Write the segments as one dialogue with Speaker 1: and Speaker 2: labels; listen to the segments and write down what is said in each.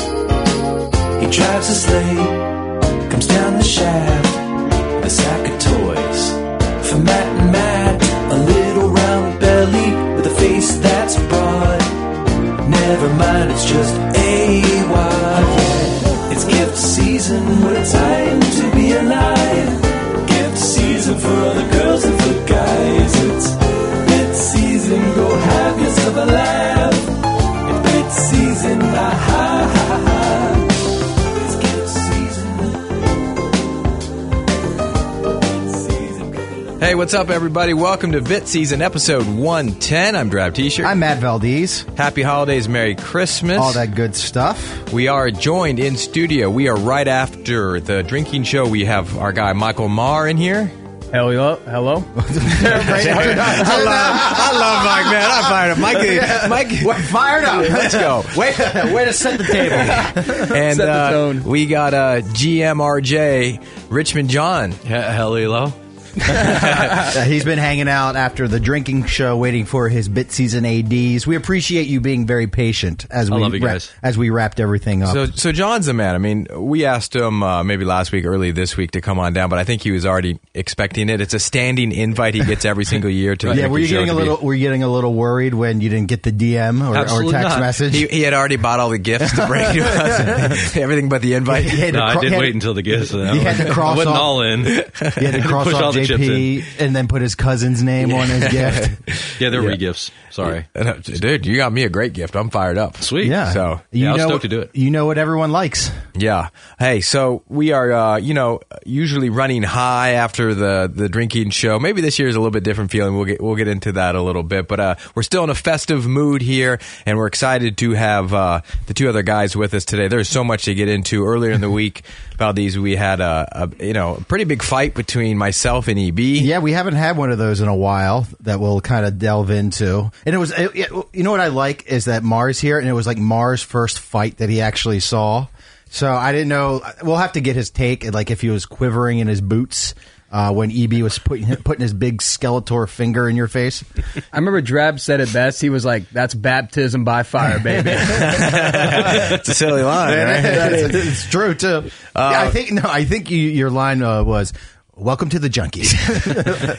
Speaker 1: He drives us late, comes down the shaft, a sack of toys for Matt and Matt. A little round belly with a face that's broad. Never mind, it's just a yeah. It's gift season, what a time to be alive. Gift season for all the girls and the guys. It's bit season, go have yourself a laugh. It's bit season, ha ha ha ha. It's gift season. Gift season.
Speaker 2: Hey, what's up, everybody? Welcome to Vit Season, episode 110. I'm Drab T-shirt.
Speaker 3: I'm Matt Valdez.
Speaker 2: Happy holidays, Merry Christmas.
Speaker 3: All that good stuff.
Speaker 2: We are joined in studio. We are right after the drinking show. We have our guy Michael Marr in here.
Speaker 4: Hello, hello.
Speaker 2: I love, I love Mike, man. I fired up. Mike, Mike,
Speaker 3: We're fired up.
Speaker 2: let's go.
Speaker 3: Wait, way to set the table.
Speaker 2: And
Speaker 4: Set the
Speaker 2: uh,
Speaker 4: tone.
Speaker 2: we got uh, GMRJ Richmond John. Hello.
Speaker 3: Uh, he's been hanging out after the drinking show, waiting for his bit season ads. We appreciate you being very patient as we
Speaker 5: love you
Speaker 3: wra-
Speaker 5: guys.
Speaker 3: as we wrapped everything up.
Speaker 2: So, so John's the man. I mean, we asked him uh, maybe last week, early this week, to come on down, but I think he was already expecting it. It's a standing invite he gets every single year to. the
Speaker 3: yeah, were you
Speaker 2: Mickey show
Speaker 3: getting a
Speaker 2: to be-
Speaker 3: little? Were you getting a little worried when you didn't get the DM or, or
Speaker 5: Absolutely
Speaker 3: text
Speaker 5: not.
Speaker 3: message?
Speaker 2: He, he had already bought all the gifts to bring to us, everything but the invite.
Speaker 3: He had to
Speaker 5: No, I
Speaker 3: cro-
Speaker 5: did
Speaker 3: he had-
Speaker 5: wait until the gifts. so that
Speaker 3: You had
Speaker 5: one-
Speaker 3: to cross
Speaker 5: I wasn't
Speaker 3: off-
Speaker 5: all in.
Speaker 3: He had to cross
Speaker 5: Push all
Speaker 3: off
Speaker 5: the chips in.
Speaker 3: JP and then put his cousin's name on his gift.
Speaker 5: Yeah, they're regifts. Sorry.
Speaker 2: Dude, you got me a great gift. I'm fired up.
Speaker 5: Sweet.
Speaker 3: Yeah.
Speaker 2: So,
Speaker 5: yeah, I was
Speaker 3: know,
Speaker 5: stoked to do it.
Speaker 3: You know what everyone likes.
Speaker 2: Yeah. Hey, so we are, uh, you know, usually running high after the, the drinking show. Maybe this year is a little bit different feeling. We'll get, we'll get into that a little bit, but, uh, we're still in a festive mood here and we're excited to have, uh, the two other guys with us today. There's so much to get into earlier in the week about these. We had a, a you know, a pretty big fight between myself and E EB.
Speaker 3: Yeah, we haven't had one of those in a while that we'll kind of delve into. And it was, it, it- you know, what I like is that Mars here, and it was like Mars' first fight that he actually saw. So I didn't know. We'll have to get his take, like if he was quivering in his boots uh, when EB was putting putting his big Skeletor finger in your face.
Speaker 4: I remember Drab said it best. He was like, "That's baptism by fire, baby."
Speaker 2: It's a silly line, right?
Speaker 3: it's, it's true too. Yeah, I think no, I think you, your line uh, was. Welcome to the junkies.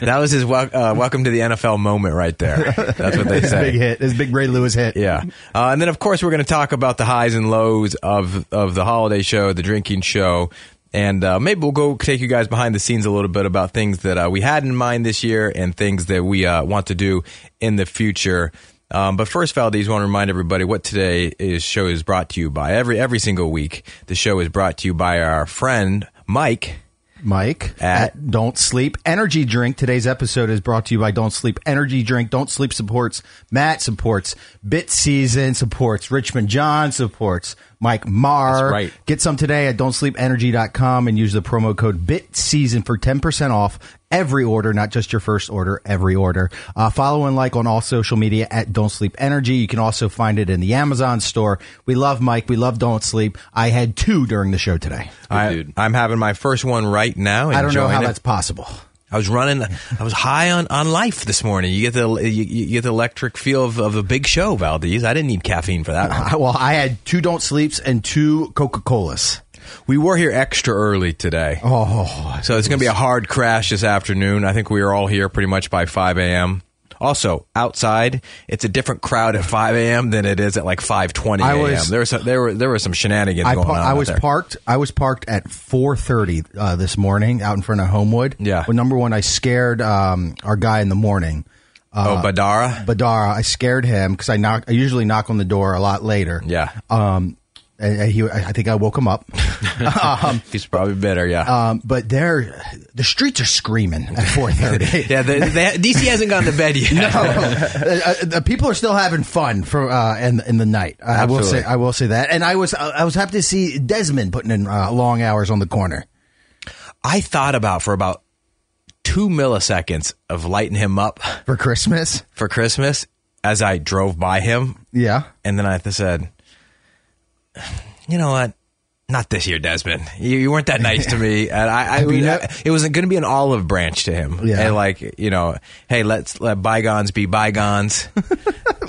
Speaker 2: That was his wel- uh, welcome to the NFL moment right there. That's what they
Speaker 3: His
Speaker 2: say.
Speaker 3: big hit. His big Ray Lewis hit.
Speaker 2: Yeah, uh, and then of course we're going to talk about the highs and lows of of the holiday show, the drinking show, and uh, maybe we'll go take you guys behind the scenes a little bit about things that uh, we had in mind this year and things that we uh, want to do in the future. Um, but first, Valdez, want to remind everybody what today is show is brought to you by. Every every single week, the show is brought to you by our friend Mike.
Speaker 3: Mike
Speaker 2: At-
Speaker 3: at, Don't Sleep Energy Drink. Today's episode is brought to you by Don't Sleep Energy Drink. Don't Sleep supports Matt supports Bit Season supports Richmond John supports Mike Marr.
Speaker 5: That's right.
Speaker 3: Get some today at don'tsleepenergy.com and use the promo code Bit Season for 10% off every order, not just your first order, every order. Uh, follow and like on all social media at Don't Sleep Energy. You can also find it in the Amazon store. We love Mike. We love Don't Sleep. I had two during the show today.
Speaker 2: I,
Speaker 5: dude.
Speaker 2: I'm having my first one right now.
Speaker 3: I don't know
Speaker 2: enjoying
Speaker 3: how
Speaker 2: it.
Speaker 3: that's possible.
Speaker 2: I was running. I was high on, on life this morning. You get the you, you get the electric feel of, of a big show, Valdez. I didn't need caffeine for that. one.
Speaker 3: I- well, I had two don't sleeps and two Coca Colas.
Speaker 2: We were here extra early today,
Speaker 3: Oh,
Speaker 2: so it's going to be a hard crash this afternoon. I think we are all here pretty much by five a.m. Also, outside, it's a different crowd at five a.m. than it is at like five twenty
Speaker 3: I
Speaker 2: a.m.
Speaker 3: was-
Speaker 2: there was some, there were there were some shenanigans
Speaker 3: I,
Speaker 2: going
Speaker 3: par-
Speaker 2: on.
Speaker 3: I
Speaker 2: out
Speaker 3: was
Speaker 2: there.
Speaker 3: parked. I was parked at four thirty uh, this morning out in front of Homewood.
Speaker 2: Yeah.
Speaker 3: Well, number one, I scared um, our guy in the morning, uh,
Speaker 2: oh, Badara.
Speaker 3: Badara. I scared him because I knock. I usually knock on the door a lot later.
Speaker 2: Yeah.
Speaker 3: Um, and and he, I think I woke him up. um,
Speaker 2: He's probably better, yeah.
Speaker 3: um, but they're the streets are screaming at four thirty.
Speaker 2: yeah, they, they, DC hasn't gone to bed yet.
Speaker 3: No, uh, uh, the people are still having fun for uh, in in the night. I will say, I will say that. And I was, uh, I was happy to see Desmond putting in uh, long hours on the corner.
Speaker 2: I thought about for about two milliseconds of lighting him up
Speaker 3: for Christmas.
Speaker 2: for Christmas as I drove by him,
Speaker 3: Yeah.
Speaker 2: and then I said, "You know what? Not this year, Desmond. You, you weren't that nice to me, and I, I,
Speaker 3: Have you
Speaker 2: I-
Speaker 3: not-
Speaker 2: it was going to be an olive branch to him,
Speaker 3: Yeah.
Speaker 2: and like you know, hey, let's let bygones be bygones,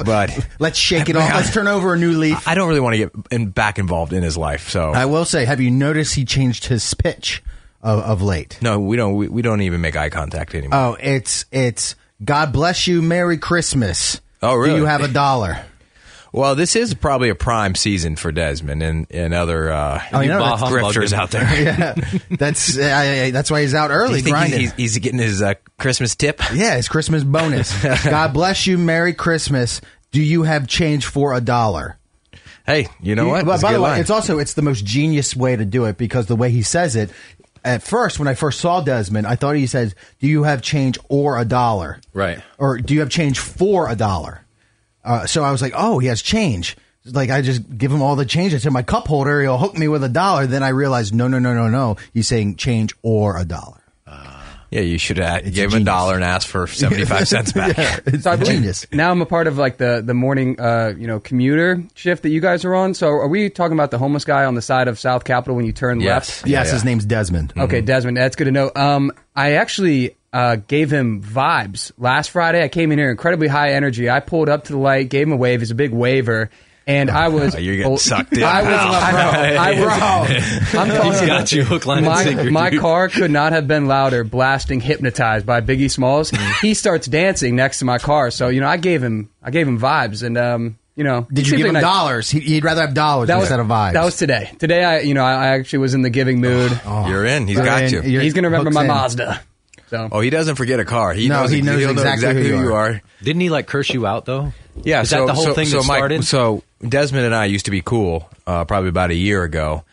Speaker 2: but."
Speaker 3: Let's shake it off. Let's turn over a new leaf.
Speaker 2: I don't really want to get in, back involved in his life, so
Speaker 3: I will say, have you noticed he changed his pitch of, of late?
Speaker 2: no, we don't. We, we don't even make eye contact anymore.
Speaker 3: Oh, it's it's God bless you, Merry Christmas.
Speaker 2: Oh,
Speaker 3: Do
Speaker 2: really?
Speaker 3: you have a dollar?
Speaker 2: well, this is probably a prime season for Desmond and and other uh,
Speaker 3: Oh, you know, that's-
Speaker 2: grifters out there.
Speaker 3: That's I, I- that's why he's out
Speaker 2: Do
Speaker 3: early
Speaker 2: you think
Speaker 3: grinding.
Speaker 2: he's, he's, he's getting his uh, Christmas tip?
Speaker 3: yeah, his Christmas bonus. God bless you, Merry Christmas. Do you have change for a dollar?
Speaker 2: Hey, you know what?
Speaker 3: But
Speaker 2: That's a
Speaker 3: by the
Speaker 2: good
Speaker 3: way,
Speaker 2: line.
Speaker 3: it's also it's the most genius way to do it because the way he says it. At first, when I first saw Desmond, I thought he said, "Do you have change or a dollar?"
Speaker 5: Right.
Speaker 3: Or do you have change for a dollar? Uh, so I was like, "Oh, he has change." Like I just give him all the change. It's in my cup holder. He'll hook me with a dollar. Then I realized, no, no, no, no, no. He's saying change or a dollar.
Speaker 2: yeah, you should uh, give him a
Speaker 3: genius.
Speaker 2: dollar and ask for seventy five cents back.
Speaker 3: Yeah, it's
Speaker 4: So I believe
Speaker 3: genius.
Speaker 4: now I'm a part of like the the morning, uh, you know, commuter shift that you guys are on. So are we talking about the homeless guy on the side of South Capitol when you
Speaker 2: Yes.
Speaker 4: turn
Speaker 2: Mm-hmm.
Speaker 4: left?
Speaker 3: Yes,
Speaker 2: Yeah,
Speaker 3: his name's Desmond.
Speaker 4: Okay, Desmond, that's good to know. Um, I actually uh, gave him vibes last Friday. I came in here incredibly high energy. I pulled up to the light, gave him a wave. He's a big waver. And I was.
Speaker 2: Oh, You're getting sucked in.
Speaker 4: I was. I, I was. I'm
Speaker 5: He's
Speaker 4: talking
Speaker 5: got you hook, line,
Speaker 4: my,
Speaker 5: and sinker.
Speaker 4: my
Speaker 5: dude.
Speaker 4: car could not have been louder blasting hypnotized by biggie smalls
Speaker 2: Mm-hmm.
Speaker 4: he starts dancing next to my car so you know i gave him i gave him vibes and um you know
Speaker 3: Did
Speaker 4: he
Speaker 3: you
Speaker 4: seems
Speaker 3: give him
Speaker 4: like a nice-
Speaker 3: dollars? He, he'd rather have dollars
Speaker 4: that was
Speaker 3: instead of vibes.
Speaker 4: that was today today i you know i, I actually was in the giving mood
Speaker 2: You're in. He's got you.
Speaker 3: And Oh, you're-
Speaker 4: he's gonna remember
Speaker 3: hooks
Speaker 4: my
Speaker 3: in.
Speaker 4: mazda so
Speaker 2: Oh, he doesn't forget a car. He
Speaker 3: No,
Speaker 2: knows,
Speaker 3: he knows
Speaker 2: he'll know
Speaker 3: exactly who you
Speaker 2: who you
Speaker 3: are.
Speaker 2: are.
Speaker 5: Didn't he like curse you out though?
Speaker 2: Yeah,
Speaker 5: Is
Speaker 2: so,
Speaker 5: that the whole
Speaker 2: so,
Speaker 5: thing
Speaker 2: so
Speaker 5: that
Speaker 2: Mike-
Speaker 5: started?
Speaker 2: so Desmond and I used to be cool, uh, probably about a year ago,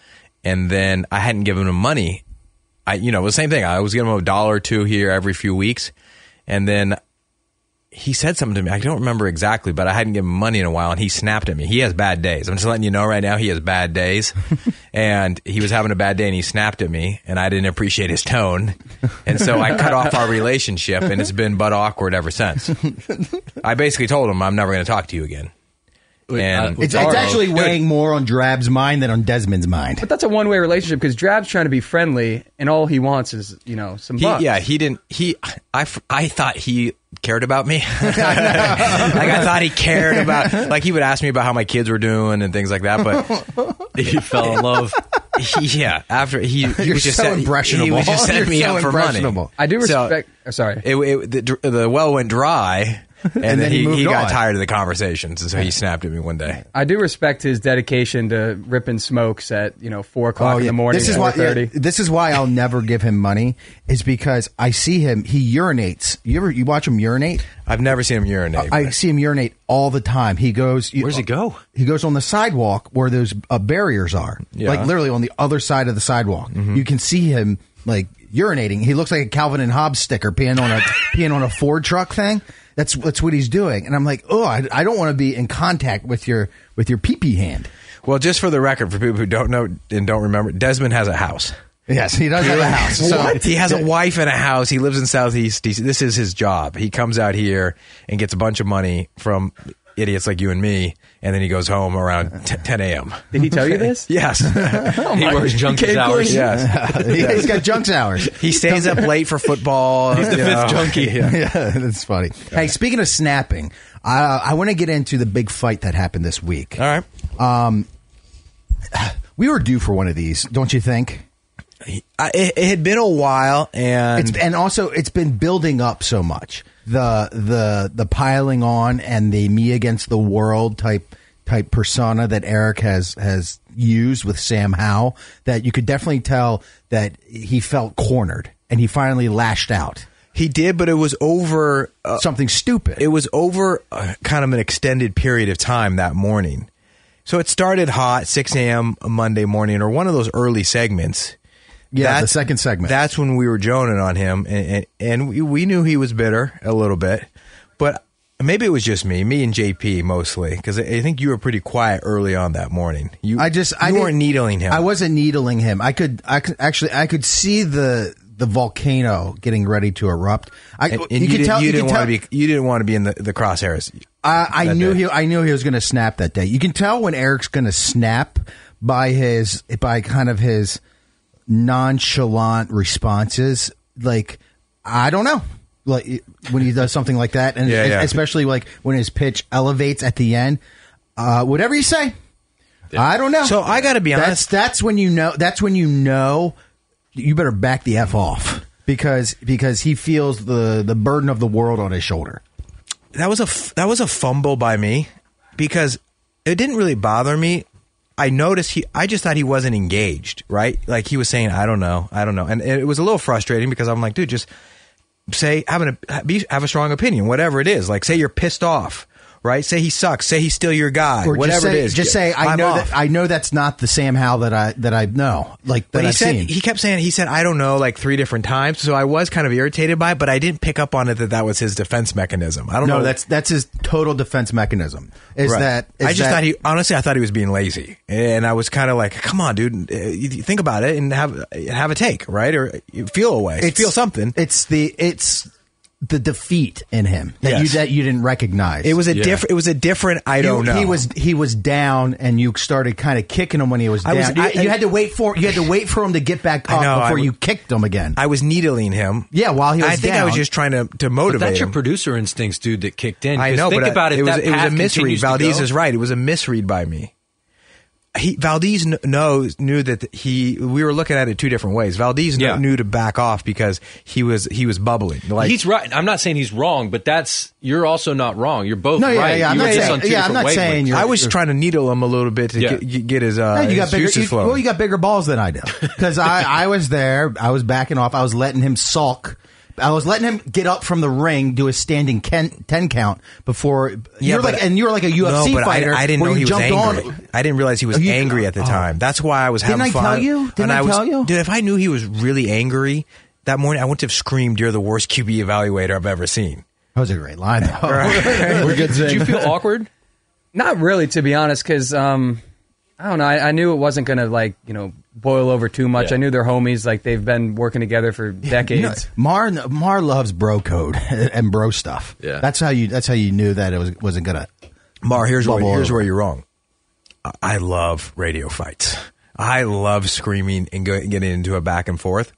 Speaker 2: and then I hadn't given him money. I, you know, it was the same thing. I was giving him a dollar or two here every few weeks, and then he said something to me. I don't remember exactly, but I hadn't given him money in a while, and he snapped at me. He has bad days. I'm just letting you know right now, he has bad days, and he was having a bad day, and he snapped at me, and I didn't appreciate his tone, and so I cut off our relationship, and it's been but awkward ever since. I basically told him I'm never going to talk to you again. And
Speaker 3: It's, it's actually weighing more on Drab's mind than on Desmond's mind.
Speaker 4: but that's a one-way relationship because drab's trying to be friendly and all he wants is you know some
Speaker 2: he,
Speaker 4: bucks.
Speaker 2: yeah, he didn't. He I, f- I thought he cared about me. like I thought he cared about. Like he would ask me about how my kids were doing and things like that. But
Speaker 5: you fell in love.
Speaker 2: he, yeah, after he, he
Speaker 3: You're
Speaker 2: was just
Speaker 3: so
Speaker 2: set,
Speaker 3: impressionable.
Speaker 2: He was just setting
Speaker 3: You're
Speaker 2: me
Speaker 3: so
Speaker 2: up for money.
Speaker 3: impressionable.
Speaker 4: i do
Speaker 2: So,
Speaker 4: respect oh, sorry
Speaker 2: it, it, the, dr- the well went dry, and, then,
Speaker 3: then he
Speaker 2: he,
Speaker 3: moved
Speaker 2: he got
Speaker 3: on.
Speaker 2: tired of the conversations, and so he snapped at me one day.
Speaker 4: I do respect his dedication to ripping smokes at you know four o'clock in the morning.
Speaker 3: This is why.
Speaker 4: four
Speaker 3: Oh, yeah,
Speaker 4: thirty.
Speaker 3: this is why I'll never give him money. Is because I see him. He urinates. You ever you watch him urinate?
Speaker 2: I've never seen him urinate.
Speaker 3: I
Speaker 2: but-
Speaker 3: see him urinate all the time. He goes. you-
Speaker 5: Where's he go?
Speaker 3: He goes on the sidewalk where those uh, barriers are.
Speaker 2: Yeah.
Speaker 3: Like literally on the other side of the sidewalk.
Speaker 5: Mm-hmm.
Speaker 3: You can see him like urinating. He looks like a Calvin and Hobbes sticker peeing on a peeing on a Ford truck thing. That's that's what he's doing. And I'm like, oh, I, I don't want to be in contact with your with your pee pee hand.
Speaker 2: Well, just for the record, for people who don't know and don't remember, Desmond has a house.
Speaker 3: Yes, he does have a house. So
Speaker 2: He has a wife and a house. He lives in Southeast DC. This is his job. He comes out here and gets a bunch of money from idiots like you and me, and then he goes home around t- 10 a.m.
Speaker 4: Did he tell you this?
Speaker 2: Yes.
Speaker 5: He works junk
Speaker 4: Cave
Speaker 5: hours.
Speaker 4: Queen.
Speaker 2: yes.
Speaker 3: he's got junk hours.
Speaker 2: He stays up late for football. He's the fifth junkie.
Speaker 3: yeah, that's funny. Hey, speaking of snapping, I I want to get into the big fight that happened this week.
Speaker 2: All right.
Speaker 3: We were due for one of these, don't you think?
Speaker 2: I, it, it had been a while, and
Speaker 3: It's and also it's been building up so much the the the piling on and the me against the world type type persona that Eric has has used with Sam Howe that you could definitely tell that he felt cornered and he finally lashed out
Speaker 2: he did, but it was over. Uh,
Speaker 3: something stupid.
Speaker 2: it was over uh, kind of an extended period of time that morning So it started hot, 6 a.m. Monday morning, or one of those early segments.
Speaker 3: Yeah, the
Speaker 2: That's-
Speaker 3: second segment.
Speaker 2: That's when we were joning on him, and, and, and we, we knew he was bitter a little bit, but maybe it was just me, me and JP mostly, because I, I think you were pretty quiet early on that morning. You,
Speaker 3: I just
Speaker 2: you
Speaker 3: I
Speaker 2: weren't
Speaker 3: didn't-
Speaker 2: needling him.
Speaker 3: I wasn't needling him. I could I could actually I could see the the volcano getting ready to erupt. I
Speaker 2: and, and you,
Speaker 3: could
Speaker 2: didn't,
Speaker 3: tell
Speaker 2: you,
Speaker 3: could
Speaker 2: didn't
Speaker 3: tell-
Speaker 2: want to be you didn't want to be in the, the crosshairs.
Speaker 3: I, I
Speaker 2: that
Speaker 3: knew
Speaker 2: day.
Speaker 3: he I knew he was going to snap that day. You can tell when Eric's going to snap by his by kind of his nonchalant responses. Like I don't know, like when he does something like that, and
Speaker 2: Yeah,
Speaker 3: es-
Speaker 2: yeah.
Speaker 3: especially like when his pitch elevates at the end. Uh, whatever you say, I don't know.
Speaker 2: So I gotta be
Speaker 3: That's-
Speaker 2: honest.
Speaker 3: That's when you know. That's when you know you better back the f off because because he feels the the burden of the world on his shoulder.
Speaker 2: that was a f- that was a fumble by me because it didn't really bother me. I noticed he. I just thought he wasn't engaged, right? Like he was saying, "I don't know, I don't know," and it was a little frustrating because I'm like, dude, just say have an be have a strong opinion, whatever it is. Like say you're pissed off, right? Say he sucks. Say he's still your guy,
Speaker 3: or
Speaker 2: whatever
Speaker 3: just say,
Speaker 2: it is.
Speaker 3: Just say I
Speaker 2: I'm
Speaker 3: know
Speaker 2: off."
Speaker 3: that I know that's not the Sam Howell that I that I know. Like that
Speaker 2: But he
Speaker 3: I've
Speaker 2: said
Speaker 3: seen.
Speaker 2: he kept saying he said I don't know like three different times, so I was kind of irritated by it, but I didn't pick up on it that that was his defense mechanism. I don't
Speaker 3: no,
Speaker 2: know
Speaker 3: that's that's his total defense mechanism. Is
Speaker 2: Right.
Speaker 3: that is
Speaker 2: I just
Speaker 3: that-
Speaker 2: thought he honestly I thought he was being lazy, and I was kind of like, come on, dude, uh, you think about it and have have a take, right, or uh, feel a way, feel something. It,
Speaker 3: It's the it's the defeat in him that you
Speaker 2: Yes.
Speaker 3: that you didn't recognize.
Speaker 2: was a different. It was a different. I
Speaker 3: he,
Speaker 2: don't know.
Speaker 3: he was he was down, and you started kind of kicking him when he was
Speaker 2: I
Speaker 3: down.
Speaker 2: was- I-
Speaker 3: you, you had to wait for you had to wait for him to get back
Speaker 2: I
Speaker 3: up
Speaker 2: know, I
Speaker 3: before
Speaker 2: w-
Speaker 3: you kicked him again.
Speaker 2: I was needling him.
Speaker 3: Yeah, while he was
Speaker 2: I think I was
Speaker 3: down.
Speaker 2: just trying to to
Speaker 5: But
Speaker 2: motivate.
Speaker 5: that's your
Speaker 2: him.
Speaker 5: producer instincts, dude, that kicked in.
Speaker 2: I
Speaker 5: 'Cause
Speaker 2: know.
Speaker 5: Think
Speaker 2: but I-
Speaker 5: about it.
Speaker 2: It was,
Speaker 5: that
Speaker 2: it was a
Speaker 5: path
Speaker 2: misread.
Speaker 5: continues to
Speaker 2: Valdez
Speaker 5: go.
Speaker 2: is right. It was a misread by me. He, Valdez kn- knows knew that he. We were looking at it two different ways. Valdez kn-
Speaker 5: Yeah.
Speaker 2: knew to back off because he was he was bubbling. Like
Speaker 5: he's right. I'm not saying he's wrong, but that's you're also not wrong. You're both
Speaker 3: No, yeah,
Speaker 5: right.
Speaker 3: yeah, I'm
Speaker 5: you
Speaker 3: not
Speaker 5: were just
Speaker 3: saying-
Speaker 5: on two
Speaker 3: yeah, I'm
Speaker 5: different
Speaker 3: not saying
Speaker 5: wavelengths.
Speaker 3: you're-
Speaker 2: I was trying to needle him a little bit to
Speaker 5: Yeah.
Speaker 2: get, get his uh,
Speaker 3: No, you got bigger.
Speaker 2: juices
Speaker 3: you-
Speaker 2: flowing.
Speaker 3: well, you got bigger balls than I do because I, I was there. I was backing off. I was letting him sulk. I was letting him get up from the ring, do a standing ken, ten count before. you're
Speaker 2: but
Speaker 3: like, and you're like a UFC
Speaker 2: no, but
Speaker 3: fighter.
Speaker 2: I, I didn't
Speaker 3: where
Speaker 2: know
Speaker 3: you
Speaker 2: he was
Speaker 3: jumped
Speaker 2: angry.
Speaker 3: On.
Speaker 2: I didn't realize he was
Speaker 3: Oh, you-
Speaker 2: angry at the
Speaker 3: oh.
Speaker 2: time. That's why I was
Speaker 3: Didn't
Speaker 2: having
Speaker 3: I
Speaker 2: fun.
Speaker 3: tell you? Didn't
Speaker 2: and
Speaker 3: I
Speaker 2: I was,
Speaker 3: tell you?
Speaker 2: dude? If I knew he was really angry that morning, I wouldn't have screamed, "You're the worst QB evaluator I've ever seen."
Speaker 3: That was a great line. Though.
Speaker 4: We're good.
Speaker 5: Did you feel awkward?
Speaker 4: Not really, to be honest, because um, I don't know. I, I knew it wasn't gonna like you know boil over too much.
Speaker 5: Yeah.
Speaker 4: I knew they're homies. Like they've been working together for decades.
Speaker 3: No, Mar Mar loves bro code and bro stuff.
Speaker 5: Yeah.
Speaker 3: that's how you. That's how you knew that it was wasn't gonna.
Speaker 2: Mar, here's where,
Speaker 3: Bubble
Speaker 2: here's
Speaker 3: over.
Speaker 2: where you're wrong. I- I love radio fights. I love screaming and go, getting into a back and forth.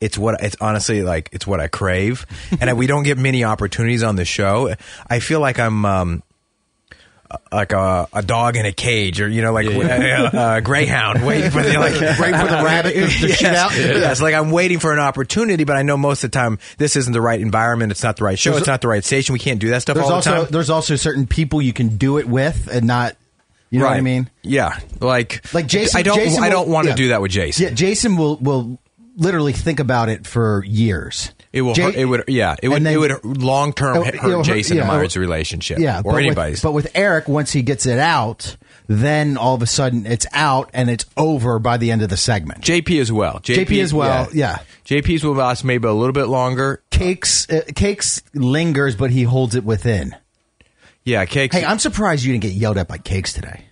Speaker 2: It's what it's honestly like. It's what I crave, and I- we don't get many opportunities on the show. I feel like I'm um, like a, a dog in a cage, or you know, like a, a, greyhound waiting for the like waiting for the rabbit to yes,
Speaker 3: shit out.
Speaker 2: Yes, like I'm waiting for an opportunity, but I know most of the time this isn't the right environment. It's not the right show.
Speaker 3: There's-
Speaker 2: it's not the right station. We can't do that stuff
Speaker 3: There's
Speaker 2: all the
Speaker 3: also
Speaker 2: time.
Speaker 3: there's also certain people you can do it with and not. You know what I
Speaker 2: Right.
Speaker 3: mean?
Speaker 2: Yeah, like
Speaker 3: like Jason.
Speaker 2: I don't.
Speaker 3: Jason
Speaker 2: I don't
Speaker 3: will-
Speaker 2: want to
Speaker 3: yeah.
Speaker 2: do that with Jason.
Speaker 3: Yeah, Jason will will literally think about it for years.
Speaker 2: It will.
Speaker 3: Ja-
Speaker 2: hurt, it would. Yeah. It would.
Speaker 3: and then-
Speaker 2: it would long term
Speaker 3: It'll-
Speaker 2: hurt,
Speaker 3: it'll hurt-
Speaker 2: Jason and
Speaker 3: yeah.
Speaker 2: Myra's relationship.
Speaker 3: Yeah, but
Speaker 2: Or
Speaker 3: with-
Speaker 2: anybody's.
Speaker 3: but with Eric, once he gets it out, then all of a sudden it's out and it's over by the end of the segment.
Speaker 2: JP as well. JP,
Speaker 3: JP as well, yeah.
Speaker 2: JP's will last maybe a little bit longer.
Speaker 3: Cakes uh, cakes lingers, but he holds it within.
Speaker 2: Yeah. Cakes.
Speaker 3: Hey, I'm surprised you didn't get yelled at by Cakes today,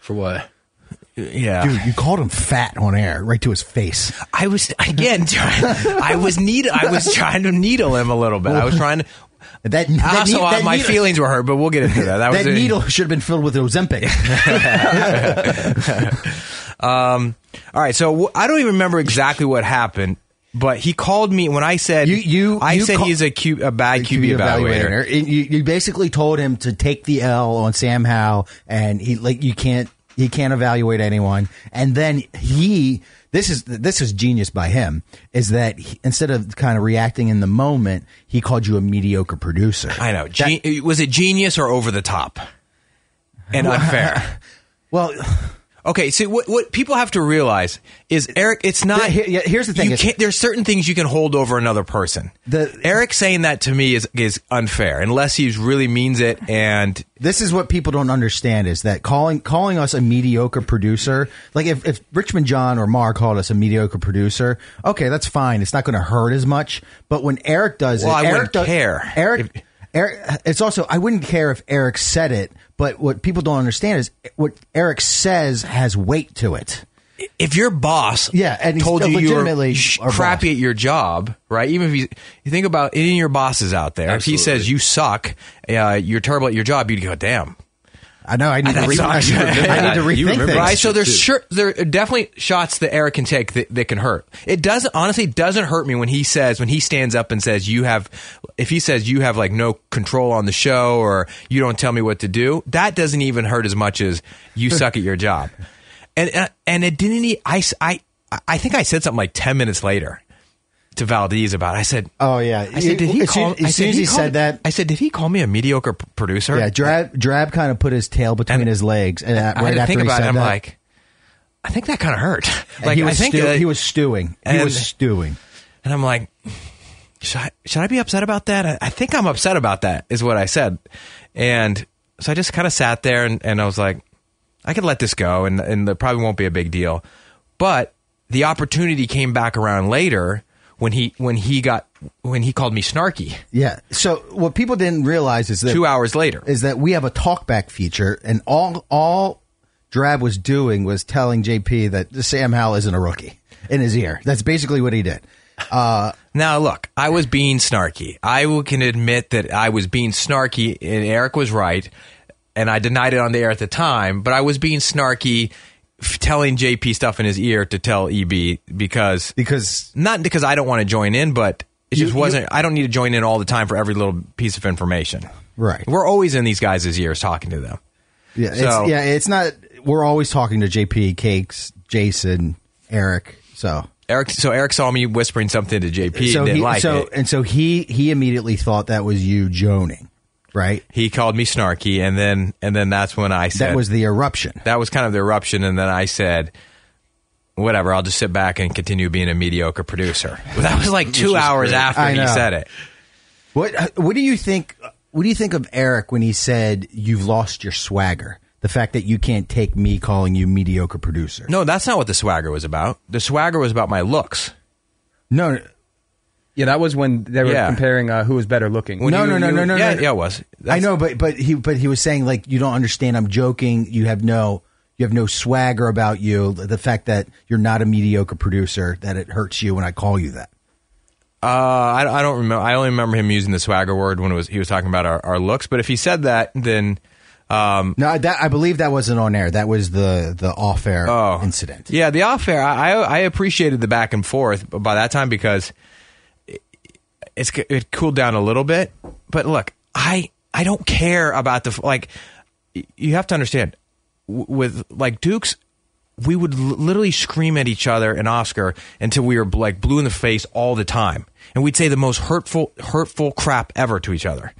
Speaker 5: For what?
Speaker 2: yeah.
Speaker 3: dude. You called him fat on air, right to his face.
Speaker 2: I was again. Trying, I was need. I was trying to needle him a little bit. I was trying to.
Speaker 3: That, that
Speaker 2: Also,
Speaker 3: ne-
Speaker 2: uh,
Speaker 3: that
Speaker 2: my
Speaker 3: needle-
Speaker 2: feelings were hurt, but we'll get into that. That,
Speaker 3: That
Speaker 2: was a-
Speaker 3: needle should have been filled with Ozempic.
Speaker 2: Um, all right, so w- I don't even remember exactly what happened, but he called me when I said
Speaker 3: You- you-
Speaker 2: I
Speaker 3: you
Speaker 2: said
Speaker 3: ca-
Speaker 2: he's a, Q, a bad QB, evaluator.
Speaker 3: And you, you basically told him to take the L on Sam Howell, and he like you can't he can't evaluate anyone. And then he this is this is genius by him is that he, instead of kind of reacting in the moment, he called you a mediocre producer.
Speaker 2: I know. Gen- was it genius or over the top and unfair?
Speaker 3: Well,
Speaker 2: Okay, so what, what people have to realize is Eric, it's not.
Speaker 3: The- here- yeah, here's the thing
Speaker 2: You
Speaker 3: is-
Speaker 2: can't, there's certain things you can hold over another person.
Speaker 3: The-
Speaker 2: Eric saying that to me is is unfair unless he really means it. And
Speaker 3: this is what people don't understand is that calling calling us a mediocre producer like if, if richmond john or mar called us a mediocre producer okay that's fine it's not going to hurt as much but when eric does
Speaker 2: Well,
Speaker 3: it
Speaker 2: I
Speaker 3: eric
Speaker 2: wouldn't
Speaker 3: does-
Speaker 2: care.
Speaker 3: eric
Speaker 2: If-
Speaker 3: eric it's also i wouldn't care if eric said it but what people don't understand is what eric says has weight to it
Speaker 2: if your boss
Speaker 3: Yeah, and he's
Speaker 2: told you you
Speaker 3: legitimately
Speaker 2: were sh-
Speaker 3: our boss.
Speaker 2: crappy at your job, right? Even if he's, you think about any of your bosses out there, if he says you suck, uh, you're terrible at your job, you'd go, damn.
Speaker 3: i know i need to
Speaker 2: That
Speaker 3: re- I
Speaker 2: sucks.
Speaker 3: need to re- I need to
Speaker 2: You
Speaker 3: rethink
Speaker 2: remember,
Speaker 3: things
Speaker 2: Right, so there's sure, there are definitely shots that Eric can take that, that can hurt. It doesn't honestly doesn't hurt me when he says when he stands up and says you have if he says you have like no control on the show or you don't tell me what to do. That doesn't even hurt as much as you suck at your job. And and- and it didn't. e- I s- I I think I said something like ten minutes later to Valdez about. It. I said.
Speaker 3: Oh, yeah.
Speaker 2: I said, did he
Speaker 3: As soon-
Speaker 2: call?
Speaker 3: as
Speaker 2: I
Speaker 3: soon
Speaker 2: said,
Speaker 3: as he
Speaker 2: called-
Speaker 3: said that-
Speaker 2: I said, did he call me a mediocre p- producer?
Speaker 3: yeah drab drab kind of put his tail between
Speaker 2: And-
Speaker 3: his legs and, uh,
Speaker 2: I had
Speaker 3: right
Speaker 2: to
Speaker 3: after
Speaker 2: think
Speaker 3: he
Speaker 2: about
Speaker 3: said
Speaker 2: it. I'm
Speaker 3: that.
Speaker 2: like, I think that kind of hurt.
Speaker 3: And
Speaker 2: like
Speaker 3: he was
Speaker 2: I think
Speaker 3: stew-
Speaker 2: uh,
Speaker 3: he was stewing. He
Speaker 2: and-
Speaker 3: was stewing.
Speaker 2: and I'm like, should I, should I be upset about that? I, I think I'm upset about that. Is what I said, and so I just kind of sat there and, and I was like, I could let this go, and and there probably won't be a big deal, but the opportunity came back around later when he when he got when he called me snarky
Speaker 3: Yeah. So what people didn't realize is that
Speaker 2: two hours later.
Speaker 3: is that we have a talkback feature, and all all Drab was doing was telling JP that Sam Howell isn't a rookie in his ear. That's basically what he did. Uh,
Speaker 2: Now, look, I was being snarky. I will- can admit that I was being snarky, and Eric was right. And I denied it on the air at the time, but I was being snarky, f- telling JP stuff in his ear to tell EB because
Speaker 3: because
Speaker 2: not because I don't want to join in, but it
Speaker 3: You-
Speaker 2: just
Speaker 3: you-
Speaker 2: wasn't. I don't need to join in all the time for every little piece of information.
Speaker 3: Right.
Speaker 2: We're always in these guys' ears talking to them.
Speaker 3: yeah, it's,
Speaker 2: So-
Speaker 3: yeah, it's not. We're always talking to JP, Cakes, Jason, Eric. So
Speaker 2: Eric, so Eric saw me whispering something to JP
Speaker 3: so
Speaker 2: and didn't like
Speaker 3: so
Speaker 2: it.
Speaker 3: and so he he immediately thought that was you joning, right?
Speaker 2: He called me snarky, and then and then that's when I said
Speaker 3: That was the eruption.
Speaker 2: that was kind of the eruption and then i said whatever i'll just sit back and continue being a mediocre producer Well, that was like two hours after
Speaker 3: I
Speaker 2: he
Speaker 3: know.
Speaker 2: said it
Speaker 3: What What do you think? What do you think of Eric when he said you've lost your swagger? The fact that you can't take me calling you mediocre producer.
Speaker 2: no that's not what the swagger was about the swagger was about my looks
Speaker 3: no, no,
Speaker 4: Yeah, that was when they were
Speaker 2: Yeah.
Speaker 4: comparing uh, who was better looking.
Speaker 3: no,
Speaker 2: you-
Speaker 3: no, no,
Speaker 2: you-
Speaker 3: no, no,
Speaker 2: yeah,
Speaker 3: no.
Speaker 2: yeah, it was. Uh,
Speaker 3: I
Speaker 2: That's-
Speaker 3: know, but but he but he was saying like you don't understand. I'm joking. You have no you have no swagger about you. The fact that you're not a mediocre producer that it hurts you when I call you that.
Speaker 2: uh, I, I don't remember i only remember him using the swagger word when it was he was talking about our, our looks but if he said that then
Speaker 3: No, that I believe that wasn't on air. That was the the off air incident.
Speaker 2: Yeah, the off air. I, I I appreciated the back and forth by that time because it- it's it cooled down a little bit. But look, I I don't care about the like. y- You have to understand w- with like Duke's. We would l- literally scream at each other and Oscar until we were like blue in the face all the time, and we'd say the most hurtful, hurtful crap ever to each other.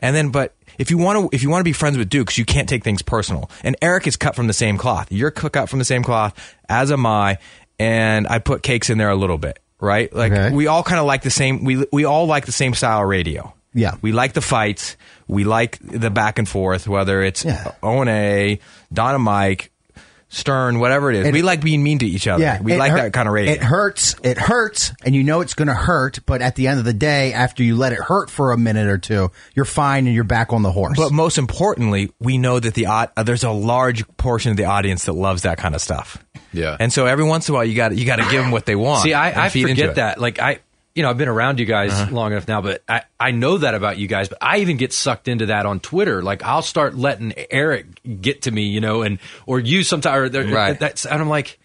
Speaker 2: And then, but if you want to, if you want to be friends with Dukes, you can't take things personal. And Eric is cut from the same cloth. You're cu- cut from the same cloth, as am I. And I put cakes in there a little bit, right? Like
Speaker 3: Okay.
Speaker 2: we all kind of like the same. We we all like the same style of radio.
Speaker 3: Yeah.
Speaker 2: we like the fights. We like the back and forth, whether it's
Speaker 3: Yeah.
Speaker 2: O and A, Donna Mike, Stern, whatever it is.
Speaker 3: And-
Speaker 2: we like being mean to each other.
Speaker 3: Yeah,
Speaker 2: we
Speaker 3: it
Speaker 2: like
Speaker 3: hurt-
Speaker 2: that kind of radio.
Speaker 3: It hurts. It hurts, and you know it's going to hurt. But at the end of the day, after you let it hurt for a minute or two, you're fine and you're back on the horse.
Speaker 2: But most importantly, we know that the au- uh, there's a large portion of the audience that loves that kind of stuff.
Speaker 5: Yeah.
Speaker 2: and so every once in a while, you got you got to give them what they want.
Speaker 5: See,
Speaker 2: and
Speaker 5: I, I
Speaker 2: feed into it.
Speaker 5: forget that. Like I, you know, I've been around you guys long enough now, but I, I know that about you guys. But I even get sucked into that on Twitter. Like I'll start letting Eric get to me, you know, and or you sometimes. Or,
Speaker 2: Right.
Speaker 5: That's and I'm like,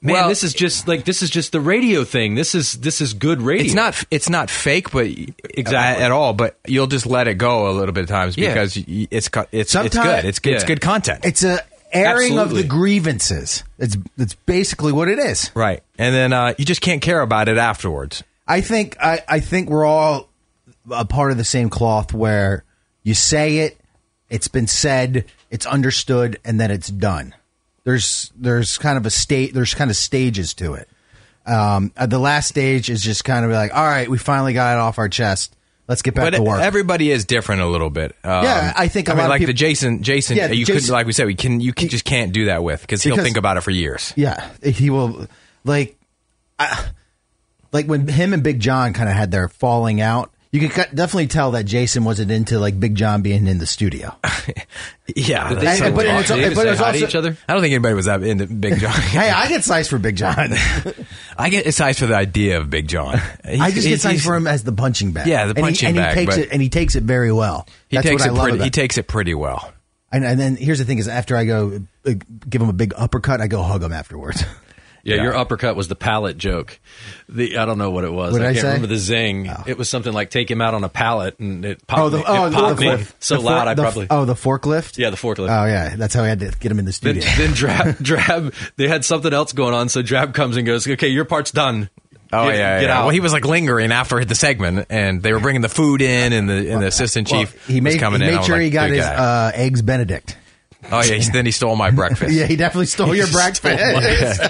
Speaker 5: man,
Speaker 2: Well-
Speaker 5: this is just like this is just the radio thing. This is this is good radio.
Speaker 2: It's not it's not fake, but
Speaker 5: Exactly.
Speaker 2: at, at all. But you'll just let it go a little bit of times
Speaker 5: Yeah.
Speaker 2: because y- it's co- it's it's
Speaker 3: Sometime-
Speaker 2: good. It's good. It's
Speaker 5: Yeah.
Speaker 2: good content.
Speaker 3: it's a airing of
Speaker 5: Absolutely.
Speaker 3: the grievances. It's it's basically what it is.
Speaker 2: right, and then uh, you just can't care about it afterwards.
Speaker 3: I think I, I think we're all a part of the same cloth where you say it, it's been said, it's understood, and then it's done. There's there's kind of a state. There's kind of stages to it. Um, uh, the last stage is just kind of like, all right, we finally got it off our chest. Let's get back
Speaker 2: but
Speaker 3: to work.
Speaker 2: everybody is different a little bit. Um,
Speaker 3: Yeah, I think a
Speaker 2: I mean,
Speaker 3: lot of
Speaker 2: like the
Speaker 3: peop-
Speaker 2: Jason, Jason,
Speaker 3: Yeah,
Speaker 2: you could
Speaker 3: Jason-
Speaker 2: like we said, we can you can, just can't do that with because he'll
Speaker 3: Because-
Speaker 2: think about it for years.
Speaker 3: Yeah, he will. Like, I, like when him and Big John kind of had their falling out, you could cut- definitely tell that Jason wasn't into like Big John being in the studio.
Speaker 2: Yeah,
Speaker 5: Did they
Speaker 3: I-
Speaker 5: say-
Speaker 3: but it's-
Speaker 5: did they even
Speaker 3: but
Speaker 5: say
Speaker 3: it's
Speaker 5: hi to
Speaker 3: also-
Speaker 5: each other?
Speaker 2: I don't think anybody was that into Big John.
Speaker 3: hey, I get sized for Big John.
Speaker 2: I get excited for the idea of Big John.
Speaker 3: I just get
Speaker 2: excited
Speaker 3: sized for him as the punching bag.
Speaker 2: Yeah, the punching
Speaker 3: and he,
Speaker 2: bag,
Speaker 3: And he takes
Speaker 2: but-
Speaker 3: it, and he takes it very well.
Speaker 2: He
Speaker 3: That's
Speaker 2: takes
Speaker 3: what I
Speaker 2: it
Speaker 3: love
Speaker 2: pretty.
Speaker 3: about
Speaker 2: He takes it pretty well.
Speaker 3: and, and then here's the thing: is after I go uh, give him a big uppercut, I go hug him afterwards.
Speaker 5: Yeah,
Speaker 2: Yeah.
Speaker 5: your uppercut was the pallet joke. The I don't know what it was.
Speaker 3: What did
Speaker 5: I
Speaker 3: I
Speaker 5: can't
Speaker 3: say?
Speaker 5: remember the zing. It was something like take him out on a pallet, and it popped me, it
Speaker 3: oh,
Speaker 5: popped me
Speaker 3: fork-
Speaker 5: so
Speaker 3: the
Speaker 5: loud.
Speaker 3: fork-
Speaker 5: I
Speaker 3: the f-
Speaker 5: probably
Speaker 3: oh the forklift.
Speaker 5: yeah the forklift.
Speaker 3: Oh yeah, that's how I had to get him in the
Speaker 5: then
Speaker 3: studio.
Speaker 5: then drab drab they had something else going on, so drab comes and goes. Okay, your part's done.
Speaker 2: Oh
Speaker 5: Get-
Speaker 2: yeah,
Speaker 5: get
Speaker 2: yeah.
Speaker 5: out.
Speaker 2: Well, he was like lingering after the segment, and they were bringing the food in, and the and the assistant
Speaker 3: Well,
Speaker 2: chief
Speaker 3: he made,
Speaker 2: was coming
Speaker 3: he
Speaker 2: in. I
Speaker 3: made
Speaker 2: was
Speaker 3: sure
Speaker 2: like,
Speaker 3: he got
Speaker 2: "Good
Speaker 3: his
Speaker 2: guy."
Speaker 3: uh, eggs Benedict.
Speaker 2: oh yeah, he- then he stole my breakfast.
Speaker 3: Yeah, he definitely stole your breakfast.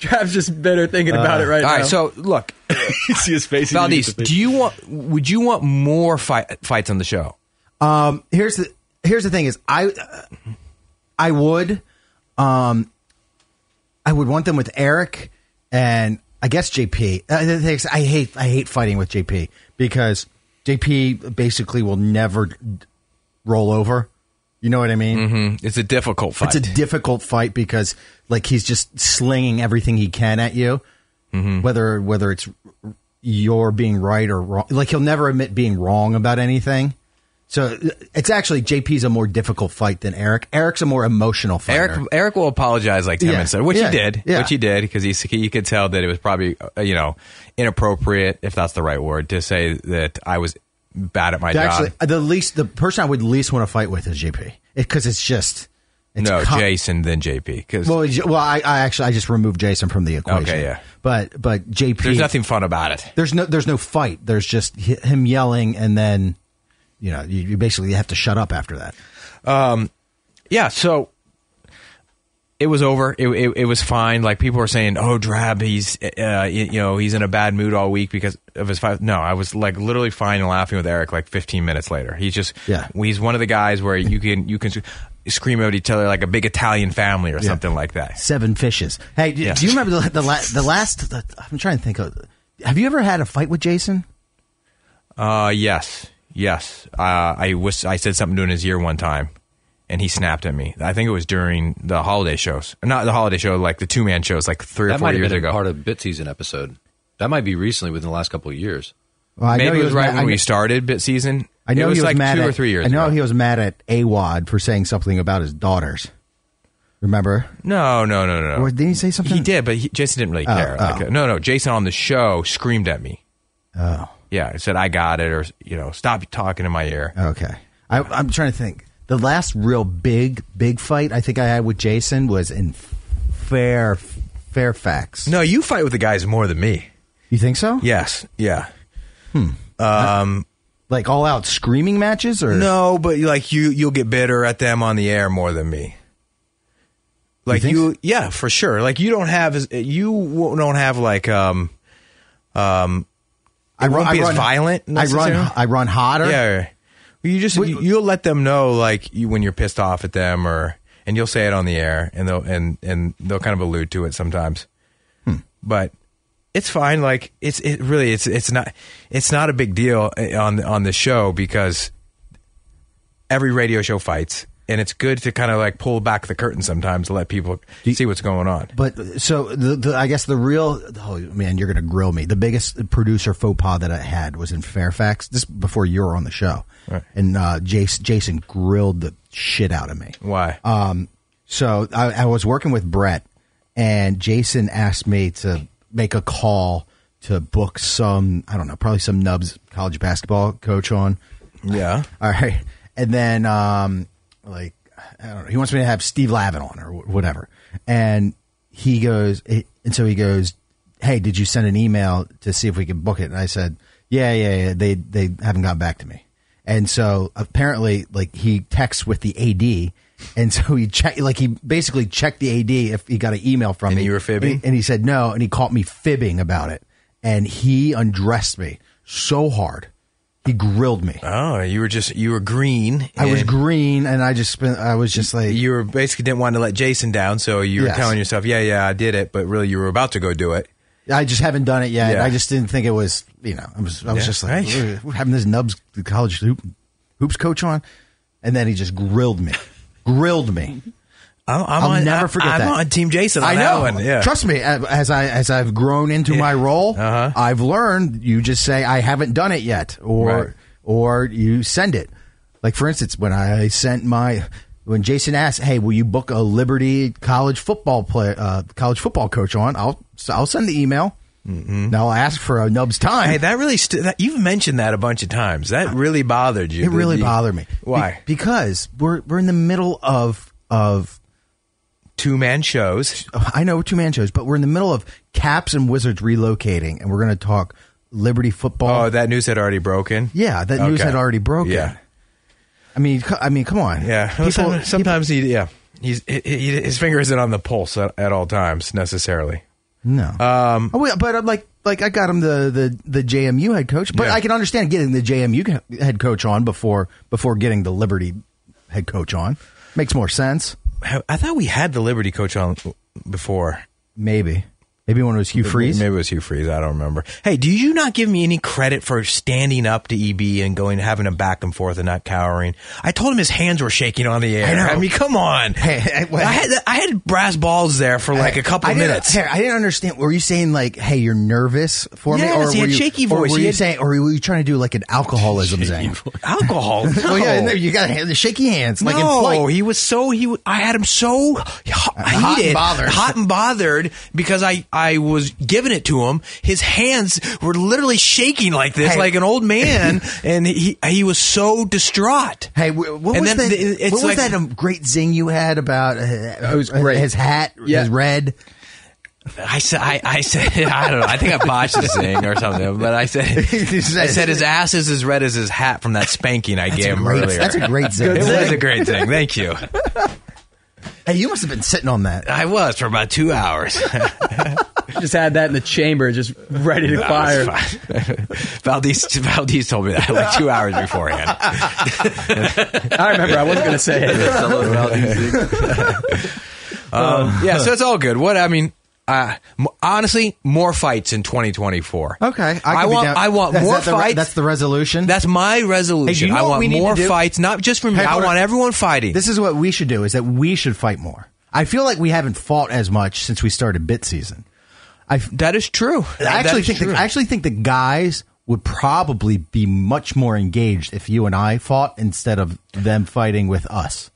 Speaker 4: Trav's just better thinking about it
Speaker 5: Uh,
Speaker 4: right
Speaker 2: All
Speaker 4: now.
Speaker 2: right, so look,
Speaker 5: you see his face. he didn't
Speaker 2: Valdez,
Speaker 5: get the
Speaker 2: do you want? Would you want more fight, fights on the show?
Speaker 3: um, here's the here's the thing is I uh, I would um I would want them with Eric and I guess JP. Uh, the thing is, I hate I hate fighting with JP because JP basically will never roll over. You know what I mean?
Speaker 2: It's a difficult fight.
Speaker 3: It's a difficult fight because like he's just slinging everything he can at you,
Speaker 2: Mm-hmm.
Speaker 3: whether whether it's you're being right or wrong. Like he'll never admit being wrong about anything. So it's actually JP's a more difficult fight than Eric. Eric's a more emotional fighter.
Speaker 2: Eric Eric will apologize like ten
Speaker 3: Yeah.
Speaker 2: minutes later, which
Speaker 3: Yeah.
Speaker 2: he did,
Speaker 3: Yeah.
Speaker 2: which he did, because he you could tell that it was probably uh, you know inappropriate, if that's the right word, to say that I was bad at my job.
Speaker 3: actually the least the person I would least want to fight with is JP because it's just it's
Speaker 2: no,
Speaker 3: con-
Speaker 2: Jason then JP, because
Speaker 3: Well, j- well, I, I actually I just removed Jason from the equation.
Speaker 2: Okay, yeah.
Speaker 3: But but JP
Speaker 2: there's nothing fun about it.
Speaker 3: there's no there's no fight. There's just hi- him yelling, and then you know you, you basically have to shut up after that.
Speaker 2: yeah, so it was over. It, it, it was fine. Like people were saying, "Oh, Drab, he's uh, y- you know he's in a bad mood all week because of his five. No, I was like literally fine and laughing with Eric. Like 15 minutes later, he's just
Speaker 3: Yeah.
Speaker 2: He's one of the guys where you can you can s- scream at each other like a big Italian family or something like that.
Speaker 3: Seven fishes. Hey, do,
Speaker 2: Yeah.
Speaker 3: do you remember the the, la- the last? The, I'm trying to think. of Have you ever had a fight with Jason?
Speaker 2: Uh, yes, yes. Uh, I was I said something during his year one time. And he snapped at me. I think it was during the holiday shows, not the holiday show, like the two man shows, like three or
Speaker 5: That
Speaker 2: four
Speaker 5: might have
Speaker 2: years
Speaker 5: been
Speaker 2: ago.
Speaker 5: a part of Bitseason episode. That might be recently within the last couple of years.
Speaker 3: Well, I
Speaker 2: Maybe
Speaker 3: he
Speaker 2: it was right
Speaker 3: mad-
Speaker 2: when
Speaker 3: I,
Speaker 2: we
Speaker 3: kn-
Speaker 2: started bit season.
Speaker 3: I
Speaker 2: it
Speaker 3: know
Speaker 2: was,
Speaker 3: he was
Speaker 2: like
Speaker 3: mad
Speaker 2: two
Speaker 3: at,
Speaker 2: or three years.
Speaker 3: I know
Speaker 2: ago.
Speaker 3: he was mad at Awad for saying something about his daughters. Remember?
Speaker 2: No, no, no, no.
Speaker 3: Or did he say something?
Speaker 2: Oh. He did, but he, Jason didn't really care. Like, no, no. Jason on the show screamed at me.
Speaker 3: Oh,
Speaker 2: Yeah, said I got it, or you know, stop talking in my ear.
Speaker 3: okay. I, I'm trying to think. The last real big big fight I think I had with Jason was in Fair Fairfax.
Speaker 2: No, you fight with the guys more than me.
Speaker 3: You think so?
Speaker 2: Yes, yeah.
Speaker 3: Like all out screaming matches or
Speaker 2: No, but like you, you'll get bitter at them on the air more than me. Like
Speaker 3: think
Speaker 2: you, yeah, for sure. Like you don't have, as you won't- don't have like um,
Speaker 3: I
Speaker 2: won't be as violent
Speaker 3: I run
Speaker 2: necessarily?
Speaker 3: I run hotter.
Speaker 2: Yeah. Well, You just you, you'll let them know like you, when you're pissed off at them or and you'll say it on the air and they'll and and they'll kind of allude to it sometimes.
Speaker 3: Hmm.
Speaker 2: But it's fine like it's it really it's it's not it's not a big deal eh, on on the show because every radio show fights and it's good to kind of like pull back the curtain sometimes to let people see what's going on.
Speaker 3: But so the, the I guess the real oh man you're gonna grill me. The biggest producer faux pas that I had was in Fairfax. This before you were on the show,
Speaker 2: Right.
Speaker 3: and uh, Jason Jason grilled the shit out of me.
Speaker 2: Why?
Speaker 3: Um, so I, I was working with Brett, and Jason asked me to make a call to book some, I don't know, probably some nubs college basketball coach on.
Speaker 2: yeah.
Speaker 3: All right. And then, um, like, I don't know. He wants me to have Steve Lavin on or wh- whatever. And he goes, he- and so he goes, Hey, did you send an email to see if we could book it? And I said, Yeah, yeah, yeah. They, they haven't gotten back to me. And so apparently, like, he texts with the AD And so he checked, like he basically checked the AD if he got an email from
Speaker 2: And
Speaker 3: me.
Speaker 2: you were fibbing?
Speaker 3: And he, and he said no, and he caught me fibbing about it. And he undressed me so hard, he grilled me.
Speaker 2: Oh, you were just you were green.
Speaker 3: I was
Speaker 2: and
Speaker 3: green, and I just spent. I was just like,
Speaker 2: You were basically didn't want to let Jason down, so you were
Speaker 3: Yes.
Speaker 2: telling yourself, "Yeah, yeah, I did it," but really you were about to go do it.
Speaker 3: I just haven't done it yet.
Speaker 2: Yeah.
Speaker 3: I just didn't think it was, you know, I was, I was
Speaker 2: Yeah,
Speaker 3: just like,
Speaker 2: right.
Speaker 3: "Ugh, we're having this nubs the college hoop, hoops coach on, and then he just grilled me, grilled me.
Speaker 2: I'm, I'm
Speaker 3: I'll
Speaker 2: on,
Speaker 3: never
Speaker 2: I'm-
Speaker 3: forget
Speaker 2: I'm
Speaker 3: that.
Speaker 2: on Team Jason. On
Speaker 3: I know.
Speaker 2: That one. Yeah.
Speaker 3: Trust me, as as I as I've grown into my role,
Speaker 2: Uh-huh.
Speaker 3: I've learned. You just say I haven't done it yet, or
Speaker 2: Right.
Speaker 3: or you send it. Like for instance, when I sent my when Jason asked, "Hey, will you book a Liberty college football play, uh, college football coach on?" I'll so I'll send the email.
Speaker 2: Mm-hmm.
Speaker 3: And I'll ask for a nub's time.
Speaker 2: Hey, that really st- that, you've mentioned that a bunch of times. That really bothered you.
Speaker 3: It really
Speaker 2: You-
Speaker 3: bothered me.
Speaker 2: Why?
Speaker 3: Be- because we're we're in the middle of of
Speaker 2: Two man shows.
Speaker 3: I know we're two man shows, but we're in the middle of Caps and Wizards relocating, and we're going to talk Liberty football.
Speaker 2: Oh, that news had already broken.
Speaker 3: yeah, that news
Speaker 2: Okay.
Speaker 3: had already broken.
Speaker 2: Yeah,
Speaker 3: I mean, co- I mean, come on.
Speaker 2: yeah. Well,
Speaker 3: people,
Speaker 2: some- sometimes he, yeah, he's he, he- his finger isn't on the pulse at, at all times necessarily.
Speaker 3: no. Um, but I'm like, like I got him the the the JMU head coach, but
Speaker 2: Yeah.
Speaker 3: I can understand getting the JMU he- head coach on before before getting the Liberty head coach on makes more sense.
Speaker 2: I I thought we had the Liberty coach on before.
Speaker 3: Maybe, maybe when it was Hugh Freeze.
Speaker 2: Maybe it was Hugh Freeze. I don't remember. Hey, do you not give me any credit for standing up to EB and going having him back and forth and not cowering? I told him his hands were shaking on the air.
Speaker 3: I know.
Speaker 2: mean, come on.
Speaker 3: Hey, well-
Speaker 2: I had I had brass balls there for like a couple
Speaker 3: I didn't-
Speaker 2: minutes.
Speaker 3: hey, I didn't understand. Were you saying like, "Hey, you're nervous for me,"
Speaker 2: Yes,
Speaker 3: or
Speaker 2: he
Speaker 3: were
Speaker 2: had
Speaker 3: you,
Speaker 2: shaky
Speaker 3: or
Speaker 2: voice.
Speaker 3: were
Speaker 2: He
Speaker 3: you
Speaker 2: had-
Speaker 3: saying, or were you trying to do like an alcoholism thing?
Speaker 2: Alcohol. No.
Speaker 3: Well, yeah, and there you got the shaky hands, like
Speaker 2: no,
Speaker 3: in flight.
Speaker 2: he was so he. w- I had him so h-
Speaker 3: and
Speaker 2: heated,
Speaker 3: bothered.
Speaker 2: hot and bothered because I I was giving it to him. His hands were literally shaking like this,
Speaker 3: Hey.
Speaker 2: like an old man, and he he was so distraught.
Speaker 3: Hey, wh- what
Speaker 2: And
Speaker 3: was
Speaker 2: then
Speaker 3: that?
Speaker 2: the- it's
Speaker 3: what
Speaker 2: like-
Speaker 3: was that um, great zing you had about? Uh, it
Speaker 4: was great.
Speaker 3: His hat,
Speaker 4: Yeah.
Speaker 3: his red.
Speaker 2: I said, I, I said, I don't know. I think I botched the thing or something, but I said,
Speaker 3: You said-
Speaker 2: I said his ass is as red as his hat from that spanking I gave him
Speaker 3: Great-
Speaker 2: earlier.
Speaker 3: That's a great zing.
Speaker 2: it was a great thing. Thank you.
Speaker 3: hey, you must have been sitting on that.
Speaker 2: I was for about two hours.
Speaker 4: Just had that in the chamber, just ready to fire.
Speaker 2: Valdez, Valdez told me that like two hours beforehand.
Speaker 4: I remember I wasn't going to say it.
Speaker 2: Um, yeah, so it's all good. What I mean, uh, m- honestly, more fights in 2024.
Speaker 3: Okay,
Speaker 2: I,
Speaker 3: could be
Speaker 2: want,
Speaker 3: down-
Speaker 2: I want
Speaker 3: That's-
Speaker 2: more
Speaker 3: that's the re-
Speaker 2: fights.
Speaker 3: that's the resolution.
Speaker 2: That's my resolution.
Speaker 3: know
Speaker 2: I
Speaker 3: what
Speaker 2: want
Speaker 3: we need to
Speaker 2: more
Speaker 3: do?
Speaker 2: fights, not just for me.
Speaker 3: Hey,
Speaker 2: I
Speaker 3: hold
Speaker 2: want
Speaker 3: on.
Speaker 2: everyone fighting.
Speaker 3: This is what we should do: is that we should fight more. I feel like we haven't fought as much since we started bit season. I
Speaker 2: that is true.
Speaker 3: I
Speaker 2: That
Speaker 3: actually
Speaker 2: is
Speaker 3: think
Speaker 2: true.
Speaker 3: the, I actually think the guys would probably be much more engaged if you and I fought instead of them fighting with us.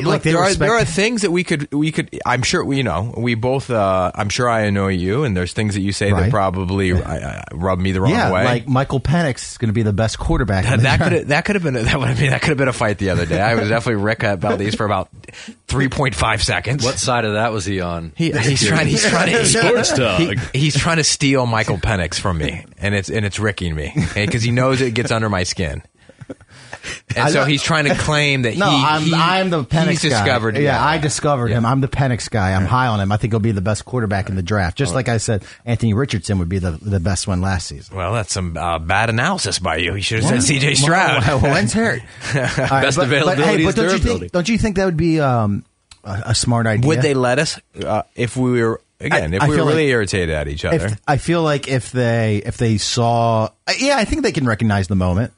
Speaker 2: Hmm. Look,
Speaker 3: like they
Speaker 2: there
Speaker 3: respect-
Speaker 2: are there are things that we could we could I'm sure we you know we both uh, I'm sure I annoy you and there's things that you say that
Speaker 3: Right.
Speaker 2: probably uh, rub me the wrong
Speaker 3: yeah,
Speaker 2: way.
Speaker 3: like Michael Penix is going to be the best quarterback. in
Speaker 2: that,
Speaker 3: the
Speaker 2: Uh, that
Speaker 3: draft.
Speaker 2: could that could have been a, that would I mean that could have been a fight the other day. I was definitely Rick at Valdez for about 3.5 seconds.
Speaker 5: What side of that was he on?
Speaker 2: He, he's trying. He's trying to
Speaker 5: Sports dog.
Speaker 2: he- he's trying to steal Michael Penix from me, and it's and it's ricking me because he knows it gets under my skin, and so he's trying to claim that
Speaker 3: No,
Speaker 2: he,
Speaker 3: I'm,
Speaker 2: he-
Speaker 3: I'm the Penix
Speaker 2: he's
Speaker 3: guy.
Speaker 2: discovered.
Speaker 3: Yeah, I discovered him. I'm the Penix guy. I'm high on him. I think he'll be the best quarterback in the draft. Just like I said, Anthony Richardson would be the, the best one last season.
Speaker 2: Well, that's some uh, bad analysis by you. He should have said C.J. Stroud.
Speaker 3: Well, Wentz hurt. All right,
Speaker 5: Best
Speaker 3: but- but,
Speaker 5: availability
Speaker 3: hey,
Speaker 5: is
Speaker 3: but don't you
Speaker 5: durability.
Speaker 3: think? Don't you think that would be um, a, a smart idea?
Speaker 2: Would they let us uh, if we were again?
Speaker 3: I-
Speaker 2: if
Speaker 3: I
Speaker 2: we were
Speaker 3: feel
Speaker 2: really
Speaker 3: like-
Speaker 2: irritated at each other,
Speaker 3: If, I feel like if they if they saw, I- yeah, I think they can recognize the moment.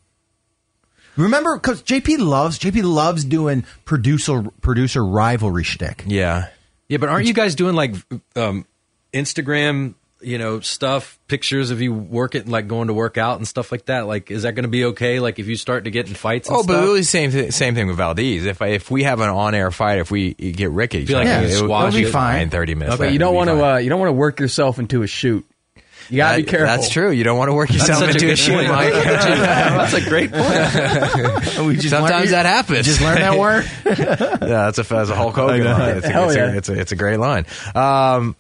Speaker 3: Remember, because JP loves JP loves doing producer producer rivalry shtick.
Speaker 2: yeah.
Speaker 5: Yeah, but aren't you guys doing like um, Instagram, you know, stuff, pictures of you working, like going to work out and stuff like that? Like, is that going to be okay? Like, if you start to get in fights and
Speaker 2: Oh,
Speaker 5: stuff?
Speaker 2: but really same th- same thing with Valdez. If I, if we have an on air fight, if we get rickety,
Speaker 5: Feel like
Speaker 3: you
Speaker 2: it,
Speaker 5: squash
Speaker 2: would
Speaker 3: it. It'll be fine.
Speaker 2: in thirty minutes.
Speaker 4: But
Speaker 2: later.
Speaker 4: you don't
Speaker 2: It'll be
Speaker 4: want to.
Speaker 2: fine.
Speaker 4: Uh, you don't want to work yourself into a shoot. You got to be
Speaker 2: That-
Speaker 4: careful.
Speaker 2: That's true. You don't want to work yourself
Speaker 5: such a
Speaker 2: into a,
Speaker 5: good
Speaker 2: shoe,
Speaker 5: point.
Speaker 2: Mike.
Speaker 5: That's a great point.
Speaker 3: We just
Speaker 2: Sometimes that happens.
Speaker 3: Just learn that word.
Speaker 2: yeah, that's a that's a Hulk Hogan line. It's a,
Speaker 4: Hell
Speaker 2: it's,
Speaker 4: yeah.
Speaker 2: a, it's, a, it's a great line. Um,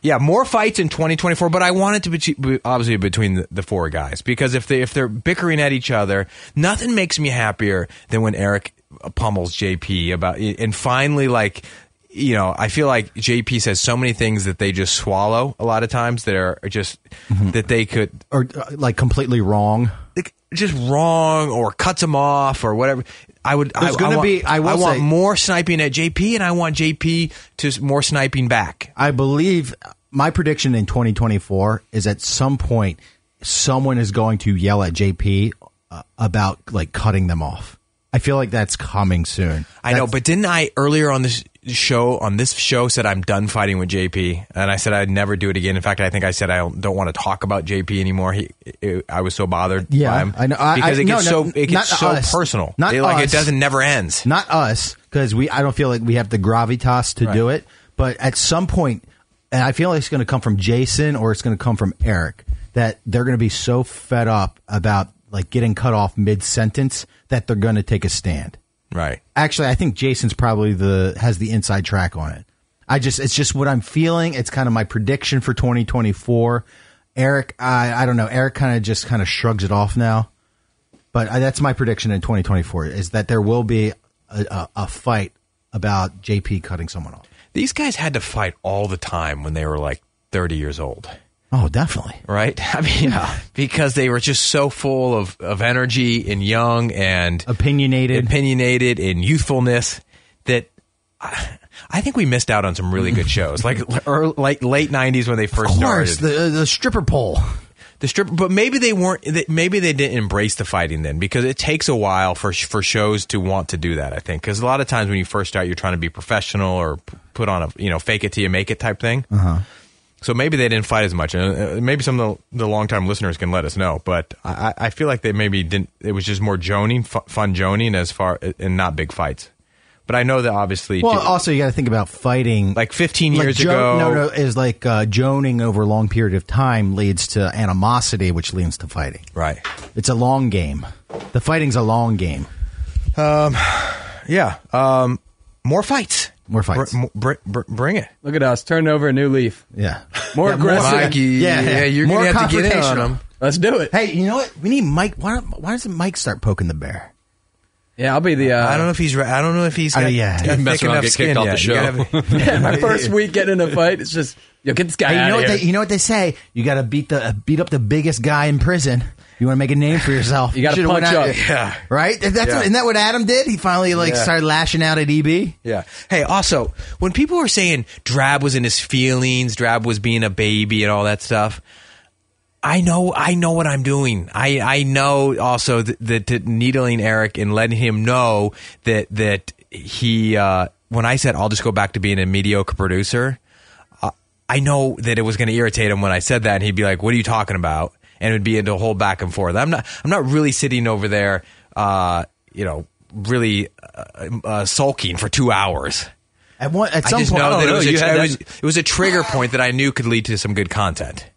Speaker 2: yeah, more fights in 2024, but I want it to be che- be obviously between the, the four guys because if they if they're bickering at each other, nothing makes me happier than when Eric pummels JP about, and finally, like, you know, I feel like JP says so many things that they just swallow a lot of times that are just
Speaker 3: Mm-hmm.
Speaker 2: that they could
Speaker 3: or uh, like completely wrong.
Speaker 2: like, just wrong or cuts him off or whatever. I would.
Speaker 3: There's
Speaker 2: I,
Speaker 3: gonna
Speaker 2: I want,
Speaker 3: be- I will
Speaker 2: want
Speaker 3: say-
Speaker 2: more sniping at JP, and I want JP to s- more sniping back.
Speaker 3: I believe uh, my prediction in 2024 is at some point someone is going to yell at JP uh, about like cutting them off. I feel like that's coming soon.
Speaker 2: I know, but didn't I earlier on this show on this show said I'm done fighting with JP, and I said I'd never do it again. In fact, I think I said I don't, don't want to talk about JP anymore. He, it, I was so bothered.
Speaker 3: Yeah,
Speaker 2: by him
Speaker 3: I know. I-
Speaker 2: because
Speaker 3: I-
Speaker 2: it gets
Speaker 3: no, no,
Speaker 2: so it gets
Speaker 3: not
Speaker 2: so
Speaker 3: us.
Speaker 2: personal.
Speaker 3: Not
Speaker 2: It- like it
Speaker 3: us.
Speaker 2: doesn't never ends.
Speaker 3: not us because we I don't feel like we have the gravitas to do it. But at some point, and I feel like it's going to come from Jason or it's going to come from Eric that they're going to be so fed up about like getting cut off mid sentence that they're going to take a stand.
Speaker 2: Right.
Speaker 3: Actually, I think Jason's probably the has the inside track on it. I just it's just what I'm feeling. It's kind of my prediction for 2024. Eric, I I don't know. Eric kind of just kind of shrugs it off now. But I, that's my prediction in 2024 is that there will be a, a, a fight about JP cutting someone off.
Speaker 2: These guys had to fight all the time when they were like 30 years old.
Speaker 3: Oh, definitely.
Speaker 2: right? I mean, because they were just so full of, of energy and young and
Speaker 3: Opinionated.
Speaker 2: opinionated and youthfulness that I, I think we missed out on some really good shows, like or like late '90s when they first
Speaker 3: of
Speaker 2: started
Speaker 3: course, the the stripper pole.
Speaker 2: the strip. But maybe they weren't. they- Maybe they didn't embrace the fighting then, because it takes a while for sh- for shows to want to do that. I think because a lot of times when you first start, you're trying to be professional or p- put on a you know fake it till you make it type thing.
Speaker 3: Uh-huh.
Speaker 2: So maybe they didn't fight as much, and uh, maybe some of the, the longtime listeners can let us know. But I, I I feel like they maybe didn't. It was just more joning, fu- fun joning, as far and not big fights. But I know that obviously,
Speaker 3: Well,
Speaker 2: d-
Speaker 3: also you got to think about fighting
Speaker 2: like 15
Speaker 3: like
Speaker 2: years
Speaker 3: jo-
Speaker 2: ago,
Speaker 3: No, no, is like uh, joning over a long period of time leads to animosity, which leads to fighting.
Speaker 2: right?
Speaker 3: It's a long game. The fighting's a long game.
Speaker 2: Um, Yeah, um, more fights,
Speaker 3: More fights.
Speaker 2: Br- br- br- bring it.
Speaker 4: Look at us turning over a new leaf.
Speaker 3: Yeah,
Speaker 4: More
Speaker 3: Yeah,
Speaker 4: aggressive.
Speaker 2: Mikey,
Speaker 3: Yeah,
Speaker 2: yeah,
Speaker 3: yeah.
Speaker 2: you're
Speaker 3: More
Speaker 2: gonna have to get in on
Speaker 3: confrontational.
Speaker 2: them.
Speaker 4: Let's do it.
Speaker 3: Hey, you know what? We need Mike. Why? Don't, why doesn't Mike start poking the bear?
Speaker 4: Yeah, I'll be the. Uh,
Speaker 2: I don't know if he's. Re- I don't know if he's.
Speaker 3: Oh,
Speaker 2: Got,
Speaker 3: yeah.
Speaker 2: got
Speaker 3: You
Speaker 5: mess
Speaker 2: thick
Speaker 5: around,
Speaker 2: enough
Speaker 5: get
Speaker 2: skin
Speaker 5: kicked off
Speaker 2: yet.
Speaker 5: the
Speaker 2: You gotta
Speaker 5: show.
Speaker 2: have-
Speaker 4: my first week getting in a fight, it's just yo get this guy
Speaker 3: Hey, you
Speaker 4: out
Speaker 3: know
Speaker 4: of
Speaker 3: what?
Speaker 4: here.
Speaker 3: They, you know what they say? You got to beat the uh, beat up the biggest guy in prison. You want to make a name for yourself.
Speaker 4: You gotta
Speaker 3: should've went
Speaker 4: punch
Speaker 3: out-
Speaker 4: up.
Speaker 2: Yeah.
Speaker 3: right. That's
Speaker 2: Yeah.
Speaker 3: What, isn't that what Adam did? He finally like
Speaker 2: Yeah.
Speaker 3: started lashing out at E EB.
Speaker 2: Yeah. Hey, also, when people were saying Drab was in his feelings, Drab was being a baby and all that stuff, I know I know what I'm doing. I, I know also th- that, that needling Eric and letting him know that that he uh, when I said I'll just go back to being a mediocre producer, uh, I know that it was going to irritate him when I said that and he'd be like, "What are you talking about?" and it would be into a whole back and forth. I'm not I'm not really sitting over there uh, you know, really uh, uh, sulking for 2 hours.
Speaker 3: At one, at
Speaker 2: I
Speaker 3: some
Speaker 2: just
Speaker 3: point, oh,
Speaker 2: know that it was,
Speaker 5: you
Speaker 2: a,
Speaker 5: had
Speaker 2: it,
Speaker 5: that-
Speaker 2: was, it was a trigger point that I knew could lead to some good content.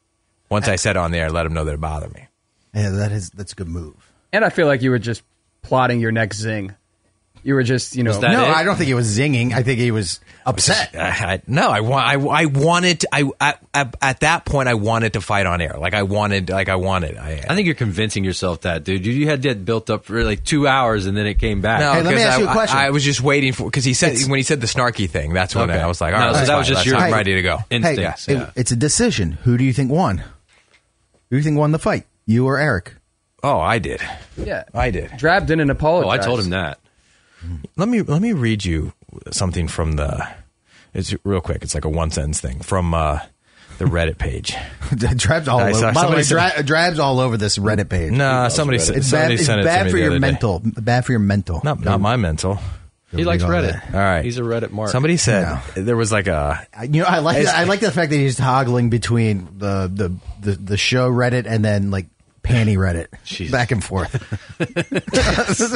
Speaker 2: Once I said on the air, let them know that it bothered me.
Speaker 3: yeah, that is that's a good move.
Speaker 4: and I feel like you were just plotting your next zing. You were just you know
Speaker 5: that-
Speaker 3: No,
Speaker 5: it?
Speaker 3: I don't think he was zinging. I think he was upset.
Speaker 2: I, I, no, I, wa- I, I wanted. To, I, I, I at that point I wanted to fight on air. Like I wanted. Like I wanted. I,
Speaker 5: I think you're convincing yourself that, dude. You- You had that built up for like two hours, and then it came back.
Speaker 2: no,
Speaker 3: Hey, let me
Speaker 2: because
Speaker 3: ask
Speaker 2: I,
Speaker 3: you a question.
Speaker 2: I, I was just waiting for because he said
Speaker 3: It's-
Speaker 2: when he said the snarky thing. That's when
Speaker 5: Okay.
Speaker 2: I was like,
Speaker 5: No,
Speaker 2: all right,
Speaker 5: so
Speaker 2: that's
Speaker 5: that was
Speaker 2: fine.
Speaker 5: just
Speaker 2: That's-
Speaker 5: your-
Speaker 2: I'm ready to go.
Speaker 5: in-
Speaker 3: Hey,
Speaker 5: Instincts,
Speaker 3: it-
Speaker 5: yeah.
Speaker 3: it's a decision. Who do you think won? Who do you think won the fight? You or Eric?
Speaker 2: oh, I did.
Speaker 4: yeah
Speaker 2: I did.
Speaker 4: Drab didn't apologize.
Speaker 5: oh, I told him that.
Speaker 2: Let me let me read you something from the. It's real quick. It's like a one sentence thing from uh, the Reddit page.
Speaker 3: Drab's all
Speaker 2: I
Speaker 3: over.
Speaker 2: saw
Speaker 3: By the
Speaker 2: somebody
Speaker 3: way,
Speaker 2: said-
Speaker 3: Dra- Drab's all over this Reddit page.
Speaker 2: No, somebody said
Speaker 3: it's bad.
Speaker 2: somebody
Speaker 3: It's
Speaker 2: sent it to
Speaker 3: bad
Speaker 2: me
Speaker 3: for
Speaker 2: the
Speaker 3: your
Speaker 2: other day.
Speaker 3: mental. Bad for your mental.
Speaker 2: Not not my mental.
Speaker 5: He likes
Speaker 3: leave all
Speaker 5: Reddit.
Speaker 3: that.
Speaker 2: All right,
Speaker 5: he's a Reddit mark.
Speaker 2: Somebody said there was like a
Speaker 3: I- You know, I like
Speaker 2: It's-
Speaker 3: I like the fact that he's toggling between the the the, the show Reddit and then like panty Reddit back and forth.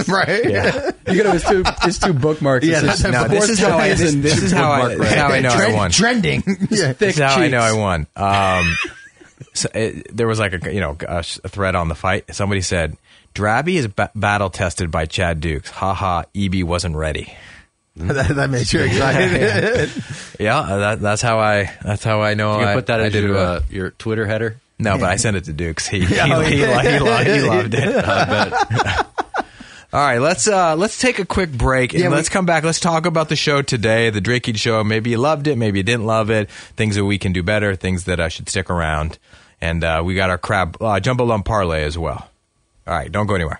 Speaker 3: right?
Speaker 2: yeah.
Speaker 4: You could have his two his two bookmarks.
Speaker 3: Yeah, that's-
Speaker 4: It's just
Speaker 3: no,
Speaker 2: this is how I- this- this is how I-
Speaker 4: bookmark,
Speaker 2: this is how I know I
Speaker 3: Trend-
Speaker 2: won.
Speaker 3: Trending. yeah.
Speaker 4: thick
Speaker 2: This is how I
Speaker 4: cheeks.
Speaker 2: know I won. Um, so it, there was like a you know a, sh- a thread on the fight. Somebody said Drabby is ba- battle tested by Chad Dukes. Ha ha. Eb wasn't ready.
Speaker 3: that, that makes you excited.
Speaker 2: Yeah, uh, that, that's how I. That's how I know.
Speaker 5: You
Speaker 2: I
Speaker 5: can put that
Speaker 2: I
Speaker 5: as
Speaker 2: did
Speaker 5: your,
Speaker 2: well.
Speaker 5: uh, Oh, your Twitter header.
Speaker 2: No, but I sent it to Dukes. He he, he, he, lo- he loved it. All right, let's uh, let's take a quick break and
Speaker 3: Yeah, we-
Speaker 2: let's come back. Let's talk about the show today, the Drinking Show. Maybe you loved it, maybe you didn't love it. Things that we can do better, things that uh, should stick around, and uh, we got our crab uh, jumbo lump parlay as well. All right, don't go anywhere.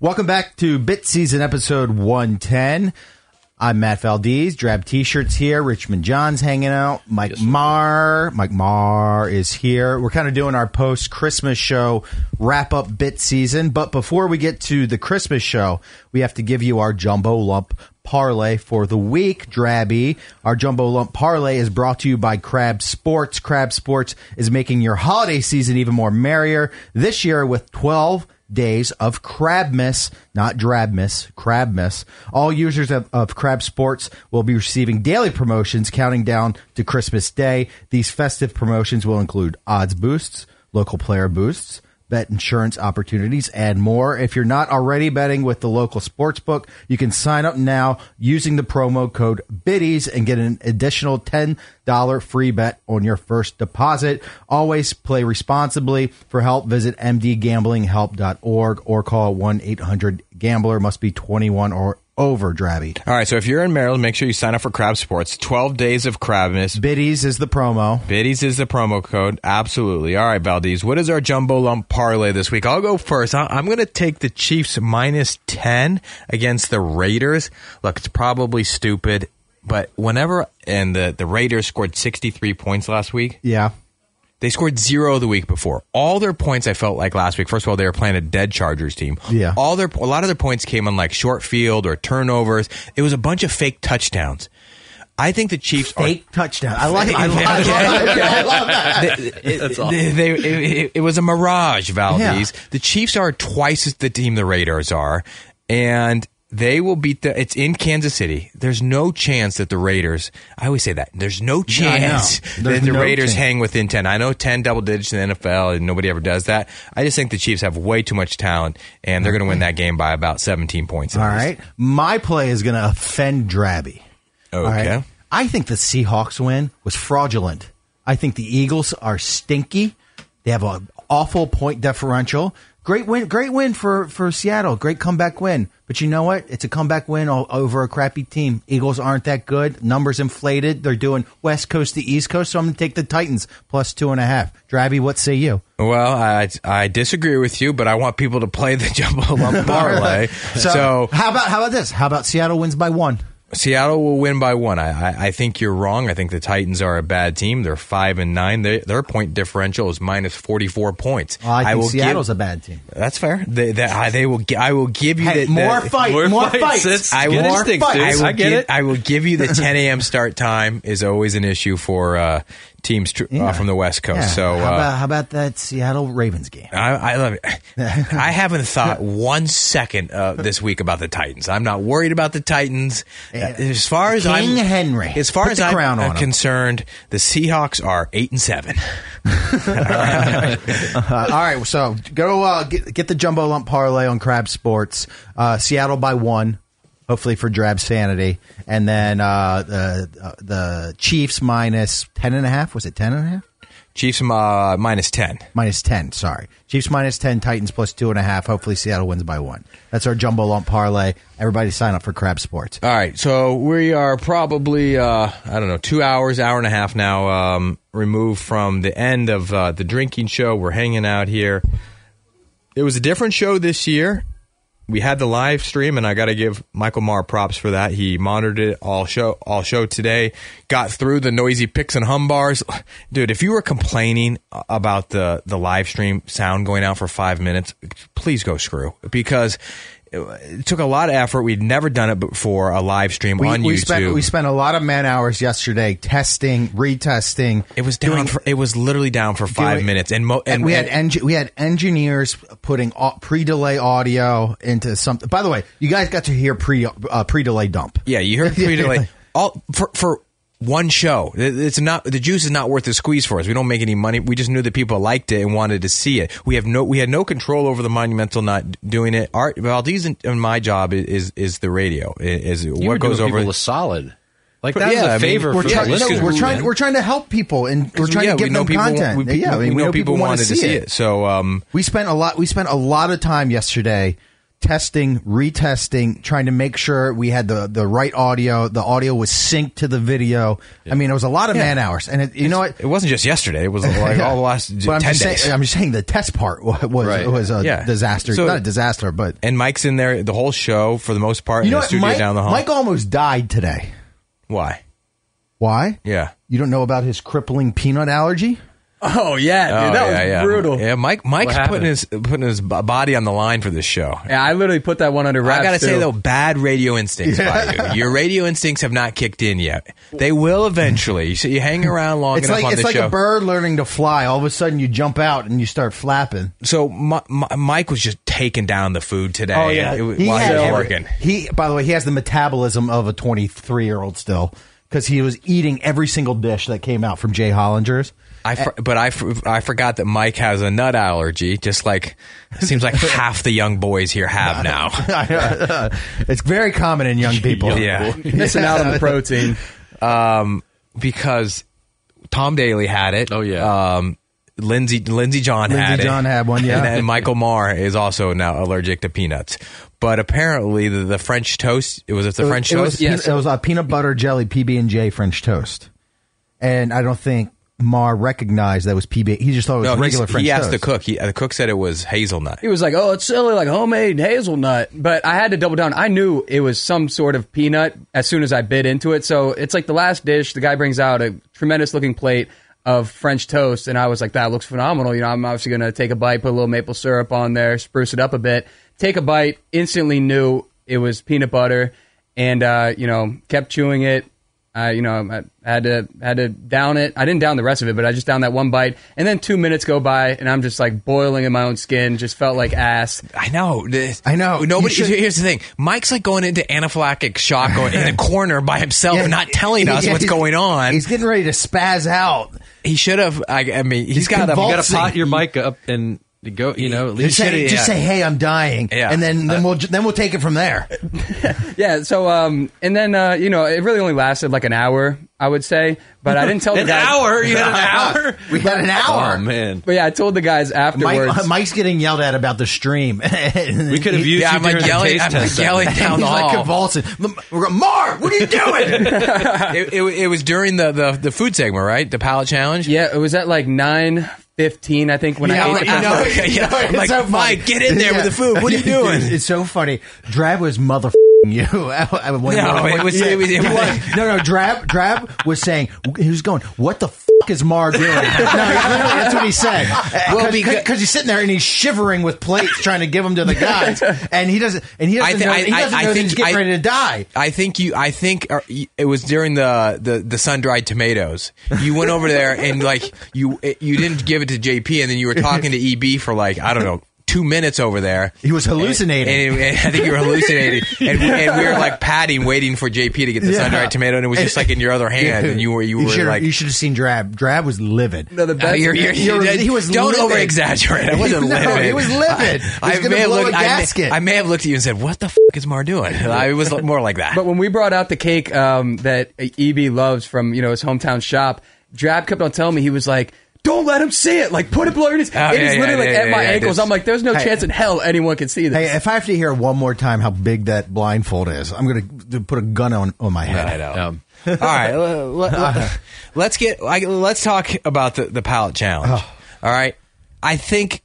Speaker 3: Welcome back to Bit Season episode 110. I'm Matt Valdez, Drab T-shirts here. Richmond John's hanging out. Mike Marr, Mike Marr is here. We're kind of doing our post-Christmas show wrap up Bit Season, but before we get to the Christmas show, we have to give you our jumbo lump parlay for the week, Drabby. Our jumbo lump parlay is brought to you by Crab Sports. Crab Sports is making your holiday season even more merrier this year with 12 days of Crabmas, not Drabmas, Crabmas. All users of, of Crab Sports will be receiving daily promotions counting down to Christmas Day. These festive promotions will include odds boosts, local player boosts, bet insurance opportunities, and more. If you're not already betting with the local sports book, you can sign up now using the promo code BIDDIES and get an additional $10 free bet on your first deposit. Always play responsibly. For help, visit mdgamblinghelp.org or call 1 800 GAMBLER. Must be 21 or over, Drabby.
Speaker 2: All right, so if you're in Maryland, make sure you sign up for Crab Sports. Twelve days of crabness.
Speaker 3: Biddies is the promo.
Speaker 2: Biddies is the promo code. Absolutely. All right, Valdez. What is our jumbo lump parlay this week? I'll go first. I- I'm going to take the Chiefs minus 10 against the Raiders. Look, it's probably stupid, but whenever, and the, the Raiders scored 63 points last week.
Speaker 3: Yeah.
Speaker 2: They scored zero the week before. All their points, I felt like last week. First of all, they were playing a dead Chargers team.
Speaker 3: Yeah.
Speaker 2: All their a lot of their points came on like short field or turnovers. It was a bunch of fake touchdowns. I think the Chiefs are
Speaker 3: Fake touchdown. I like I love, I love that. I love that.
Speaker 2: That's they, they, it, it was a mirage, Valdez.
Speaker 3: Yeah.
Speaker 2: The Chiefs are twice as the team the Raiders are, and they will beat the. It's in Kansas City. There's no chance that the Raiders. I always say that. There's no chance
Speaker 3: know. There's
Speaker 2: that the
Speaker 3: no
Speaker 2: Raiders
Speaker 3: chance.
Speaker 2: hang within ten. I know ten double digits in the NFL, and nobody ever does that. I just think the Chiefs have way too much talent, and they're going to win that game by about 17 points. at
Speaker 3: All
Speaker 2: least.
Speaker 3: right. My play is going to offend Drabby. All right?
Speaker 2: Okay.
Speaker 3: I think the Seahawks win was fraudulent. I think the Eagles are stinky. They have an awful point differential. Great win, great win for, for Seattle. Great comeback win. But you know what? It's a comeback win all over a crappy team. Eagles aren't that good. Numbers inflated. They're doing West Coast to East Coast. So I'm going to take the Titans plus two and a half. Drabby, what say you?
Speaker 2: Well, I, I disagree with you, but I want people to play the jumbo lump parlay. so
Speaker 3: how about how about this? How about Seattle wins by one?
Speaker 2: Seattle will win by one. I, I, I think you're wrong. I think the Titans are a bad team. They're five and nine. They, their point differential is minus forty four points.
Speaker 3: Well, I think
Speaker 2: will give-
Speaker 3: Seattle's a bad team.
Speaker 2: That's fair. They, they, I, they will. gi- I will give you
Speaker 3: Hey,
Speaker 2: the,
Speaker 3: more
Speaker 2: the,
Speaker 3: fight, more,
Speaker 5: More fights,
Speaker 3: fights.
Speaker 5: it's-
Speaker 2: I
Speaker 5: Good
Speaker 2: will,
Speaker 5: instincts,
Speaker 2: I,
Speaker 5: dude.
Speaker 2: will
Speaker 5: I get
Speaker 2: give,
Speaker 5: it.
Speaker 2: I will give you the 10 a.m. start time is always an issue for uh, teams tr- uh, from the West Coast.
Speaker 3: Yeah.
Speaker 2: So
Speaker 3: how,
Speaker 2: uh,
Speaker 3: about, how about that Seattle Ravens game?
Speaker 2: I, I love it. I haven't thought one second uh, this week about the Titans. I'm not worried about the Titans. Uh, as far as
Speaker 3: King
Speaker 2: I'm
Speaker 3: Henry.
Speaker 2: as far
Speaker 3: Put
Speaker 2: as
Speaker 3: the
Speaker 2: I'm
Speaker 3: crown on
Speaker 2: uh,
Speaker 3: him.
Speaker 2: concerned, the Seahawks are eight and seven.
Speaker 3: Uh, all right, so go uh, get, get the jumbo lump parlay on Crab Sports. Uh, Seattle by one, hopefully for drab sanity, and then uh, the uh, the Chiefs minus ten and a half. Was it ten and a half?
Speaker 2: Chiefs uh, minus ten.
Speaker 3: Minus ten. Sorry, Chiefs minus ten. Titans plus two and a half. Hopefully Seattle wins by one. That's our jumbo lump parlay. Everybody sign up for Crab Sports.
Speaker 2: All right, so we are probably uh, I don't know two hours, hour and a half now um, removed from the end of uh, the drinking show. We're hanging out here. It was a different show this year. We had the live stream, and I got to give Michael Marr props for that. He monitored it all show all show today. Got through the noisy picks and humbars, dude. If you were complaining about the the live stream sound going out for five minutes, please go screw because. It took a lot of effort. We'd never done it before a live stream
Speaker 3: We,
Speaker 2: on
Speaker 3: we
Speaker 2: YouTube.
Speaker 3: spent we spent a lot of man hours yesterday testing, retesting.
Speaker 2: it was down
Speaker 3: doing-
Speaker 2: for it was literally down for five
Speaker 3: doing-
Speaker 2: minutes, and, mo- and
Speaker 3: we had
Speaker 2: and-
Speaker 3: engi- we had engineers putting au- pre-delay audio into something. By the way, you guys got to hear pre uh, pre-delay dump.
Speaker 2: Yeah, you heard
Speaker 3: Yeah.
Speaker 2: Frito like all for for one show. It- It's not the juice is not worth the squeeze for us. We don't make any money. We just knew that people liked it and wanted to see it. We have no we had no control over the monumental not doing it. Art Valdez and, and my job i- is is the radio i- is
Speaker 5: You were
Speaker 2: what goes
Speaker 5: doing
Speaker 2: over.
Speaker 5: people a solid. Like that
Speaker 2: Yeah, I
Speaker 5: was
Speaker 2: mean,
Speaker 5: a favor
Speaker 2: we're
Speaker 5: for
Speaker 2: trying-
Speaker 5: the
Speaker 3: no,
Speaker 5: listeners,
Speaker 3: we're trying
Speaker 5: man.
Speaker 3: we're trying to help people and we're trying
Speaker 2: yeah,
Speaker 3: to give
Speaker 2: we know
Speaker 3: them
Speaker 2: people,
Speaker 3: content.
Speaker 2: We,
Speaker 3: yeah,
Speaker 2: people-
Speaker 3: we,
Speaker 2: we know people
Speaker 3: wanna
Speaker 2: wanted to see it. So um,
Speaker 3: We spent a lot. We spent a lot of time yesterday testing, retesting, trying to make sure we had the the right audio. The audio was synced to the video. I mean, it was a lot of man hours, and it, you know what?
Speaker 2: it wasn't just yesterday. It was like all the last
Speaker 3: But I'm
Speaker 2: ten
Speaker 3: just
Speaker 2: days.
Speaker 3: saying, um, I'm just saying the test part wa- was
Speaker 5: Right.
Speaker 3: was a
Speaker 2: Yeah.
Speaker 3: disaster.
Speaker 2: So-
Speaker 3: Not a disaster, but
Speaker 2: and Mike's in there the whole show for the most part
Speaker 3: you
Speaker 2: in
Speaker 3: know
Speaker 2: the
Speaker 3: what?
Speaker 2: studio
Speaker 3: Mike,
Speaker 2: down the hall.
Speaker 3: Mike almost died today.
Speaker 2: Why?
Speaker 3: Why?
Speaker 2: Yeah.
Speaker 3: You don't know about his crippling peanut allergy?
Speaker 4: Oh yeah, dude,
Speaker 2: Oh,
Speaker 4: that
Speaker 2: yeah,
Speaker 4: was
Speaker 2: yeah.
Speaker 4: brutal.
Speaker 2: Yeah, Mike. Mike's
Speaker 5: happened?
Speaker 2: putting his putting his b- body on the line for this show.
Speaker 4: Yeah, I literally put that one under wraps.
Speaker 2: I gotta say
Speaker 4: too.
Speaker 2: though, bad radio instincts by you. Your radio instincts have not kicked in yet. They will eventually. So you hang around long
Speaker 3: It's
Speaker 2: enough
Speaker 3: like
Speaker 2: on
Speaker 3: it's
Speaker 2: the
Speaker 3: like
Speaker 2: show.
Speaker 3: a bird learning to fly. All of a sudden, you jump out and you start flapping.
Speaker 2: so Mi- Mi- Mike was just taking down the food today.
Speaker 4: Oh, yeah.
Speaker 2: It was-
Speaker 3: He
Speaker 2: while he
Speaker 3: had
Speaker 2: was
Speaker 3: every-
Speaker 2: working.
Speaker 3: He, by the way, he has the metabolism of a 23 year old still because he was eating every single dish that came out from Jay Hollinger's.
Speaker 2: I for, but I, for, I forgot that Mike has a nut allergy. Just like seems like half the young boys here have now.
Speaker 3: it's very common in young people.
Speaker 2: yeah.
Speaker 4: missing out on the protein.
Speaker 2: Um, because Tom Daly had it.
Speaker 5: Oh, yeah.
Speaker 2: Um, Lindsey Lindsey John
Speaker 3: Lindsey
Speaker 2: had it.
Speaker 3: John had one, yeah.
Speaker 2: And, then Michael Marr is also now allergic to peanuts. But apparently the, the French toast it was it the
Speaker 3: It was-
Speaker 2: French
Speaker 3: it
Speaker 2: toast.
Speaker 3: was, peanut- it was a peanut butter jelly PB and J French toast, and I don't think Mar recognized that was PB. He just thought it was
Speaker 2: No,
Speaker 3: regular
Speaker 2: he's-
Speaker 3: French
Speaker 2: He asked
Speaker 3: toast.
Speaker 2: the cook. He, the cook said it was hazelnut.
Speaker 4: He was like, "Oh, it's silly, like homemade hazelnut." But I had to double down. I knew it was some sort of peanut as soon as I bit into it. So it's like the last dish. The guy brings out a tremendous looking plate of French toast, and I was like, "That looks phenomenal." You know, I'm obviously gonna take a bite, put a little maple syrup on there, spruce it up a bit. Take a bite, instantly knew it was peanut butter, and uh, you know, kept chewing it. I, you know, I had to had to down it. I didn't down the rest of it, but I just downed that one bite, and then two minutes go by, and I'm just like boiling in my own skin. Just felt like ass.
Speaker 2: I know. this-
Speaker 3: I know.
Speaker 2: Nobody.
Speaker 3: You should-
Speaker 2: here's the thing. Mike's like going into anaphylactic shock or in a corner by himself,
Speaker 3: Yeah,
Speaker 2: "Oh, not telling us
Speaker 3: yeah,
Speaker 2: what's
Speaker 3: he's-
Speaker 2: going on.
Speaker 3: He's getting ready to spaz out.
Speaker 2: he should have. I, I mean, he's got a.
Speaker 5: you got to
Speaker 3: convulsing.
Speaker 5: pot your mic up and go. You know, at
Speaker 3: Just
Speaker 5: least
Speaker 3: say,
Speaker 2: should've-
Speaker 3: just
Speaker 2: yeah.
Speaker 3: say, "Hey, I'm dying,"
Speaker 2: Yeah. Uh,
Speaker 3: and then then we'll then we'll take it from there.
Speaker 4: Yeah. So, um, and then uh, you know, it really only lasted like an hour, I would say. But I didn't tell
Speaker 5: an
Speaker 4: the guys.
Speaker 5: hour. You had an hour.
Speaker 3: We got an hour.
Speaker 5: Oh man,
Speaker 4: But yeah, I told the guys afterwards.
Speaker 3: Mike, uh, Mike's getting yelled at about the stream.
Speaker 5: we could have used
Speaker 2: yeah,
Speaker 5: you
Speaker 2: I'm like
Speaker 5: during the
Speaker 2: yelling.
Speaker 5: taste
Speaker 2: I'm like
Speaker 5: test.
Speaker 2: yelling down
Speaker 3: He's
Speaker 2: the
Speaker 3: like
Speaker 2: hall.
Speaker 3: convulsing. We're going, Mar, what are you doing?
Speaker 2: it, it, it was during the, the, the food segment, right? The palate challenge.
Speaker 4: yeah, it was at like nine fifteen, I think, when
Speaker 3: Yeah,
Speaker 4: I ate
Speaker 3: like,
Speaker 2: yeah,
Speaker 3: you know,
Speaker 4: the first one.
Speaker 2: yeah. I'm
Speaker 3: It's
Speaker 2: like,
Speaker 3: so funny.
Speaker 2: Mike, get in there with the food. What are you
Speaker 3: Dude,
Speaker 2: doing?
Speaker 3: It's so funny. Drab was mother you. I- I- when-
Speaker 2: No,
Speaker 3: when-
Speaker 2: it was-
Speaker 3: yeah,
Speaker 2: it was- it
Speaker 3: he
Speaker 2: was-
Speaker 3: No, no, Drab, Drab was saying he was going. What the fuck is Mar doing? no, he- literally, that's what he said.
Speaker 2: Well,
Speaker 3: Well,
Speaker 2: because-
Speaker 3: because he's sitting there and he's shivering with plates, trying to give them to the guys, and he doesn't. And he
Speaker 2: I
Speaker 3: doesn't
Speaker 2: thi-
Speaker 3: know,
Speaker 2: I-
Speaker 3: he
Speaker 2: I-
Speaker 3: doesn't
Speaker 2: I
Speaker 3: know that
Speaker 2: think-
Speaker 3: he's getting
Speaker 2: I-
Speaker 3: ready to die.
Speaker 2: I think you. I think uh, y- it was during the the, the sun dried tomatoes. You went over there and like you it- you didn't give it to JP, and then you were talking to EB for like I don't know. Two minutes over there.
Speaker 3: He was hallucinating.
Speaker 2: And, and- and I think you were hallucinating. And, and we were like patting, waiting for JP to get the
Speaker 3: Yeah.
Speaker 2: sun dried tomato, and it was just like in your other hand, and you were you, were
Speaker 3: should've-
Speaker 2: like
Speaker 3: you should have seen Drab. Drab was livid.
Speaker 4: No, the
Speaker 2: Uh,
Speaker 4: best.
Speaker 2: you're- you're-
Speaker 3: You're-
Speaker 2: you're-
Speaker 3: he was
Speaker 2: don't
Speaker 3: livid.
Speaker 2: over exaggerate. I wasn't
Speaker 3: No,
Speaker 2: livid.
Speaker 3: he was livid. He was gonna blow a
Speaker 2: looked,
Speaker 3: gasket.
Speaker 2: I may, I may have looked at you and said, "What the f- is Mar doing?" I was l- more like that.
Speaker 4: But when we brought out the cake um, that EB loves from you know his hometown shop, Drab kept on telling me he was like, "Don't let him see it! Like put it below your knees."
Speaker 2: Oh,
Speaker 4: it
Speaker 2: yeah,
Speaker 4: is
Speaker 2: yeah,
Speaker 4: literally
Speaker 2: yeah,
Speaker 4: like at
Speaker 2: yeah,
Speaker 4: my
Speaker 2: yeah,
Speaker 4: ankles.
Speaker 2: this-
Speaker 4: I'm like, "There's no
Speaker 3: Hey.
Speaker 4: chance in hell anyone can see this."
Speaker 3: Hey, if I have to hear one more time how big that blindfold is, I'm going to put a gun on, on my head.
Speaker 2: I know. All right, let, us get I, let's talk about the the palette challenge.
Speaker 3: Oh.
Speaker 2: All right, I think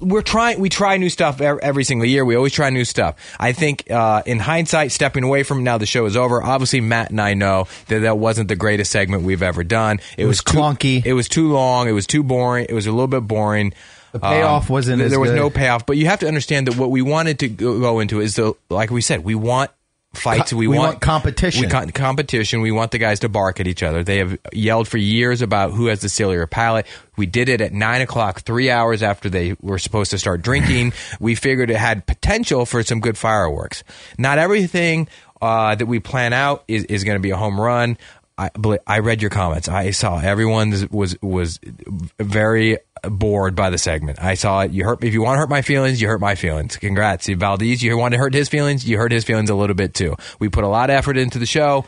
Speaker 2: we're trying we try new stuff ev- every single year. We always try new stuff. I think uh, in hindsight, stepping away from now the show is over. Obviously, Matt and I know that that wasn't the greatest segment we've ever done. It,
Speaker 3: was
Speaker 2: too-
Speaker 3: clunky.
Speaker 2: it was too long. It was too boring. It was a little bit boring.
Speaker 3: The payoff wasn't
Speaker 2: There,
Speaker 3: as
Speaker 2: there was
Speaker 3: good.
Speaker 2: no payoff, but you have to understand that what we wanted to go go into is the like we said we want fights.
Speaker 3: Co-
Speaker 2: we,
Speaker 3: we
Speaker 2: want,
Speaker 3: want competition.
Speaker 2: we con- competition. We want the guys to bark at each other. They have yelled for years about who has the sillier palate. We did it at nine o'clock, three hours after they were supposed to start drinking. we figured it had potential for some good fireworks. Not everything uh, that we plan out is, is going to be a home run. I, bel- I read your comments. I saw everyone was was very bored by the segment. I saw it. You hurt. If you want to hurt my feelings, you hurt my feelings. Congrats, You- Valdez. You want to hurt his feelings, you hurt his feelings a little bit too. We put a lot of effort into the show.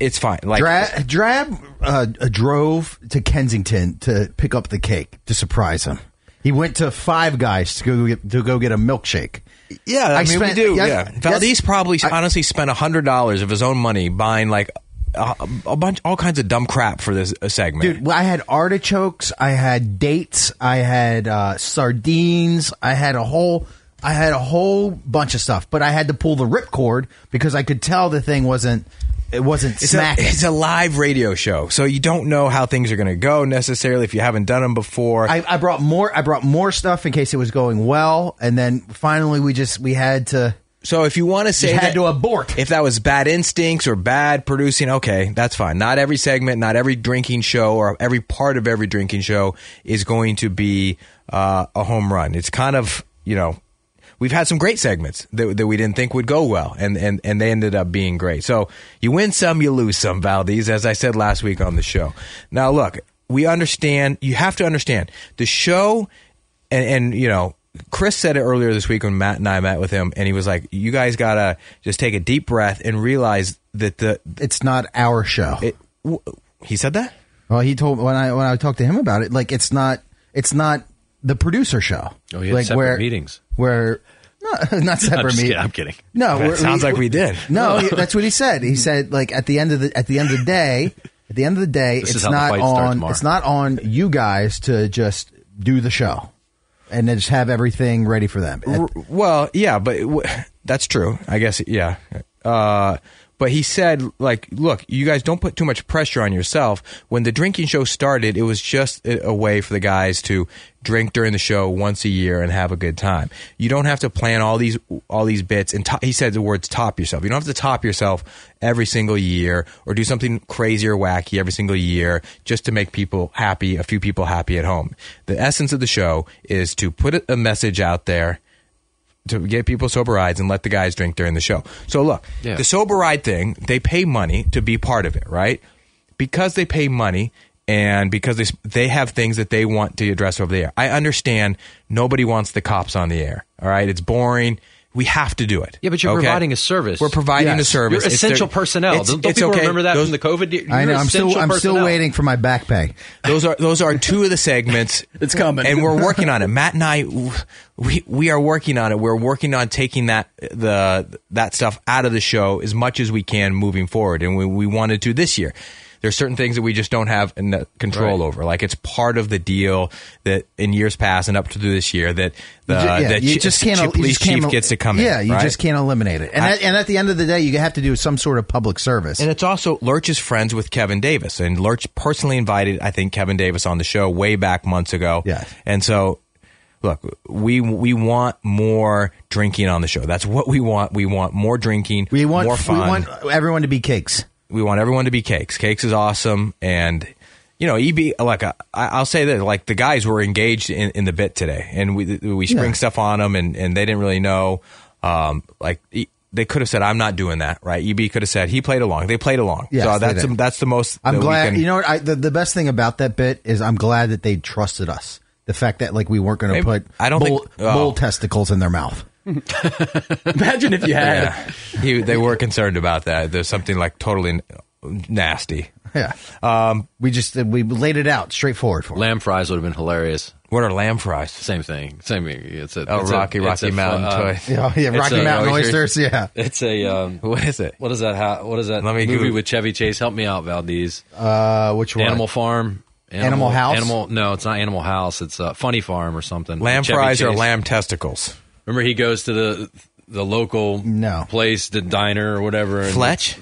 Speaker 2: It's fine. Like
Speaker 3: Drab, Drab uh, drove to Kensington to pick up the cake to surprise him. He went to Five Guys to go get, to go get a milkshake.
Speaker 2: Yeah, I,
Speaker 3: I
Speaker 2: mean,
Speaker 3: spent-
Speaker 2: we do.
Speaker 3: yes-
Speaker 2: yeah,
Speaker 3: yes-
Speaker 2: Valdez probably
Speaker 3: I-
Speaker 2: honestly spent hundred dollars of his own money buying like a, a bunch, all kinds of dumb crap for this uh, segment.
Speaker 3: Dude, well, I had artichokes, I had dates, I had uh, sardines, I had a whole I had a whole bunch of stuff, but I had to pull the ripcord because I could tell the thing wasn't it wasn't
Speaker 2: It's a,
Speaker 3: smacking.
Speaker 2: it's a live radio show, so you don't know how things are going to go necessarily if you haven't done them before.
Speaker 3: I, I brought more I brought more stuff in case it was going well and then finally we just we had to
Speaker 2: so if you want to say
Speaker 3: had
Speaker 2: that-
Speaker 3: to abort.
Speaker 2: if that was bad instincts or bad producing, okay, that's fine. Not every segment, not every drinking show, or every part of every drinking show is going to be uh, a home run. It's kind of you know. We've had some great segments that, that we didn't think would go well, and, and, and they ended up being great. So you win some, you lose some, Valdez, as I said last week on the show. Now, look, we understand, you have to understand, the show and and you know chris said it earlier this week when matt and i met with him and he was like you guys gotta just take a deep breath and realize that the
Speaker 3: it's not our show.
Speaker 2: it, w- he said that
Speaker 3: well, he told when I when I talked to him about it like it's not it's not the producer show.
Speaker 5: Oh, you had
Speaker 3: like
Speaker 5: separate meetings.
Speaker 3: Where no, not separate
Speaker 5: just
Speaker 3: meetings.
Speaker 5: kidding, I'm kidding.
Speaker 3: No, we're-
Speaker 2: sounds like we did.
Speaker 3: No, he- that's what he said. He said like at the end of the at the end of the day, at the end of the day,
Speaker 5: This is
Speaker 3: it's
Speaker 5: how the
Speaker 3: not
Speaker 5: fight starts
Speaker 3: on
Speaker 5: tomorrow.
Speaker 3: it's not on you guys to just do the show and then just have everything ready for them. At-
Speaker 2: R- well yeah but it w- that's true i guess yeah uh but he said, like, look, you guys don't put too much pressure on yourself. When the drinking show started, it was just a a way for the guys to drink during the show once a year and have a good time. You don't have to plan all these all these bits. And to- he said the words "top yourself." You don't have to top yourself every single year or do something crazy or wacky every single year just to make people happy, a few people happy at home. The essence of the show is to put a message out there to get people sober rides and let the guys drink during the show. So look,
Speaker 5: Yeah.
Speaker 2: the sober ride thing, they pay money to be part of it, right? Because they pay money and because they s- they have things that they want to address over the air. I understand nobody wants the cops on the air. All right, it's boring. We have to do it.
Speaker 5: Yeah, but you're
Speaker 2: okay?
Speaker 5: providing a service.
Speaker 2: We're providing a
Speaker 3: Yes.
Speaker 2: service.
Speaker 5: You're
Speaker 2: It's their-
Speaker 5: essential personnel.
Speaker 2: It's,
Speaker 5: don't don't
Speaker 2: it's
Speaker 5: people
Speaker 2: okay.
Speaker 5: remember that
Speaker 2: Those-
Speaker 5: from the COVID? You're
Speaker 3: I know. I'm still
Speaker 5: essential
Speaker 3: I'm still
Speaker 5: personnel.
Speaker 3: waiting for my back pay.
Speaker 2: those are those are two of the segments.
Speaker 4: It's coming.
Speaker 2: and we're working on it. Matt and I, we we are working on it. We're working on taking that the that stuff out of the show as much as we can moving forward, and we we wanted to this year. There's certain things that we just don't have in the control over. Like it's part of the deal that in years past and up to this year that the
Speaker 3: You ju- yeah,
Speaker 2: Uh, that
Speaker 3: you
Speaker 2: chi-
Speaker 3: just can't.
Speaker 2: chi-
Speaker 3: el- you
Speaker 2: police
Speaker 3: just can't
Speaker 2: chief
Speaker 3: el-
Speaker 2: gets to come in.
Speaker 3: Yeah, you
Speaker 2: right?
Speaker 3: just can't eliminate it. And
Speaker 2: I-
Speaker 3: at, and at the end of the day, you have to do some sort of public service.
Speaker 2: And it's also Lurch is friends with Kevin Davis, and Lurch personally invited, I think, Kevin Davis on the show way back months ago.
Speaker 3: Yeah.
Speaker 2: and so look, we we want more drinking on the show. That's what we want. We want more drinking.
Speaker 3: we want
Speaker 2: more fun.
Speaker 3: we want everyone to be cakes.
Speaker 2: we want everyone to be cakes. Cakes is awesome, and you know, EB like uh, I, I'll say that like the guys were engaged in, in the bit today, and we we spring stuff on them, and and they didn't really know, um, like. E- they could have said, "I'm not doing that," right? EB could have said, "He played along. They played along."
Speaker 3: Yes,
Speaker 2: so
Speaker 3: they
Speaker 2: that's
Speaker 3: did.
Speaker 2: the, that's the most.
Speaker 3: I'm
Speaker 2: that we
Speaker 3: glad.
Speaker 2: can-
Speaker 3: you know what? I, the, the best thing about that bit is I'm glad that they trusted us. The fact that like we weren't going
Speaker 2: Maybe-
Speaker 3: to put
Speaker 2: I don't
Speaker 3: bull,
Speaker 2: think- oh.
Speaker 3: bull testicles in their mouth.
Speaker 4: Imagine if you had.
Speaker 2: yeah, he, they were concerned about that. There's something like totally n- nasty.
Speaker 3: Yeah. Um, we just we laid it out straightforward for 'em.
Speaker 5: Lamb fries would have been hilarious.
Speaker 2: What are lamb fries?
Speaker 5: Same thing. Same. It's a
Speaker 2: Oh,
Speaker 5: it's a-
Speaker 2: Rocky
Speaker 5: it's
Speaker 2: Rocky
Speaker 5: a fu-
Speaker 2: Mountain
Speaker 5: uh,
Speaker 2: toy.
Speaker 3: Yeah, yeah,
Speaker 5: It's
Speaker 3: Rocky
Speaker 5: a-
Speaker 3: Mountain
Speaker 5: oh, he's-
Speaker 3: oysters. Yeah.
Speaker 5: It's a um,
Speaker 2: What is it?
Speaker 5: what is that? How, what is that
Speaker 2: Let me
Speaker 5: movie
Speaker 2: Google-
Speaker 5: with Chevy Chase? Help me out, Valdez.
Speaker 3: Uh, which one?
Speaker 5: Animal Farm.
Speaker 3: Animal House?
Speaker 5: Animal. No, it's not Animal House. It's uh, Funny Farm or something.
Speaker 2: Lamb
Speaker 5: Chevy
Speaker 2: fries or
Speaker 5: Chase.
Speaker 2: lamb testicles?
Speaker 5: Remember, he goes to the the local
Speaker 3: No.
Speaker 5: place, the diner or whatever. and-
Speaker 2: Fletch.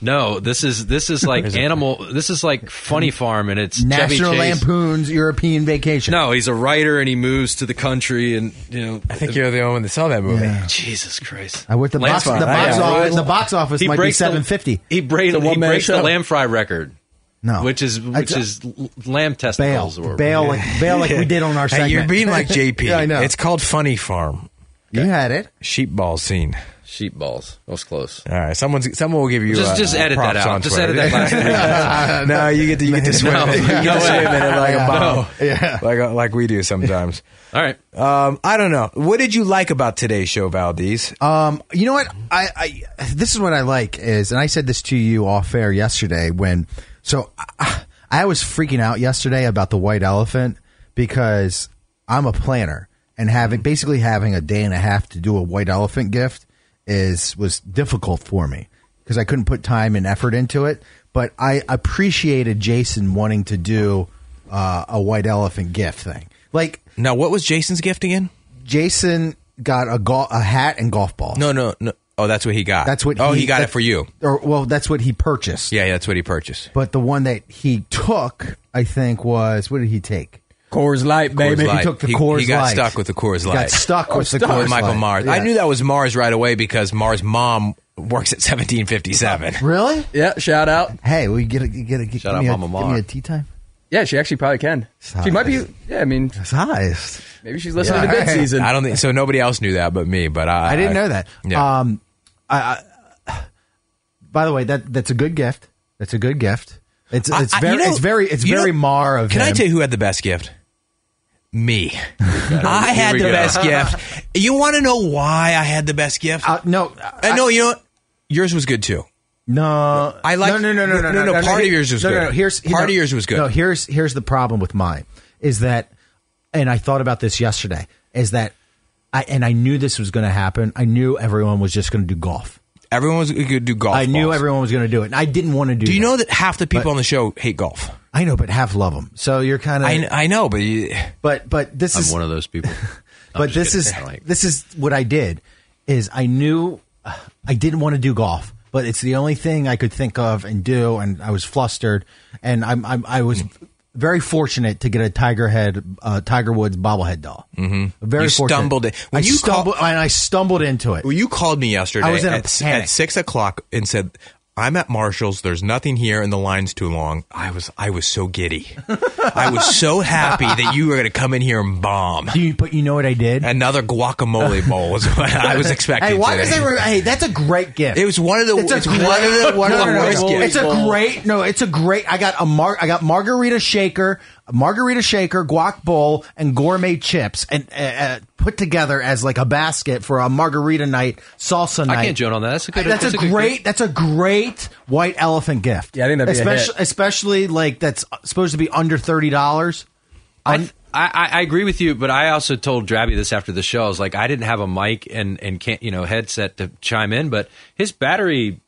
Speaker 5: No, this is this is like Animal. This is like Funny Farm, and it's
Speaker 3: National
Speaker 5: Chevy Chase.
Speaker 3: Lampoon's European Vacation.
Speaker 5: No, he's a writer, and he moves to the country, and you know.
Speaker 2: I think you're the only one that saw that movie.
Speaker 5: Jesus Christ!
Speaker 3: I went the
Speaker 5: Lamb
Speaker 3: box, the
Speaker 5: fry.
Speaker 3: box
Speaker 2: yeah.
Speaker 3: office. The box office might be
Speaker 5: breaks the-
Speaker 3: seven fifty.
Speaker 5: He, bra-
Speaker 4: a
Speaker 5: he
Speaker 4: one-man
Speaker 5: breaks the
Speaker 4: show.
Speaker 5: lamb fry record.
Speaker 3: No,
Speaker 5: which is which
Speaker 3: I-
Speaker 5: is l- lamb
Speaker 3: bail,
Speaker 5: testicles or
Speaker 3: bail, like bail, like we did on our
Speaker 2: Hey,
Speaker 3: segment.
Speaker 2: you're being like JP.
Speaker 3: Yeah, I know.
Speaker 2: It's called Funny Farm.
Speaker 3: you had it.
Speaker 2: Sheep ball scene.
Speaker 5: sheep balls. That was close.
Speaker 2: All right, someone's someone will give you
Speaker 5: Just
Speaker 2: uh,
Speaker 5: just
Speaker 2: uh,
Speaker 5: edit that
Speaker 2: props on
Speaker 5: out. Just
Speaker 2: Twitter.
Speaker 5: edit that last
Speaker 2: that. no, you get to you get to swim.
Speaker 5: No.
Speaker 2: in it. You get
Speaker 5: No
Speaker 2: to swim in it like a bomb.
Speaker 3: Yeah.
Speaker 2: like uh, like we do sometimes.
Speaker 5: All right.
Speaker 2: Um, I don't know. What did you like about today's show, Valdez?
Speaker 3: Um, you know what? I, I this is what I like is, and I said this to you off air yesterday when. So I, I was freaking out yesterday about the white elephant because I'm a planner and having basically having a day and a half to do a white elephant gift is was difficult for me because I couldn't put time and effort into it. But I appreciated Jason wanting to do uh, a white elephant gift thing. Like
Speaker 2: now, what was Jason's gift again?
Speaker 3: Jason got a gol a hat and golf balls.
Speaker 2: No, no, no. Oh, that's what he got.
Speaker 3: That's what.
Speaker 2: Oh, he, got
Speaker 3: that-
Speaker 2: it for you.
Speaker 3: Or well, that's what he purchased.
Speaker 2: Yeah, yeah, that's what he purchased.
Speaker 3: But the one that he took, I think, was what did he take?
Speaker 4: Coors Light, baby.
Speaker 2: Coors Light.
Speaker 3: He took the
Speaker 2: He-
Speaker 3: Coors
Speaker 2: he got
Speaker 3: Light.
Speaker 2: stuck with the Coors
Speaker 3: He
Speaker 2: Light.
Speaker 3: Got stuck with the
Speaker 2: oh, With
Speaker 3: Coors
Speaker 2: Michael
Speaker 3: Light.
Speaker 2: Mars. I
Speaker 3: Yeah.
Speaker 2: knew that was Mars right away because Mars' mom works at 1757.
Speaker 3: Really?
Speaker 4: Yeah, shout out.
Speaker 3: Hey, we get a, you get a, give,
Speaker 5: Shout out
Speaker 3: me a,
Speaker 5: Mama
Speaker 3: give me
Speaker 5: Mar.
Speaker 3: a tea time.
Speaker 4: Yeah, she actually probably can. She might be. Yeah, I mean,
Speaker 3: That's highest.
Speaker 4: maybe she's listening
Speaker 3: Yeah.
Speaker 4: to Bid Season.
Speaker 2: I don't think so. Nobody else knew that but me. But I,
Speaker 3: I didn't know that.
Speaker 2: Yeah.
Speaker 3: Um, I, I, by the way, that that's a good gift. That's a good gift. It's
Speaker 2: I-
Speaker 3: it's
Speaker 2: I-
Speaker 3: very
Speaker 2: you know-
Speaker 3: it's very it's
Speaker 2: you
Speaker 3: very
Speaker 2: know-
Speaker 3: Mar of
Speaker 2: Can I
Speaker 3: him.
Speaker 2: tell you who had the best gift? Me. I had
Speaker 5: we
Speaker 2: the
Speaker 5: go.
Speaker 2: best gift. You want to know why I had the best gift?
Speaker 3: Uh, no,
Speaker 2: I know you know. what? Yours was good too.
Speaker 3: No,
Speaker 2: I like-
Speaker 3: no no no no no
Speaker 2: no, no, part of yours was
Speaker 3: no, No,
Speaker 2: good.
Speaker 3: no, here's
Speaker 2: Part of
Speaker 3: no,
Speaker 2: yours was good.
Speaker 3: No, here's here's the problem with mine is that, and I thought about this yesterday is that, I and I knew this was going to happen. I knew everyone was just going to do golf.
Speaker 2: Everyone was going to do golf.
Speaker 3: I knew
Speaker 2: balls.
Speaker 3: everyone was going to do it. And I didn't want to do.
Speaker 2: Do you
Speaker 3: that.
Speaker 2: know that half the people on the show hate golf?
Speaker 3: I know, but half love them. So you're kind of.
Speaker 2: I, kn- I know, but you,
Speaker 3: But but this
Speaker 5: I'm
Speaker 3: is
Speaker 5: one of those people.
Speaker 3: but this is this is what I did is I knew I didn't want to do golf, but it's the only thing I could think of and do, and I was flustered, and I'm, I'm I was. Very fortunate to get a Tiger Head, uh, Tiger Woods bobblehead doll. Mm-hmm. Very
Speaker 2: You
Speaker 3: fortunate.
Speaker 2: stumbled it.
Speaker 3: I
Speaker 2: When you call-
Speaker 3: stumbled and I stumbled into it.
Speaker 2: well, you called me yesterday.
Speaker 3: I was in a
Speaker 2: at, s-
Speaker 3: panic.
Speaker 2: at six o'clock and said, "I'm at Marshall's. There's nothing here, and the line's too long." I was I was so giddy. I was so happy that you were going to come in here and bomb.
Speaker 3: Do you, but you know what I did?
Speaker 2: Another guacamole bowl is what I was expecting.
Speaker 3: Hey, why
Speaker 2: today.
Speaker 3: does everyone? Hey, that's a great gift.
Speaker 2: It was one of the-
Speaker 3: It's,
Speaker 2: it's
Speaker 3: a
Speaker 2: one
Speaker 3: great,
Speaker 2: of the- one of the
Speaker 3: no, no, no,
Speaker 2: worst
Speaker 3: no.
Speaker 2: gifts.
Speaker 3: It's a great. No, it's a great. I got a mar. I got margarita shaker, a margarita shaker, guac bowl, and gourmet chips, and uh, uh, put together as like a basket for a margarita night, salsa night.
Speaker 5: I can't join on that. That's a good.
Speaker 3: That's a
Speaker 5: good-
Speaker 3: great. That's a great white elephant gift.
Speaker 4: Yeah, I think that'd be a
Speaker 3: especially,
Speaker 4: hit.
Speaker 3: especially like that's supposed to be under thirty dollars.
Speaker 5: I, I I agree with you, but I also told Drabby this after the show. I was like, I didn't have a mic and and can't you know headset to chime in, but his battery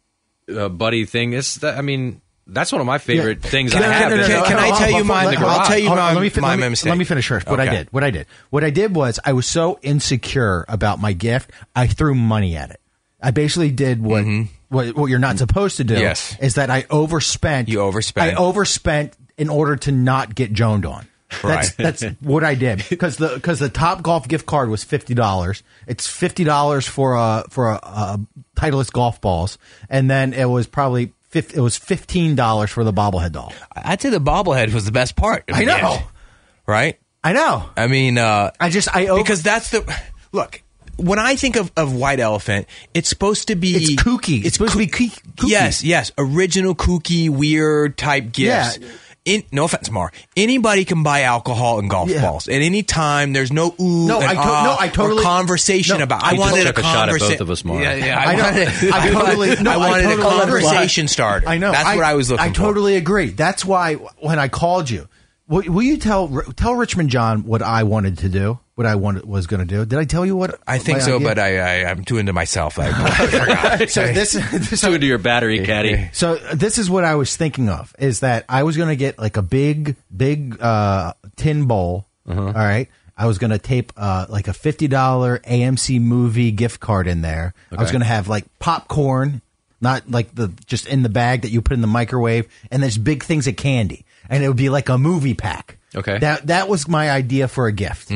Speaker 5: uh, buddy thing is. That, I mean, That's one of my favorite things
Speaker 2: Can
Speaker 5: I
Speaker 2: I-
Speaker 5: have.
Speaker 2: no, no,
Speaker 5: is-
Speaker 2: no, can I tell
Speaker 3: hold- hold-
Speaker 2: you
Speaker 3: hold-
Speaker 2: mine-
Speaker 3: let-
Speaker 2: I'll
Speaker 3: hold-
Speaker 2: tell you
Speaker 3: hold-
Speaker 2: my-
Speaker 3: let me fin-
Speaker 2: my
Speaker 3: let me-
Speaker 2: mistake.
Speaker 3: Let me finish first. What I
Speaker 2: Okay.
Speaker 3: did, what I did, what I did was I was so insecure about my gift, I threw money at it. I basically did what what, what you're not supposed to do.
Speaker 2: Mm-hmm. Yes.
Speaker 3: is that I overspent.
Speaker 2: You overspent.
Speaker 3: I overspent in order to not get joned on.
Speaker 2: Right.
Speaker 3: That's, that's what I did because the because the Top Golf gift card was fifty dollars. It's fifty dollars for a for a, a Titleist golf balls, and then it was probably. fif- It was fifteen dollars for the bobblehead doll.
Speaker 2: I'd say the bobblehead was the best part. of
Speaker 3: I
Speaker 2: the
Speaker 3: know.
Speaker 2: gift, right?
Speaker 3: I know.
Speaker 2: I mean, uh,
Speaker 3: I just I over-
Speaker 2: because that's the look. When I think of, of white elephant, it's supposed to be
Speaker 3: It's kooky. It's supposed to be koo- kooky.
Speaker 2: Yes, yes, original kooky, weird type gifts.
Speaker 3: Yeah.
Speaker 2: In, no offense, Mar. Anybody can buy alcohol and golf
Speaker 3: Yeah.
Speaker 2: balls at any time. There's no ooh,
Speaker 3: No,
Speaker 2: and
Speaker 3: I to-
Speaker 2: ah,
Speaker 3: no, I
Speaker 2: or
Speaker 3: totally-
Speaker 2: conversation
Speaker 3: no,
Speaker 2: about.
Speaker 3: I
Speaker 2: I
Speaker 3: just
Speaker 2: wanted
Speaker 5: took
Speaker 2: a
Speaker 5: a shot at both
Speaker 2: conversa-
Speaker 5: of us, Mar.
Speaker 2: Yeah, yeah.
Speaker 3: I
Speaker 2: I,
Speaker 3: know.
Speaker 2: wanted,
Speaker 3: I
Speaker 2: I
Speaker 3: totally-
Speaker 2: wanted,
Speaker 3: no,
Speaker 2: I
Speaker 3: I
Speaker 2: wanted
Speaker 3: totally
Speaker 2: a
Speaker 3: agree.
Speaker 2: conversation starter.
Speaker 3: I know.
Speaker 2: That's what I was looking
Speaker 3: I
Speaker 2: for.
Speaker 3: totally agree. That's why when I called you, will, will you tell tell Richmond John what I wanted to do? What I wanted was going to do? Did I tell you what?
Speaker 2: I think
Speaker 3: my
Speaker 2: so,
Speaker 3: idea?
Speaker 2: but I, I I'm too into myself. I, I forgot.
Speaker 3: so this this
Speaker 5: So into your battery caddy.
Speaker 3: So this is what I was thinking of is that I was going to get like a big big uh tin bowl,
Speaker 2: Uh-huh.
Speaker 3: all right? I was going to tape uh like a $50 AMC movie gift card in there. I was going to have like popcorn, not like the just in the bag that you put in the microwave and there's big things of candy and it would be like a movie pack.
Speaker 5: Okay.
Speaker 3: That that was my idea for a gift.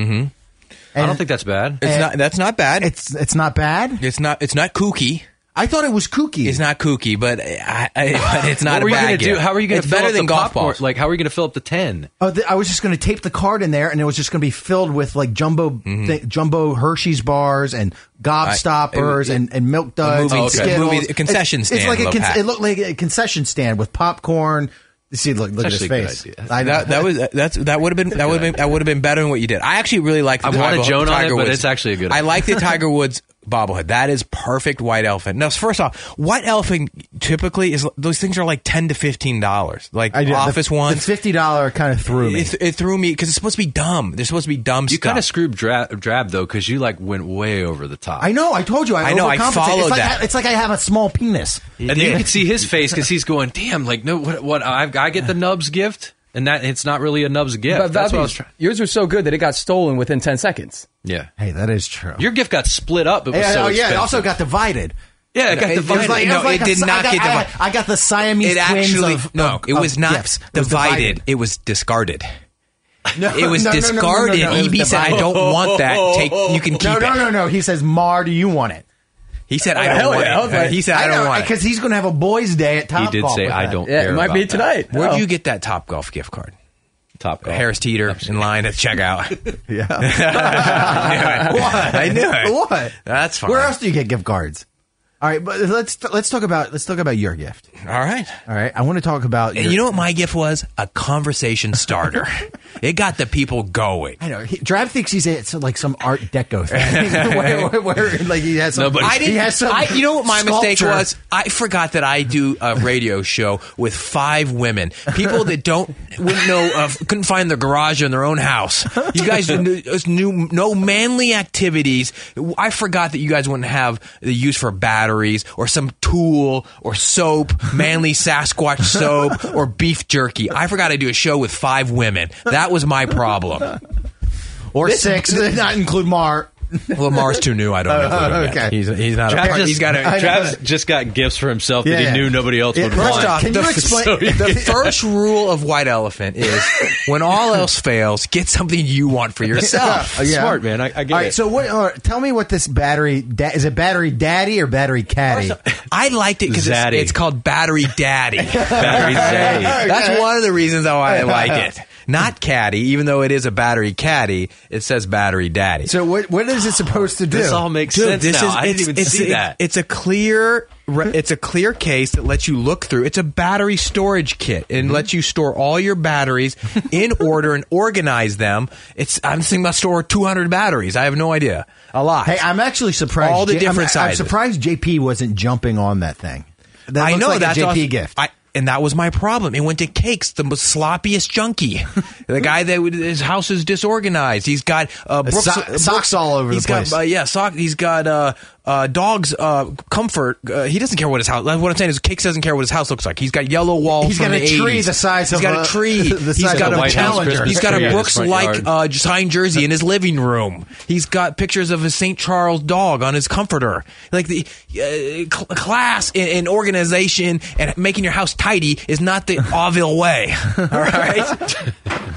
Speaker 5: I don't think that's bad.
Speaker 2: Mm-hmm. It's not. That's not bad.
Speaker 3: It's it's not bad.
Speaker 2: It's not. It's not kooky.
Speaker 3: I thought it was kooky.
Speaker 2: It's not kooky, but I, I, but it's not
Speaker 5: what
Speaker 2: a
Speaker 5: were you
Speaker 2: bad
Speaker 5: gonna do?
Speaker 2: gift.
Speaker 5: How are you going
Speaker 2: It's
Speaker 5: to
Speaker 2: better than
Speaker 5: the
Speaker 2: golf
Speaker 5: popcorn?
Speaker 2: balls.
Speaker 5: Like, how are you going to fill up the ten?
Speaker 3: Oh, th- I was just going to tape the card in there, and it was just going to be filled with like jumbo,
Speaker 2: Mm-hmm.
Speaker 3: thi- jumbo Hershey's bars and gobstoppers
Speaker 2: I- it-
Speaker 3: and, and milk duds
Speaker 2: movie-
Speaker 3: and
Speaker 2: okay.
Speaker 3: Skittles.
Speaker 2: movie- a concession
Speaker 3: it's,
Speaker 2: stand
Speaker 3: It's like a
Speaker 2: little pack.
Speaker 3: it looked like a concession stand with popcorn. You See, look, look at his
Speaker 5: actually a good
Speaker 3: face.
Speaker 5: idea.
Speaker 3: I know.
Speaker 2: that, that was that's that would have been that would have been that would have been better than what you did. I actually really liked. The
Speaker 5: I wanted
Speaker 2: Tiger-
Speaker 5: Joan on
Speaker 2: Tiger
Speaker 5: it, but
Speaker 2: Woods.
Speaker 5: it's actually a good
Speaker 2: I
Speaker 5: idea.
Speaker 2: like the Tiger Woods bobblehead. That is perfect white elephant. Now, first off, white elephant typically is those things are like ten to fifteen dollars. Like
Speaker 3: I did. The-
Speaker 2: office
Speaker 3: the,
Speaker 2: ones,
Speaker 3: fifty dollar kind of threw me.
Speaker 2: it, it threw me because it's supposed to be dumb. They're supposed to be dumb
Speaker 5: You
Speaker 2: stuff.
Speaker 5: kind of screwed dra- drab though, because you like went way over the top.
Speaker 3: I know. I told you. I,
Speaker 2: I know, I
Speaker 3: overcompensate.
Speaker 2: followed
Speaker 3: it's like
Speaker 2: that.
Speaker 3: I, it's like I have a small penis.
Speaker 5: and then you can see his face because he's going, "Damn!" Like, no, what? What? I, I get the nubs gift, and that it's not really a nubs gift.
Speaker 4: But
Speaker 5: That's what I was
Speaker 4: Valby's-
Speaker 5: trying.
Speaker 4: yours was so good that it got stolen within 10 seconds.
Speaker 5: Yeah,
Speaker 3: Hey, that is true.
Speaker 5: your gift got split up. It was
Speaker 3: Hey,
Speaker 5: so
Speaker 3: oh yeah. It
Speaker 5: expensive.
Speaker 3: also got divided.
Speaker 5: yeah, it got
Speaker 2: It was
Speaker 5: divided.
Speaker 2: like-
Speaker 5: No,
Speaker 2: was it
Speaker 3: a
Speaker 2: did
Speaker 3: Si- I
Speaker 2: not
Speaker 3: got-
Speaker 2: get
Speaker 3: I got-
Speaker 2: divided.
Speaker 3: I got the Siamese
Speaker 2: it
Speaker 3: twins
Speaker 2: actually
Speaker 3: of-
Speaker 2: no,
Speaker 3: of-
Speaker 2: it was
Speaker 5: Oh,
Speaker 3: of
Speaker 2: not
Speaker 3: gifts. It was
Speaker 2: divided. It was discarded.
Speaker 3: No,
Speaker 2: It was
Speaker 3: no, no, no, no, no,
Speaker 2: discarded.
Speaker 3: no, it was
Speaker 2: EB said, "I
Speaker 3: divided.
Speaker 2: don't want that. Take you can keep
Speaker 3: No, no,
Speaker 2: it."
Speaker 3: no, no. He says, "Mar, do you want it?"
Speaker 2: He said, "I
Speaker 4: Oh,
Speaker 2: don't
Speaker 4: hell
Speaker 2: want
Speaker 4: yeah. I was
Speaker 2: it."
Speaker 4: like-
Speaker 2: he said, "I, don't want it."
Speaker 3: because he's going to have a boys' day at Top
Speaker 5: he did say, "I don't."
Speaker 4: Yeah,
Speaker 5: care
Speaker 4: it might
Speaker 5: about
Speaker 4: be
Speaker 5: that."
Speaker 4: tonight.
Speaker 2: Where'd
Speaker 4: Oh.
Speaker 2: you get that Top Golf gift card?
Speaker 5: Top golf.
Speaker 2: Harris Teeter in line at checkout.
Speaker 3: Yeah.
Speaker 2: I knew it.
Speaker 3: what?
Speaker 2: I knew it.
Speaker 3: What?
Speaker 2: That's fine.
Speaker 3: Where else do you get gift cards? All right, but let's let's talk about let's talk about your gift.
Speaker 2: All right.
Speaker 3: All right, I want to talk about
Speaker 2: And
Speaker 3: your-
Speaker 2: you know what my gift was? A conversation starter. it got the people going.
Speaker 3: I know he, Drab thinks he's at some, like some Art Deco thing, where, where, where, like he has some.
Speaker 2: I
Speaker 3: he
Speaker 2: didn't.
Speaker 3: has some
Speaker 2: I, you know what my mistake
Speaker 3: sculpture.
Speaker 2: was? I forgot that I do a radio show with five women, people that don't wouldn't know of, couldn't find their garage in their own house. You guys knew, us knew no manly activities. I forgot that you guys wouldn't have the use for batteries or some tool or soap, manly Sasquatch soap or beef jerky. I forgot I do a show with five women. That was my problem.
Speaker 3: or six, not include Mar.
Speaker 2: Well, Mars too new. I don't know.
Speaker 3: Oh, okay.
Speaker 2: he's, he's not.
Speaker 5: Trav
Speaker 2: a,
Speaker 5: just,
Speaker 2: he's got a.
Speaker 3: I know
Speaker 5: Trav's
Speaker 3: that.
Speaker 5: just got gifts for himself that
Speaker 3: Yeah,
Speaker 5: he
Speaker 3: yeah.
Speaker 5: knew nobody else
Speaker 3: Yeah,
Speaker 5: would
Speaker 3: first
Speaker 5: want.
Speaker 3: off, Can
Speaker 2: the,
Speaker 3: you explain-
Speaker 5: So he-
Speaker 2: the first rule of White Elephant is when all else fails, get something you want for yourself.
Speaker 3: Yeah.
Speaker 5: Smart, man. I- I get
Speaker 3: All right,
Speaker 5: it.
Speaker 3: so what? all right, tell me what this battery da- is. It battery daddy or battery caddy?
Speaker 2: I liked it because it's,
Speaker 5: Zaddy.
Speaker 2: it's called Battery Daddy.
Speaker 5: Battery Zaddy.
Speaker 2: That's one of the reasons why I like it. Not caddy, even though it is a battery caddy, it says battery daddy.
Speaker 3: So what? What is it supposed to do?
Speaker 5: This all makes sense now. I didn't
Speaker 2: it's-
Speaker 5: even
Speaker 2: it's-
Speaker 5: see
Speaker 2: it's-
Speaker 5: that.
Speaker 2: It's a clear, re- it's a clear case that lets you look through. It's a battery storage kit
Speaker 3: Mm-hmm.
Speaker 2: and lets you store all your batteries in order and organize them. It's I'm thinking about store 200 batteries. I have no idea. A lot.
Speaker 3: Hey, I'm actually surprised.
Speaker 2: All the
Speaker 3: J- I'm-
Speaker 2: different
Speaker 3: I'm,
Speaker 2: sizes.
Speaker 3: surprised JP wasn't jumping on that thing. That
Speaker 2: I
Speaker 3: looks
Speaker 2: know
Speaker 3: like
Speaker 2: that's
Speaker 3: a JP
Speaker 2: awesome.
Speaker 3: gift.
Speaker 2: I, and that was my problem. It went to cakes, the most sloppiest junkie, the guy that would, his house is disorganized. He's got uh, Brooks,
Speaker 3: so- socks all over the
Speaker 2: he's
Speaker 3: place.
Speaker 2: Got, uh, yeah, sock. He's got uh, uh, dog's uh, comfort. Uh, he doesn't care what his house. What I'm saying is, Cakes doesn't care what his house looks like. He's got yellow walls.
Speaker 3: He's
Speaker 2: from
Speaker 3: got a
Speaker 2: the
Speaker 3: tree
Speaker 2: 80s.
Speaker 3: the size
Speaker 2: He's
Speaker 3: of
Speaker 2: got a
Speaker 3: a-
Speaker 2: tree.
Speaker 3: the size
Speaker 2: he's
Speaker 3: of
Speaker 2: got
Speaker 3: a
Speaker 2: a,
Speaker 3: White House
Speaker 2: Challenger.
Speaker 3: Christmas
Speaker 2: he's got
Speaker 5: tree
Speaker 2: a
Speaker 5: in his
Speaker 2: Brooks
Speaker 5: front
Speaker 2: like
Speaker 5: yard.
Speaker 2: uh, signed jersey in his living room. He's got pictures of his St. Charles dog on his comforter. Like the uh, cl- class and, and organization and making your house tidy is not the Auville way. All right,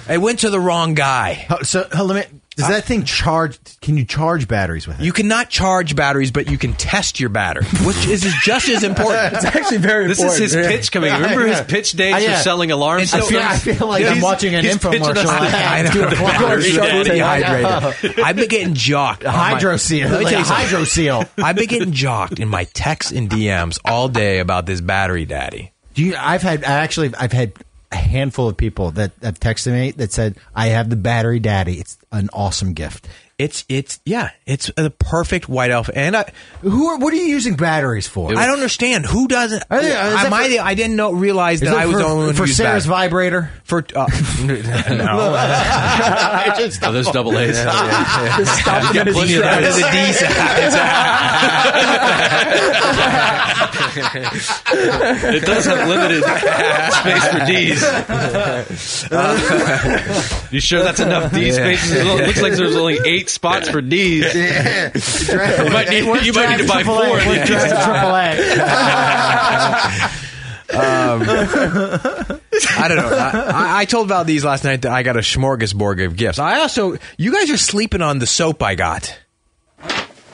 Speaker 2: I went to the wrong guy.
Speaker 3: Oh, So oh, let me. Does that thing charge? Can you charge batteries with it?
Speaker 2: You cannot charge batteries, but you can test your battery, which is just as important.
Speaker 4: It's actually very
Speaker 5: This is
Speaker 4: important.
Speaker 5: his
Speaker 4: yeah.
Speaker 5: pitch coming. Remember his pitch days
Speaker 3: Yeah.
Speaker 5: for selling alarm
Speaker 2: And so-
Speaker 5: systems?
Speaker 2: I
Speaker 3: feel like
Speaker 5: Yeah,
Speaker 3: I'm
Speaker 5: he's-
Speaker 3: watching an
Speaker 5: he's pitching
Speaker 3: infomercial.
Speaker 5: us-
Speaker 2: I know.
Speaker 3: Dude,
Speaker 2: Batteries
Speaker 3: clockwork
Speaker 2: are
Speaker 3: shit.
Speaker 2: dehydrated. I've been getting jocked. on my-
Speaker 3: Hydro seal.
Speaker 2: Let me
Speaker 3: Like
Speaker 2: tell
Speaker 3: a
Speaker 2: you something.
Speaker 3: hydro seal.
Speaker 2: I've been getting jocked in my texts and DMs all day about this battery daddy.
Speaker 3: Do you, I've had I actually I've had a handful of people that have texted me that said I have the battery daddy. It's an awesome gift.
Speaker 2: It's it's yeah, it's the perfect white elf. And I
Speaker 3: Who are what are you using batteries for?
Speaker 2: I don't understand who doesn't.
Speaker 3: Are they- uh, is
Speaker 2: am
Speaker 3: that
Speaker 2: I
Speaker 3: for-
Speaker 2: the- I didn't know realize that I was
Speaker 3: for,
Speaker 2: the only one who
Speaker 3: for
Speaker 2: used
Speaker 3: Sarah's
Speaker 2: battery.
Speaker 3: vibrator.
Speaker 2: for uh, no.
Speaker 5: Oh, those double A's.
Speaker 4: Just stop him in his
Speaker 5: plenty of
Speaker 4: tracks.
Speaker 5: that.
Speaker 2: Under the D
Speaker 5: It does have limited space for D's. Uh, you sure that's enough D spaces? It looks like there's only eight spots for D's. You might need, you might need to buy
Speaker 3: Triple A,
Speaker 5: four.
Speaker 3: we're driving Triple A.
Speaker 2: I don't know. I, I- I told Val these last night that I got a smorgasbord of gifts. I also, you guys are sleeping on the soap I got.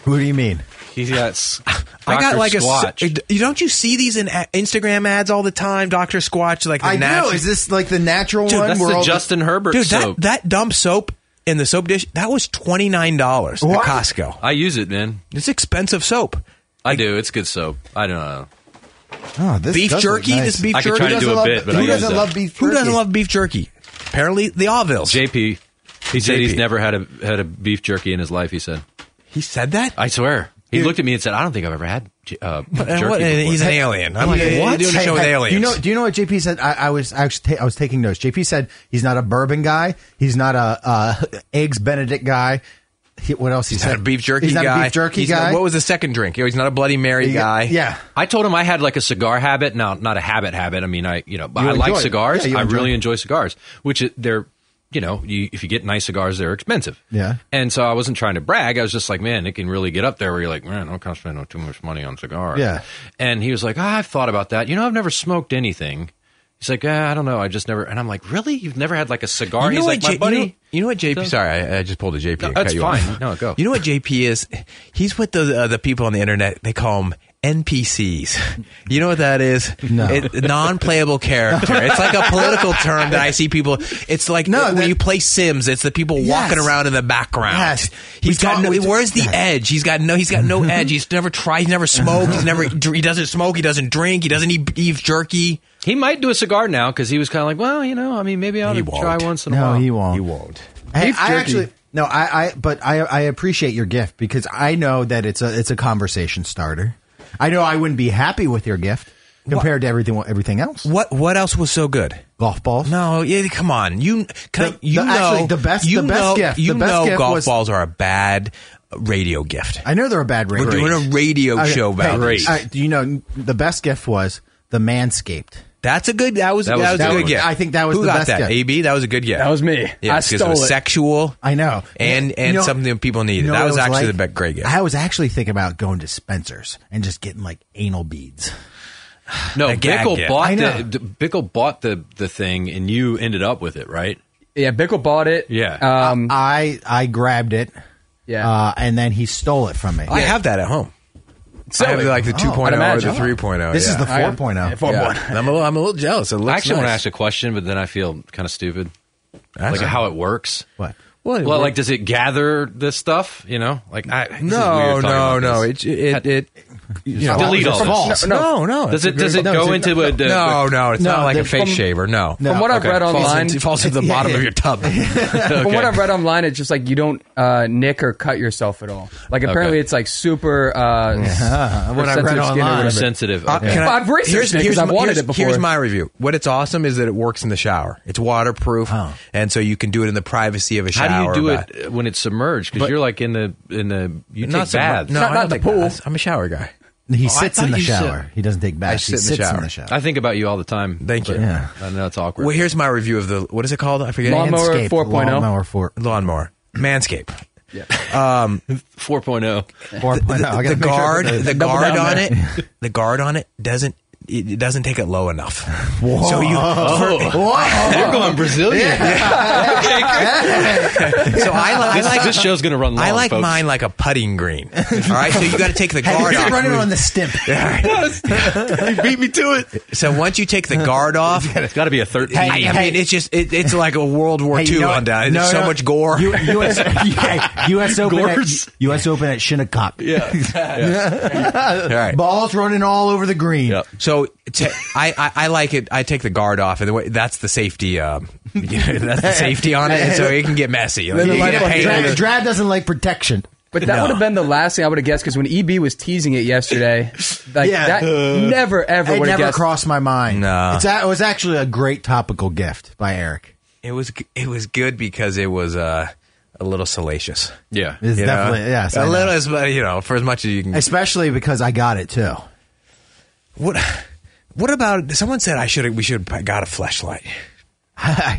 Speaker 3: What do you mean?
Speaker 5: He's got s-
Speaker 2: I got
Speaker 5: Dr.
Speaker 2: like a.
Speaker 5: Squatch.
Speaker 2: s- You Don't you see these in a- Instagram ads all the time? Doctor Squatch, like the
Speaker 3: I
Speaker 2: natural.
Speaker 3: know. Is this like the natural
Speaker 2: Dude,
Speaker 3: one?
Speaker 5: That's
Speaker 3: where
Speaker 5: the
Speaker 3: all
Speaker 5: Justin Herbert
Speaker 2: Dude,
Speaker 5: soap.
Speaker 2: that that dumb soap in the soap dish that was twenty nine dollars at
Speaker 3: What?
Speaker 2: Costco.
Speaker 5: I use it, man.
Speaker 2: It's expensive soap.
Speaker 5: I do. It's good soap. I don't know.
Speaker 3: Oh, this
Speaker 2: beef
Speaker 3: does look
Speaker 2: jerky.
Speaker 3: nice.
Speaker 2: This beef
Speaker 5: I could
Speaker 2: jerky.
Speaker 5: try to
Speaker 2: Who
Speaker 5: do
Speaker 2: doesn't
Speaker 5: a
Speaker 2: love-
Speaker 5: bit, but I
Speaker 3: Who
Speaker 5: use
Speaker 3: doesn't
Speaker 5: that.
Speaker 3: love beef jerky?
Speaker 2: Who doesn't love beef jerky? Apparently, the Auvilles.
Speaker 5: JP. He said he's
Speaker 2: JP.
Speaker 5: never had a had a beef jerky in his life. He said,
Speaker 2: he said that.
Speaker 5: "I swear." He looked at me and said, "I don't think I've ever had j- uh, jerky
Speaker 2: and what, and
Speaker 5: before."
Speaker 2: he's an alien. I'm like,
Speaker 3: Hey,
Speaker 2: what? Doing a
Speaker 3: hey,
Speaker 2: show with
Speaker 3: hey,
Speaker 2: aliens.
Speaker 3: Do you know? Do you know what JP said? I, I was actually ta- I was taking notes. JP said he's not a bourbon guy. He's not a uh, eggs Benedict guy. He, what else he
Speaker 2: He's
Speaker 3: said?
Speaker 2: not a beef jerky
Speaker 3: He's not
Speaker 2: guy.
Speaker 3: a beef jerky
Speaker 2: He's
Speaker 3: guy.
Speaker 2: not- what was the second drink? You know, He's not a Bloody Mary
Speaker 3: He-
Speaker 2: guy.
Speaker 3: Yeah.
Speaker 5: I told him I had like a cigar habit. Now, not a habit habit. I mean, I you know, but
Speaker 3: You
Speaker 5: I like
Speaker 3: enjoy it.
Speaker 5: cigars.
Speaker 3: Yeah, you
Speaker 5: I
Speaker 3: enjoy
Speaker 5: really
Speaker 3: it.
Speaker 5: enjoy cigars, which is, they're you know, you, if you get nice cigars, they're expensive.
Speaker 3: Yeah.
Speaker 5: And so I wasn't trying to brag. I was just like, man, it can really get up there where you're like, man, I don't cost me no too much money on cigars.
Speaker 3: Yeah.
Speaker 5: And he was like, ah, I've thought about that. You know, I've never smoked anything. He's like, ah, I don't know. I just never. And I'm like, really? You've never had like a cigar?
Speaker 2: You know
Speaker 5: He's like,
Speaker 2: what,
Speaker 5: my
Speaker 2: J-
Speaker 5: buddy.
Speaker 2: You know, you know what, JP?
Speaker 5: So-
Speaker 2: sorry, I, I just pulled a JP.
Speaker 5: No,
Speaker 2: and
Speaker 5: that's
Speaker 2: cut you off.
Speaker 5: fine. No, go.
Speaker 2: You know what JP is? He's with the uh, the people on the internet. They call them NPCs. You know what that is?
Speaker 3: No.
Speaker 2: It- non-playable character. It's like a political term that I see people. It's like
Speaker 3: No,
Speaker 2: when
Speaker 3: that-
Speaker 2: you play Sims. It's the people
Speaker 3: Yes.
Speaker 2: walking around in the background.
Speaker 3: Yes.
Speaker 2: He's
Speaker 3: We
Speaker 2: got
Speaker 3: talk-
Speaker 2: no,
Speaker 3: we-
Speaker 2: where's the
Speaker 3: yes.
Speaker 2: edge? He's got no. He's got no edge. He's never tried. He's never smoked. He's never. He doesn't smoke. He doesn't drink. He doesn't eat beef jerky.
Speaker 5: He might do a cigar now because he was kind of like, well, you know, I mean, maybe I'll
Speaker 2: He
Speaker 5: try
Speaker 2: won't.
Speaker 5: once in a
Speaker 3: No,
Speaker 5: while.
Speaker 3: he won't.
Speaker 2: won't.
Speaker 3: Hey,
Speaker 4: Beef
Speaker 3: I
Speaker 4: jerky.
Speaker 3: actually no. I, I but I I appreciate your gift because I know that it's a it's a conversation starter. I know I wouldn't be happy with your gift compared to everything everything else.
Speaker 2: What What else was so good?
Speaker 3: Golf balls.
Speaker 2: No, yeah, come on. You can
Speaker 3: The-
Speaker 2: I, you
Speaker 3: the-
Speaker 2: know
Speaker 3: actually, the best-
Speaker 2: you
Speaker 3: the best
Speaker 2: know,
Speaker 3: gift-
Speaker 2: You
Speaker 3: the best
Speaker 2: know
Speaker 3: gift
Speaker 2: golf
Speaker 3: was-
Speaker 2: balls are a bad radio gift.
Speaker 3: I know they're a bad radio.
Speaker 2: We're doing a radio show about this.
Speaker 3: Do you know the best gift was the Manscaped?
Speaker 2: That's a good. That was that
Speaker 5: That
Speaker 2: was,
Speaker 5: was a
Speaker 2: a
Speaker 5: good
Speaker 2: good
Speaker 5: one.
Speaker 2: gift.
Speaker 3: I think that was
Speaker 2: Who
Speaker 3: the
Speaker 2: got
Speaker 3: best
Speaker 2: that?
Speaker 3: gift.
Speaker 2: AB. That was a good gift.
Speaker 4: That was me.
Speaker 2: Yeah,
Speaker 4: I
Speaker 2: because it
Speaker 4: stole
Speaker 2: was
Speaker 4: it.
Speaker 2: sexual.
Speaker 3: I know.
Speaker 2: and
Speaker 3: You
Speaker 2: and
Speaker 3: know-
Speaker 2: something that people needed.
Speaker 3: you know
Speaker 2: that
Speaker 3: what
Speaker 2: was
Speaker 3: it
Speaker 2: actually
Speaker 3: like?
Speaker 2: the best great gift.
Speaker 3: I was actually thinking about going to Spencer's and just getting like anal beads.
Speaker 5: No,
Speaker 2: A gag
Speaker 5: Bickle
Speaker 2: gift.
Speaker 5: bought
Speaker 3: I know.
Speaker 5: the, the Bickle bought the the thing, and you ended up with it, right? Uh,
Speaker 4: Yeah, Bickle bought it.
Speaker 5: Yeah.
Speaker 4: Um,
Speaker 3: I I grabbed it.
Speaker 4: Yeah.
Speaker 3: Uh, and then he stole it from me.
Speaker 2: I have that at home. I have like the 2.0
Speaker 4: I'd
Speaker 2: or the
Speaker 4: imagine.
Speaker 2: 3.0.
Speaker 3: Oh, This is
Speaker 2: Oh, yeah. oh.
Speaker 3: the oh.
Speaker 4: I-
Speaker 3: 4.0.
Speaker 4: Yeah, 4.0.
Speaker 2: Yeah. I'm a little, I'm a little jealous. It looks
Speaker 5: I actually want to
Speaker 2: nice.
Speaker 5: ask a question, but then I feel kind of stupid, like
Speaker 2: Ask it.
Speaker 5: how it works.
Speaker 3: What?
Speaker 2: Well, it
Speaker 5: Well, like,
Speaker 2: works.
Speaker 5: does it gather this stuff? You know, like I this is
Speaker 2: no,
Speaker 5: weird talking
Speaker 2: no,
Speaker 5: about
Speaker 2: no.
Speaker 5: this.
Speaker 2: It it, it
Speaker 5: you know, delete all
Speaker 3: False.
Speaker 5: this.
Speaker 2: No, no.
Speaker 5: Does it does it
Speaker 3: No, it's
Speaker 5: go
Speaker 3: a-
Speaker 5: into a the-
Speaker 2: No, no, it's
Speaker 3: No,
Speaker 2: not like a
Speaker 3: they're
Speaker 2: face
Speaker 3: from-
Speaker 2: shaver. No.
Speaker 3: No.
Speaker 4: From what I've
Speaker 2: Okay.
Speaker 4: read
Speaker 2: Falls
Speaker 4: online,
Speaker 2: into- falls into the
Speaker 3: Yeah,
Speaker 2: bottom
Speaker 3: yeah.
Speaker 2: of your tub. Okay.
Speaker 4: From what I've read online, it's just like you don't uh, nick or cut yourself at all. Like apparently,
Speaker 2: Okay.
Speaker 4: it's like super. Uh,
Speaker 3: Yeah,
Speaker 4: for
Speaker 3: what I read
Speaker 4: sensitive skin or
Speaker 3: online.
Speaker 5: We're
Speaker 4: whatever.
Speaker 5: sensitive. Okay.
Speaker 2: Can
Speaker 4: I've researched it 'cause I've
Speaker 2: my-
Speaker 4: wanted
Speaker 2: here's-
Speaker 4: it before.
Speaker 2: Here's my review. What it's awesome is that it works in the shower. It's waterproof, and so you can do it in the privacy of a shower.
Speaker 5: How do you do
Speaker 2: bath.
Speaker 5: it uh, when it's submerged? Because you're like in the in the you
Speaker 2: Not
Speaker 5: take
Speaker 2: so much-
Speaker 5: baths.
Speaker 2: No,
Speaker 4: Not-
Speaker 2: I
Speaker 4: not
Speaker 2: don't
Speaker 4: the
Speaker 2: take
Speaker 4: pool.
Speaker 2: baths. I'm a shower guy. Oh,
Speaker 3: He
Speaker 2: I
Speaker 3: sits in
Speaker 2: thought
Speaker 3: the
Speaker 2: you said-
Speaker 3: shower. he doesn't take baths.
Speaker 2: I
Speaker 3: he
Speaker 2: sit in
Speaker 3: sits
Speaker 2: the
Speaker 3: in the shower.
Speaker 5: I think about you all the time.
Speaker 2: Thank you.
Speaker 5: but
Speaker 3: Yeah.
Speaker 5: I know it's awkward.
Speaker 2: Well, here's my review of the what is it called? I forget.
Speaker 4: Lawnmower
Speaker 3: Manscaped,
Speaker 2: oh.
Speaker 4: 4.0.
Speaker 3: Lawnmower 4.
Speaker 2: Lawnmower. Manscape.
Speaker 5: 4.0
Speaker 3: 4.0. oh. I gotta
Speaker 2: the
Speaker 3: make sure
Speaker 2: guard,
Speaker 3: that
Speaker 2: the
Speaker 3: they-
Speaker 2: guard
Speaker 4: down
Speaker 2: on
Speaker 4: there.
Speaker 2: it, the guard on it doesn't it it doesn't take it low enough. So you,
Speaker 5: You're going Brazilian.
Speaker 2: so I, li- I
Speaker 5: Oh, This,
Speaker 2: like
Speaker 5: this show's going to run long.
Speaker 2: I like
Speaker 5: folks.
Speaker 2: mine like a putting green. All right, so you got to take the guard
Speaker 3: He's
Speaker 2: off.
Speaker 3: running on the stimp.
Speaker 5: You beat me to it.
Speaker 2: So once you take the guard off,
Speaker 5: It's got to be a 13.
Speaker 2: I, I mean it's just it, it's like a World War
Speaker 3: Hey,
Speaker 2: II
Speaker 3: you know
Speaker 2: on
Speaker 3: what?
Speaker 2: down. There's
Speaker 3: No,
Speaker 2: so
Speaker 3: no.
Speaker 2: much gore.
Speaker 3: U- US, yeah, US Open
Speaker 5: Gores.
Speaker 3: at, US Open at Shinnecock.
Speaker 2: All right.
Speaker 3: Balls running all over the green.
Speaker 5: Yep.
Speaker 2: So t- I, I I like it. I take the guard off, and the way, that's the safety. Um, you know, that's the safety on it, and so it can get messy. Like,
Speaker 3: Then
Speaker 2: you
Speaker 3: the
Speaker 2: get
Speaker 3: light-
Speaker 2: paint
Speaker 3: Drab,
Speaker 2: on it.
Speaker 3: Drab doesn't like protection.
Speaker 4: But that would have been the last thing I would have guessed because when EB was teasing it yesterday, like
Speaker 3: Yeah.
Speaker 4: that never ever
Speaker 3: It
Speaker 4: would have
Speaker 3: never
Speaker 4: guessed.
Speaker 3: crossed my mind.
Speaker 2: No.
Speaker 3: It's a, it was actually a great topical gift by Eric.
Speaker 2: It was it was good because it was uh, a little salacious.
Speaker 5: yeah.
Speaker 3: It's
Speaker 2: you know?
Speaker 3: definitely yes, I
Speaker 2: a
Speaker 3: know.
Speaker 2: little as mu- you know for as much as you can.
Speaker 3: Especially because I got it too.
Speaker 2: What what about someone said I should we should got a flashlight,
Speaker 3: I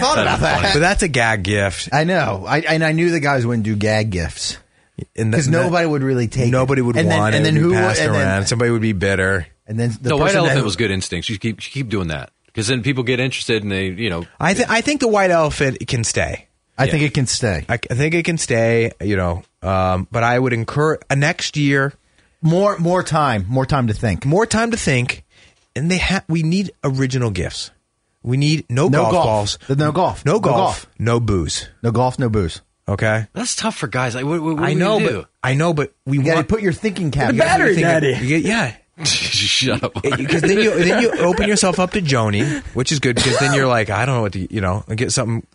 Speaker 3: thought about
Speaker 2: but
Speaker 3: that.
Speaker 2: that's a gag gift.
Speaker 3: I know. I and I knew the guys wouldn't do gag gifts
Speaker 2: And
Speaker 3: because
Speaker 2: that-
Speaker 3: nobody would really take. it.
Speaker 2: nobody would
Speaker 3: and
Speaker 2: want
Speaker 3: then,
Speaker 2: it.
Speaker 3: And then
Speaker 2: would
Speaker 3: who?
Speaker 2: be passed
Speaker 3: and
Speaker 2: around?
Speaker 3: then,
Speaker 2: Somebody would be bitter.
Speaker 3: and then the
Speaker 5: The white
Speaker 3: person
Speaker 5: elephant
Speaker 3: that,
Speaker 5: was good instincts. You keep you keep doing that because then people get interested and they you know
Speaker 2: I th- I think the white elephant can stay.
Speaker 3: I think it can stay.
Speaker 2: I, I think it can stay. You know, um, but I would incur uh, next year
Speaker 3: More, more time, more time to think.
Speaker 2: more time to think, and they ha- we need original gifts. We need no,
Speaker 3: No
Speaker 2: golf,
Speaker 3: golf.
Speaker 2: balls,
Speaker 3: No golf.
Speaker 2: no
Speaker 3: No
Speaker 2: golf,
Speaker 3: golf.
Speaker 2: no booze.
Speaker 3: No golf, no booze.
Speaker 2: Okay,
Speaker 5: that's tough for guys. Like what, what, what
Speaker 2: I
Speaker 5: do
Speaker 2: know,
Speaker 5: we
Speaker 2: but
Speaker 5: do?
Speaker 2: I know, but we
Speaker 3: You got to
Speaker 2: want
Speaker 3: put your thinking cap.
Speaker 2: You gotta think of- you get- yeah.
Speaker 5: Shut up.
Speaker 2: Because then you then you open yourself up to Joni, which is good. Because then you're like, I don't know what to, you know, get something.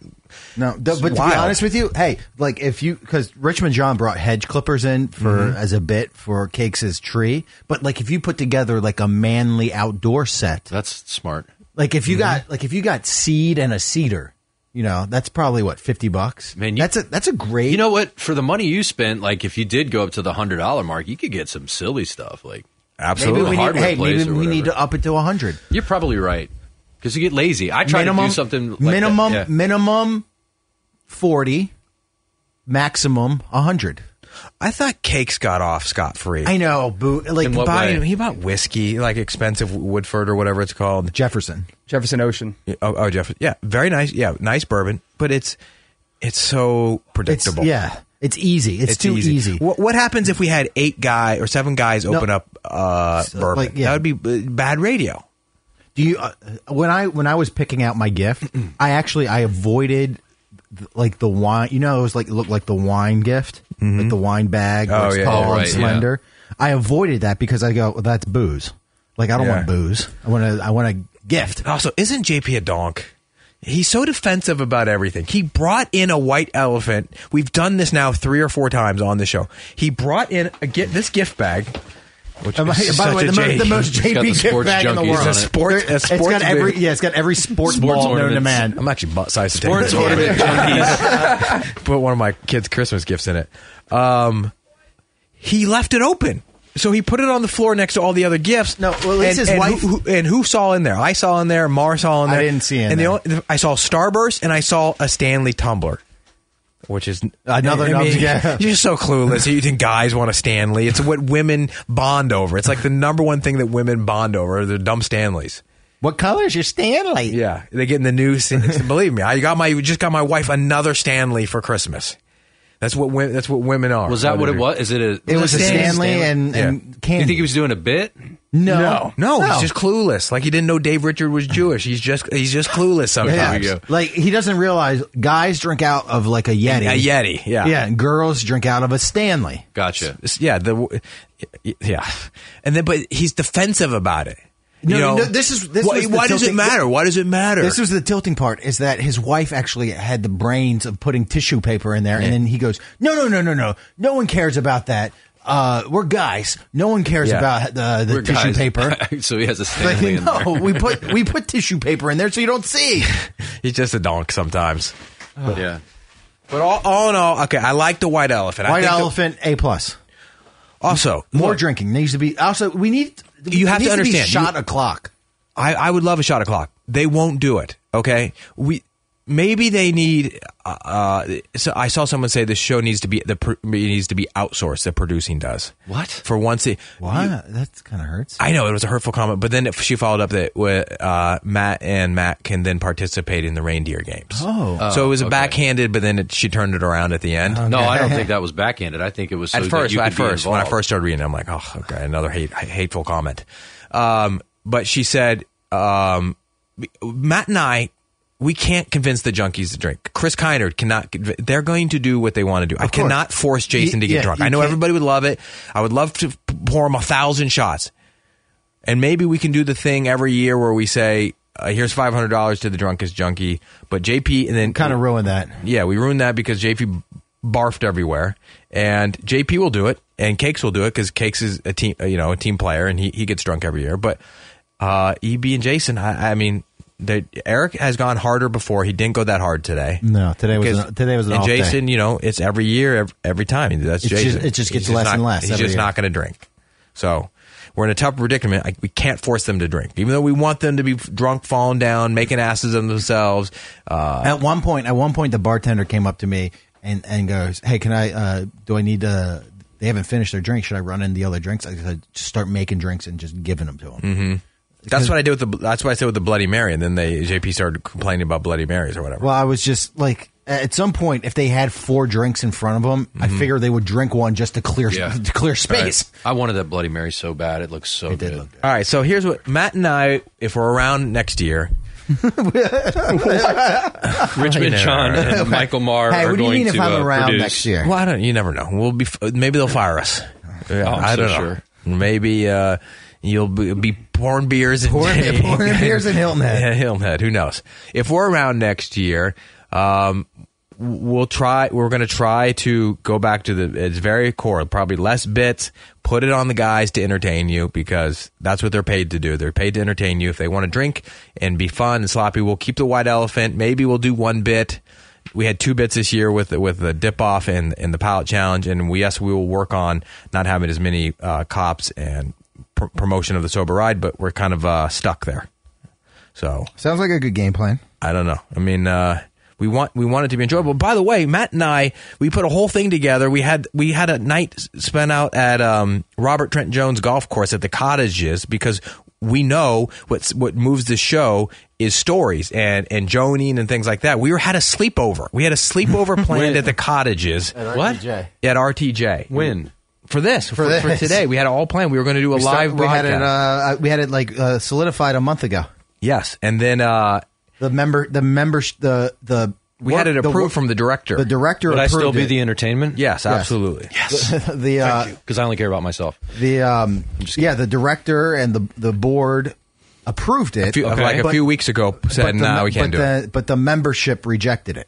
Speaker 3: No, th- but to be
Speaker 2: wild.
Speaker 3: honest with you, hey, like if you because Richmond John brought hedge clippers in for as a bit for Cakes' tree, but like if you put together like a manly outdoor set,
Speaker 5: That's smart.
Speaker 3: like if you got like if you got seed and a cedar, you know that's probably what fifty bucks.
Speaker 5: Man, you-
Speaker 3: that's a that's a great.
Speaker 5: You know what? For the money you spent, like if you did go up to the hundred dollar mark, you could get some silly stuff. Like
Speaker 3: maybe we need,
Speaker 5: hardware
Speaker 3: hey,
Speaker 5: place
Speaker 3: maybe
Speaker 5: or
Speaker 3: we need
Speaker 5: whatever.
Speaker 3: to up it to hundred
Speaker 5: You're probably right because you get lazy. I try
Speaker 3: minimum
Speaker 5: to do something like that.
Speaker 3: minimum
Speaker 5: Yeah.
Speaker 3: minimum forty, maximum hundred.
Speaker 2: I thought cakes got off scot free.
Speaker 3: I know, boo. Like
Speaker 5: In what
Speaker 3: buy-
Speaker 5: way?
Speaker 2: He bought whiskey, like expensive Woodford or whatever it's called.
Speaker 3: Jefferson.
Speaker 4: Jefferson Ocean.
Speaker 2: Oh, oh Jeff, yeah, very nice. Yeah, nice bourbon, but it's it's so
Speaker 3: It's
Speaker 2: predictable.
Speaker 3: yeah. It's easy. It's, too easy.
Speaker 2: What, what happens if we had eight guy or seven guys open up uh,
Speaker 3: So,
Speaker 2: bourbon?
Speaker 3: like, yeah.
Speaker 2: That would be uh, bad radio.
Speaker 3: Do you uh, when I when I was picking out my gift, I actually I avoided th- like the wine. You know, it was like it looked like the wine gift, like the wine bag. where
Speaker 2: Mm-hmm. Oh,
Speaker 3: it's
Speaker 2: yeah,
Speaker 3: tall
Speaker 2: yeah,
Speaker 3: and
Speaker 5: right, yeah.
Speaker 3: slender. I avoided that because I go, well, that's booze. Like I don't
Speaker 2: Yeah.
Speaker 3: want booze. I want to. I want a gift.
Speaker 2: Also, isn't JP a donk? He's so defensive about everything. He brought in a white elephant. We've done this now three or four times on the show. He brought in a get this gift bag, which
Speaker 3: By
Speaker 2: is
Speaker 3: by
Speaker 2: such
Speaker 3: the way,
Speaker 2: a Jake.
Speaker 3: the most, the most
Speaker 5: got the
Speaker 3: JP gift
Speaker 5: sports
Speaker 3: bag in the
Speaker 5: junkies
Speaker 3: world.
Speaker 5: on
Speaker 2: It's a
Speaker 5: it.
Speaker 2: sports. a
Speaker 3: it's
Speaker 2: sports
Speaker 3: got every
Speaker 2: bib.
Speaker 3: yeah, it's got every sports,
Speaker 5: Sports
Speaker 3: ball known to
Speaker 5: ornaments.
Speaker 3: man.
Speaker 2: I'm actually butt sized.
Speaker 5: Sports ornament junkies.
Speaker 2: put one of my kids' Christmas gifts in it. Um, he left it open. So he put it on the floor next to all the other gifts.
Speaker 3: No, well, at
Speaker 2: and,
Speaker 3: least his
Speaker 2: and
Speaker 3: wife-
Speaker 2: Who, who, and who saw in there? I saw in there. Mar saw in
Speaker 3: I
Speaker 2: there.
Speaker 3: didn't see in
Speaker 2: and
Speaker 3: there.
Speaker 2: The only, I saw Starburst and I saw a Stanley tumbler, which is
Speaker 3: Another
Speaker 2: I mean,
Speaker 3: nubs- yeah.
Speaker 2: You're so clueless. You think guys want a Stanley? It's what women bond over. It's like the number one thing that women bond over. They're dumb Stanleys.
Speaker 3: What color is your Stanley?
Speaker 2: Yeah, they're getting the new. Believe me, I got my just got my wife another Stanley for Christmas. That's what women. That's what women are.
Speaker 5: Was that what it
Speaker 2: Predator.
Speaker 5: was? Is it a?
Speaker 3: It was a Stanley, and,
Speaker 2: Yeah.
Speaker 3: and Candy.
Speaker 5: You think he was doing a bit?
Speaker 3: no,
Speaker 2: No, no, he's just clueless. Like he didn't know Dave Richard was Jewish. He's just he's just clueless
Speaker 3: Yeah.
Speaker 2: sometimes.
Speaker 3: Like he doesn't realize guys drink out of like a Yeti.
Speaker 2: A Yeti, yeah,
Speaker 3: Yeah, and girls drink out of a Stanley.
Speaker 5: Gotcha.
Speaker 2: It's- yeah, the yeah, and then but he's defensive about it.
Speaker 3: No,
Speaker 2: you know,
Speaker 3: no, this is- this
Speaker 2: why,
Speaker 3: was the
Speaker 2: why does it
Speaker 3: tilting-
Speaker 2: matter? Why does it matter?
Speaker 3: This was the tilting part is that his wife actually had the brains of putting tissue paper in there, and then he goes, "No, no, no, no, no. No one cares about that. Uh, we're guys. No one cares
Speaker 2: Yeah.
Speaker 3: about uh, the
Speaker 5: We're
Speaker 3: tissue
Speaker 5: guys.
Speaker 3: paper."
Speaker 5: so he has a
Speaker 3: Like,
Speaker 5: Stanley in there.
Speaker 3: no, we put we put tissue paper in there so you don't see.
Speaker 2: he's just a donk sometimes.
Speaker 5: Yeah.
Speaker 2: But all, all in all, okay, I like the white elephant. I
Speaker 3: White
Speaker 2: think the-
Speaker 3: elephant, a plus.
Speaker 2: also,
Speaker 3: More
Speaker 2: look,
Speaker 3: drinking needs to be. Also, we need.
Speaker 2: You
Speaker 3: it
Speaker 2: have to
Speaker 3: needs be
Speaker 2: understand,
Speaker 3: shot
Speaker 2: you-
Speaker 3: a clock.
Speaker 2: I, I would love a shot o'clock. They won't do it. Okay, we maybe they need. Uh, uh, so I saw someone say this show needs to be the pr- it needs to be outsourced. The producing does
Speaker 5: What?
Speaker 2: for once. It,
Speaker 3: Wow, that kind of hurts.
Speaker 2: I know it was a hurtful comment, but then it, she followed up that with uh, Matt and Matt can then participate in the reindeer games.
Speaker 3: Oh.
Speaker 2: so it was backhanded, but then it, she turned it around at the end.
Speaker 5: No, I don't think that was backhanded. I think it was so
Speaker 2: at
Speaker 5: that
Speaker 2: first,
Speaker 5: you
Speaker 2: at
Speaker 5: could be
Speaker 2: first, when I
Speaker 5: involved.
Speaker 2: first started reading, it, I'm like, oh, okay, another hate, hateful comment. Um, but she said, um, Matt and I, we can't convince the junkies to drink. Chris Keinert cannot. conv- They're going to do what they want to do. I
Speaker 3: course.
Speaker 2: cannot force Jason to
Speaker 3: You-
Speaker 2: get
Speaker 3: yeah,
Speaker 2: drunk.
Speaker 3: you
Speaker 2: I know
Speaker 3: can't-
Speaker 2: everybody would love it. I would love to p- pour him a thousand shots, and maybe we can do the thing every year where we say. Uh, here's five hundred dollars to the drunkest junkie, but JP and then
Speaker 3: Kind of ruined that.
Speaker 2: yeah, we ruined that because JP barfed everywhere, and JP will do it, and Cakes will do it because Cakes is a team, uh, you know, a team player, and he, he gets drunk every year. But uh, EB and Jason, I, I mean, they, Eric has gone harder before. He didn't go that hard today.
Speaker 3: No, today was
Speaker 2: Because-
Speaker 3: an- today was an
Speaker 2: and
Speaker 3: off day.
Speaker 2: Jason. You know, it's every year, every, every time. That's
Speaker 3: It's
Speaker 2: Jason.
Speaker 3: just- it just
Speaker 2: He's
Speaker 3: gets less
Speaker 2: not-
Speaker 3: and less
Speaker 2: He's
Speaker 3: every
Speaker 2: just
Speaker 3: year.
Speaker 2: not going to drink. So. We're in a tough predicament. Like we can't force them to drink, even though we want them to be drunk, falling down, making asses of themselves. Uh,
Speaker 3: at one point, at one point, the bartender came up to me and and goes, "Hey, can I? Uh, do I need to?" They haven't finished their drink. Should I run in the other drinks? I said, just start making drinks and just giving them to them.
Speaker 2: That's what I did with the. That's what I said with the Bloody Mary, and then they JP started complaining about Bloody Marys or whatever.
Speaker 3: Well, I was just like, at some point, if they had four drinks in front of them, I figure they would drink one just to clear
Speaker 5: Yeah.
Speaker 3: to clear space.
Speaker 5: I wanted that Bloody Mary so bad. It looks so
Speaker 3: It did
Speaker 5: good.
Speaker 3: look
Speaker 2: All right, so here's what Matt and I, if we're around next year,
Speaker 5: Richmond
Speaker 2: Yeah.
Speaker 5: John and Michael Marr
Speaker 3: Hey,
Speaker 5: are
Speaker 3: what do you
Speaker 5: going
Speaker 3: mean if
Speaker 5: to
Speaker 3: I'm
Speaker 5: uh,
Speaker 3: around
Speaker 5: produce.
Speaker 3: next year?
Speaker 2: well, I don't. You never know. We'll be. Maybe they'll fire us.
Speaker 3: Oh,
Speaker 2: Yeah,
Speaker 5: I'm
Speaker 2: I
Speaker 5: so
Speaker 2: don't know.
Speaker 5: sure.
Speaker 2: Maybe uh, you'll be, be pouring beers and
Speaker 3: Pouring- pouring beers in Hilton Head.
Speaker 2: Yeah, Hilton Head. Who knows? If we're around next year, um, we'll try. We're going to try to go back to the its very core. Probably less bits. Put it on the guys to entertain you because that's what they're paid to do. They're paid to entertain you. If they want to drink and be fun and sloppy, we'll keep the white elephant. Maybe we'll do one bit. We had two bits this year with with the dip off and, and the pilot challenge, and we, yes, we will work on not having as many uh, cops and pr- promotion of the sober ride, but we're kind of uh, stuck there. So
Speaker 3: Sounds like a good game plan.
Speaker 2: I don't know. I mean, uh, we want we want it to be enjoyable. By the way, Matt and I we put a whole thing together. We had we had a night s- spent out at um, Robert Trent Jones Golf Course at the cottages because we know what's what moves the show is stories and and joning and things like that. We were, had a sleepover. We had a sleepover planned at the cottages.
Speaker 5: What?
Speaker 3: RTJ.
Speaker 2: At RTJ.
Speaker 5: When?
Speaker 2: For this, for, for,
Speaker 3: this.
Speaker 2: today, we had it all planned. We were going to do a
Speaker 3: We
Speaker 2: live
Speaker 3: start- we had
Speaker 2: broadcast.
Speaker 3: it. Uh, we had it like uh, solidified a month ago.
Speaker 2: yes, and then uh,
Speaker 3: The member, the members, the the
Speaker 2: we had it
Speaker 3: the
Speaker 2: approved
Speaker 3: work-
Speaker 2: from the director.
Speaker 3: The director
Speaker 5: Would I
Speaker 3: approved
Speaker 5: still be
Speaker 3: it.
Speaker 5: the entertainment?
Speaker 2: Yes, absolutely.
Speaker 3: the uh,
Speaker 5: Because I only care about myself.
Speaker 3: the um yeah the director and the the board approved it
Speaker 2: few-
Speaker 5: Okay.
Speaker 2: like a
Speaker 3: But-
Speaker 2: few weeks ago said
Speaker 3: the
Speaker 2: no
Speaker 3: me-
Speaker 2: we can't
Speaker 3: but
Speaker 2: do it
Speaker 3: the, but the membership rejected it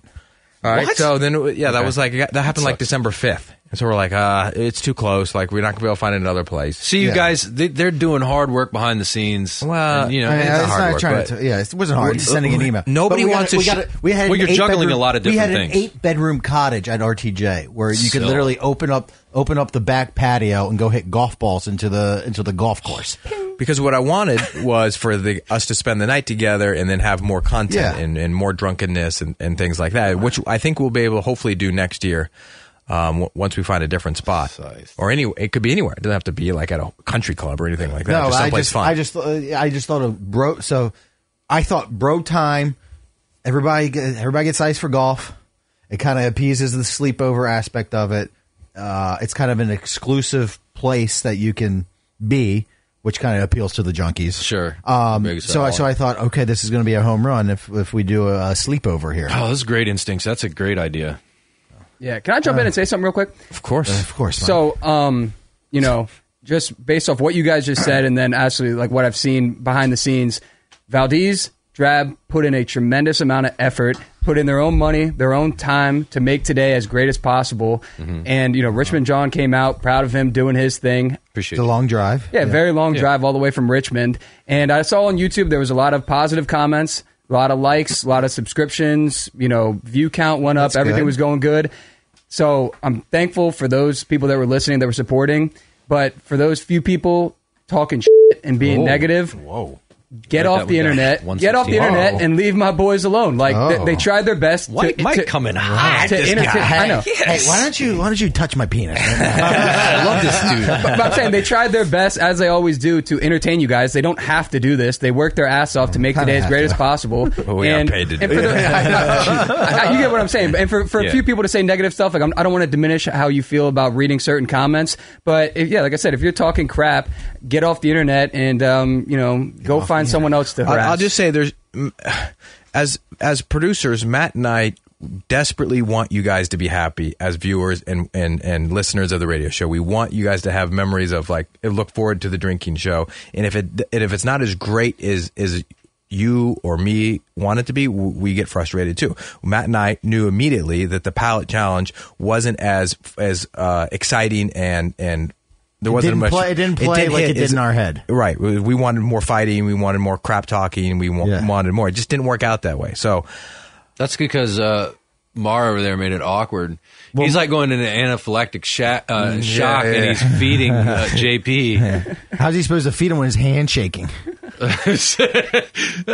Speaker 2: all right so then it wa- yeah that
Speaker 5: Okay.
Speaker 2: was like that happened like
Speaker 5: sucks.
Speaker 2: december 5th and so we're like uh it's too close like we're not gonna be able to find another place
Speaker 5: See, you
Speaker 3: Yeah.
Speaker 5: guys, they, they're doing hard work behind the scenes.
Speaker 2: Well,
Speaker 5: And, you know,
Speaker 3: I mean,
Speaker 2: it's
Speaker 3: it's,
Speaker 2: a hard
Speaker 3: not
Speaker 2: work,
Speaker 3: trying
Speaker 2: but-
Speaker 3: to yeah it wasn't hard just sending an email
Speaker 2: Nobody
Speaker 3: But we
Speaker 2: wants
Speaker 3: got,
Speaker 2: to
Speaker 3: we got
Speaker 2: sh-
Speaker 3: a- we had an
Speaker 5: Well, you're
Speaker 3: eight
Speaker 5: juggling
Speaker 3: bedroom-
Speaker 5: a lot of
Speaker 3: we had
Speaker 5: different
Speaker 3: an
Speaker 5: things.
Speaker 3: eight bedroom cottage at RTJ where you could
Speaker 5: So-
Speaker 3: literally open up open up the back patio and go hit golf balls into the into the golf course
Speaker 2: because what i wanted was for the us to spend the night together and then have more content
Speaker 3: Yeah.
Speaker 2: and, and more drunkenness and, and things like that which i think we'll be able to hopefully do next year um, w- once we find a different spot, or any, it could be anywhere. It doesn't have to be like at a country club or anything like that.
Speaker 3: No,
Speaker 2: just
Speaker 3: I
Speaker 2: someplace
Speaker 3: just,
Speaker 2: fun.
Speaker 3: I just, uh, I just thought of bro. So, I thought bro time. Everybody, g- everybody gets ice for golf, It kind of appeases the sleepover aspect of it. Uh, it's kind of an exclusive place that you can be, which kind of appeals to the junkies.
Speaker 5: Sure.
Speaker 3: Um,
Speaker 5: Big
Speaker 3: so, I,
Speaker 5: sell.
Speaker 3: so I thought, okay, this is going to be a home run if if we do a, a sleepover here.
Speaker 5: Oh, those great instincts. That's a great idea.
Speaker 4: Yeah. Can I jump in and say something real quick?
Speaker 5: Of course.
Speaker 3: Of course. Mike.
Speaker 4: So, um, you know, just based off what you guys just said, and then actually like what I've seen behind the scenes, Valdez Drab put in a tremendous amount of effort, put in their own money, their own time to make today as great as possible.
Speaker 3: Mm-hmm.
Speaker 4: And you know, Richmond John came out proud of him doing his thing.
Speaker 5: Appreciate
Speaker 3: the
Speaker 5: it.
Speaker 3: long drive.
Speaker 4: Yeah, very long drive all the way from Richmond. And I saw on YouTube there was a lot of positive comments, a lot of likes, a lot of subscriptions. You know, view count went up. everything
Speaker 3: good.
Speaker 4: was going good. So I'm thankful for those people that were listening, that were supporting. But for those few people talking shit and being negative,
Speaker 5: Whoa. Write
Speaker 4: get off
Speaker 5: that
Speaker 4: the
Speaker 5: one Oh. down.
Speaker 4: internet. Get off the
Speaker 5: 116.
Speaker 4: internet and leave my boys alone. Like
Speaker 3: Oh.
Speaker 4: they, they tried their best.
Speaker 5: Why-
Speaker 4: to,
Speaker 5: Mike
Speaker 4: to,
Speaker 5: coming hot,
Speaker 4: to
Speaker 5: this
Speaker 4: entertain-
Speaker 5: guy.
Speaker 4: I know.
Speaker 3: Hey, why don't you why don't you touch my penis?
Speaker 5: I love this dude.
Speaker 4: but I'm saying they tried their best, as they always do, to entertain you guys. They don't have to do this. They work their ass off to make the
Speaker 3: Kinda
Speaker 4: day as
Speaker 3: have
Speaker 4: great
Speaker 3: to.
Speaker 4: as possible. But
Speaker 2: we are paid to do
Speaker 4: for the- I- I- you get what I'm saying. And for, for
Speaker 5: Yeah.
Speaker 4: a few people to say negative stuff, like I'm, I don't want to diminish how you feel about reading certain comments, but if, yeah, like I said, if you're talking crap, get off the internet and um, you know go find someone else to harass.
Speaker 2: I'll, I'll just say there's mm, as as producers, Matt and I desperately want you guys to be happy as viewers and and and listeners of the radio show. We want you guys to have memories of like look forward to the drinking show. And if it and if it's not as great as as you or me want it to be, w- we get frustrated too. Matt and I knew immediately that the pilot challenge wasn't as as uh, exciting and and there wasn't
Speaker 3: didn't
Speaker 2: much.
Speaker 3: play- it didn't play like
Speaker 2: hit
Speaker 3: it did
Speaker 2: as-
Speaker 3: in our head.
Speaker 2: Right. We we wanted more fighting. We wanted more crap talking. We wa-
Speaker 3: Yeah.
Speaker 2: wanted more. It just didn't work out that way. So
Speaker 5: That's because uh, Mar over there made it awkward. he's like going into anaphylactic sha- uh, shock and
Speaker 2: yeah.
Speaker 5: he's feeding uh, JP.
Speaker 3: How's he supposed to feed him when his hand's shaking?
Speaker 5: That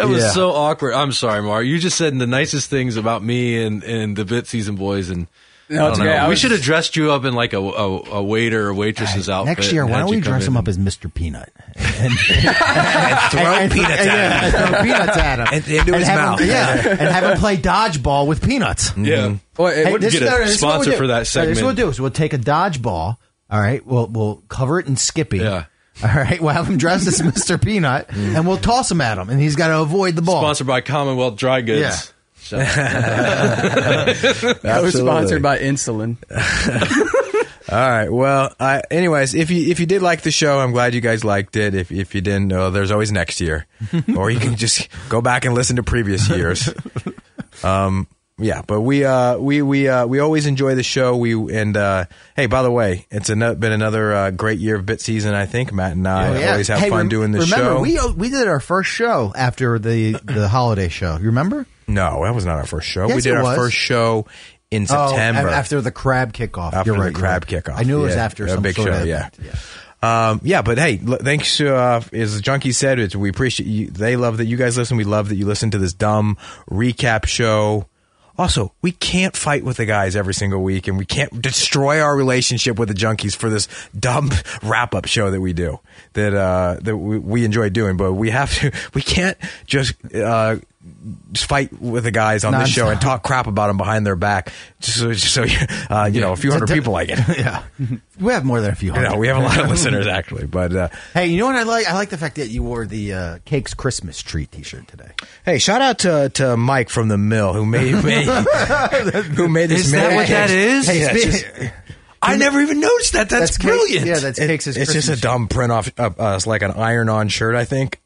Speaker 5: was
Speaker 3: Yeah.
Speaker 5: so awkward. I'm sorry, Mar. You just said the nicest things about me and, and the Bit Season Boys. and I
Speaker 4: it's
Speaker 5: don't
Speaker 4: okay.
Speaker 5: know.
Speaker 4: I
Speaker 5: We
Speaker 4: was-
Speaker 5: should have dressed you up in like a, a, a waiter or waitress's outfit.
Speaker 3: Next year,
Speaker 5: and
Speaker 3: why
Speaker 5: had
Speaker 3: don't we
Speaker 5: you come
Speaker 3: dress
Speaker 5: in
Speaker 3: him up
Speaker 5: and-
Speaker 3: as Mr. Peanut?
Speaker 2: throw peanuts
Speaker 3: and,
Speaker 2: at
Speaker 3: yeah,
Speaker 2: him.
Speaker 3: throw peanuts at him.
Speaker 2: And- into his
Speaker 3: have
Speaker 2: mouth.
Speaker 3: Him, yeah, and have him play dodgeball with peanuts.
Speaker 5: Yeah.
Speaker 4: Well, it
Speaker 3: Hey,
Speaker 4: would-
Speaker 3: this
Speaker 5: get
Speaker 3: is-
Speaker 5: a
Speaker 3: no, no, this is what
Speaker 5: sponsor
Speaker 3: we'll do.
Speaker 5: for that
Speaker 3: No, This is what
Speaker 5: segment.
Speaker 3: we'll do is we'll take a dodgeball. All right, we'll we'll cover it in Skippy.
Speaker 5: Yeah.
Speaker 3: All right, we'll have him dressed as Mr. Peanut, and we'll toss him at him, and he's got to avoid the ball.
Speaker 5: Sponsored by Commonwealth Dry Goods.
Speaker 3: Yeah.
Speaker 5: Shut up.
Speaker 4: that was sponsored by insulin.
Speaker 2: All right. Well, I, anyways, if you if you did like the show, I'm glad you guys liked it. If if you didn't, uh, there's always next year, or you can just go back and listen to previous years. Um, yeah, but we uh we we uh we always enjoy the show. We and uh hey, by the way, it's ano- been another uh, great year of bit season. I think Matt and I
Speaker 3: Oh, yeah.
Speaker 2: always have
Speaker 3: Hey,
Speaker 2: fun
Speaker 3: rem-
Speaker 2: doing this
Speaker 3: remember,
Speaker 2: show.
Speaker 3: we uh, we did our first show after the the holiday show. You remember?
Speaker 2: No, that was not our first show. we
Speaker 3: Yes,
Speaker 2: did
Speaker 3: it
Speaker 2: our
Speaker 3: was.
Speaker 2: first show in
Speaker 3: Oh,
Speaker 2: September
Speaker 3: a- after the crab kickoff.
Speaker 2: after
Speaker 3: you're right,
Speaker 2: the crab
Speaker 3: you're right.
Speaker 2: kickoff.
Speaker 3: I knew it was
Speaker 2: Yeah,
Speaker 3: after
Speaker 2: a
Speaker 3: some
Speaker 2: big
Speaker 3: sort
Speaker 2: show.
Speaker 3: of
Speaker 2: yeah.
Speaker 3: event.
Speaker 2: Um, yeah, but hey, l- thanks. to, Uh, as Junkie said, it's, we appreciate you. They love that you guys listen. We love that you listen to this dumb recap show. Also, we can't fight with the guys every single week, and we can't destroy our relationship with the junkies for this dumb wrap-up show that we do that uh, that we, we enjoy doing. But we have to. We can't just uh, just fight with the guys on this show and talk crap about them behind their back. Just so, just so uh, you know, a few hundred people like it.
Speaker 3: Yeah. We have more than a few hundred.
Speaker 2: No, we have a lot of listeners actually, but uh,
Speaker 3: Hey, you know what I like? I like the fact that you wore the uh, Cakes Christmas Tree T-shirt today.
Speaker 2: hey, shout out to, to Mike from the mill who made, made who made this.
Speaker 5: Is that
Speaker 2: man-
Speaker 5: what that is?
Speaker 3: Hey,
Speaker 2: Yeah,
Speaker 3: spe-
Speaker 2: it's just- I never even noticed that. That's,
Speaker 3: That's Cakes-
Speaker 2: brilliant.
Speaker 3: yeah, that's
Speaker 2: It-
Speaker 3: Cakes'
Speaker 2: It's just
Speaker 3: Christmas
Speaker 2: a dumb print off, uh, uh, it's like an iron-on shirt, I think.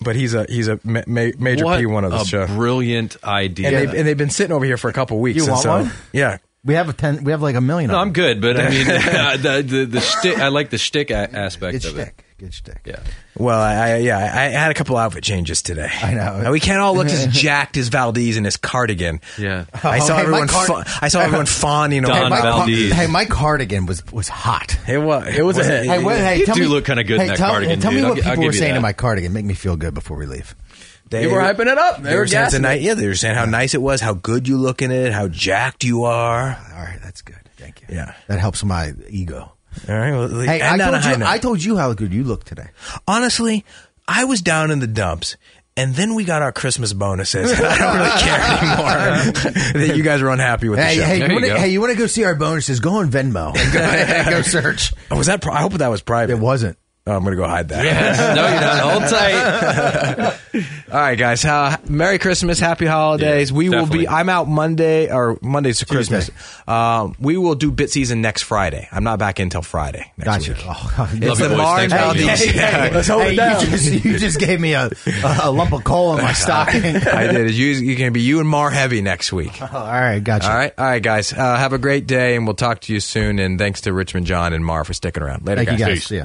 Speaker 2: But he's a he's a ma- ma- major
Speaker 5: what
Speaker 2: P one of the
Speaker 5: a
Speaker 2: show,
Speaker 5: brilliant idea.
Speaker 2: and, they, and they've been sitting over here for a couple weeks.
Speaker 3: You
Speaker 2: and
Speaker 3: want
Speaker 2: so,
Speaker 3: one?
Speaker 2: Yeah,
Speaker 3: we have a ten. We have like a million.
Speaker 5: No,
Speaker 3: of
Speaker 5: I'm
Speaker 3: them.
Speaker 5: good, but I mean, uh, the the, the shtick, I like the shtick a- aspect
Speaker 3: Good
Speaker 5: of it.
Speaker 3: shtick. Good shtick.
Speaker 5: Yeah.
Speaker 2: Well, I, I yeah, I had a couple outfit changes today. I
Speaker 3: know.
Speaker 2: we can't all look as jacked as Valdez in his cardigan.
Speaker 5: Yeah.
Speaker 2: I
Speaker 3: Oh,
Speaker 2: saw
Speaker 3: hey,
Speaker 2: everyone.
Speaker 3: my card-
Speaker 2: fa- I saw everyone fawning over
Speaker 5: Don
Speaker 3: Hey, my, car-
Speaker 5: Valdez.
Speaker 3: hey, my cardigan was was hot.
Speaker 2: It was. It was a hit.
Speaker 3: Hey, what, hey,
Speaker 5: You
Speaker 3: tell
Speaker 5: do
Speaker 3: me,
Speaker 5: look kinda good in
Speaker 3: hey,
Speaker 5: that
Speaker 3: tell,
Speaker 5: cardigan,
Speaker 3: Tell me
Speaker 5: dude. I'll gi-
Speaker 3: what
Speaker 5: I'll
Speaker 3: people
Speaker 5: give
Speaker 3: were
Speaker 5: you
Speaker 3: saying
Speaker 5: that.
Speaker 3: in my cardigan. Make me feel good before we leave.
Speaker 2: They,
Speaker 4: You were hyping it up. They
Speaker 2: they
Speaker 4: were
Speaker 2: were saying
Speaker 4: gassing
Speaker 2: tonight. Yeah, they were saying how nice it was, how good you look in it, how jacked you are.
Speaker 3: All right, that's good. Thank you.
Speaker 2: Yeah.
Speaker 3: that helps my ego.
Speaker 2: All right. Well,
Speaker 3: Hey,
Speaker 2: end
Speaker 3: I
Speaker 2: on a
Speaker 3: told,
Speaker 2: high
Speaker 3: you,
Speaker 2: note.
Speaker 3: I told you how good you look today.
Speaker 2: honestly, I was down in the dumps And then we got our Christmas bonuses. And I don't really care anymore that you guys were unhappy with
Speaker 3: Hey,
Speaker 2: the show.
Speaker 3: hey,
Speaker 5: There
Speaker 3: you
Speaker 5: you
Speaker 3: wanna,
Speaker 5: go.
Speaker 3: hey, you want to go see our bonuses? Go on Venmo. Go, go search.
Speaker 2: Oh, was that? Pri- I hope that was private.
Speaker 3: It wasn't.
Speaker 2: Oh, I'm gonna go hide that.
Speaker 5: Yes. No, you're not. Hold tight.
Speaker 2: All right, guys. Uh, Merry Christmas, Happy Holidays.
Speaker 5: Yeah,
Speaker 2: we will
Speaker 5: definitely.
Speaker 2: be. I'm out Monday or Monday's Christmas. Um, we will do bit season next Friday. I'm not back until Friday next
Speaker 3: Gotcha.
Speaker 2: week.
Speaker 3: Oh,
Speaker 2: It's
Speaker 5: Love you,
Speaker 2: the
Speaker 5: boys.
Speaker 2: Marge
Speaker 5: Thanks,
Speaker 2: Valdez-
Speaker 5: Valdez.
Speaker 2: Yeah.
Speaker 3: Let's
Speaker 4: hold it down.
Speaker 3: You just, you just gave me a, a, a lump of coal in my stocking.
Speaker 2: I did. You, you're going to be you and Mar heavy next week.
Speaker 3: Oh, all right, gotcha.
Speaker 2: All right. All right, guys. Uh, have a great day, and we'll talk to you soon. And thanks to Richmond John and Mar for sticking around. Later,
Speaker 3: Thank you guys.
Speaker 2: Peace.
Speaker 3: See ya.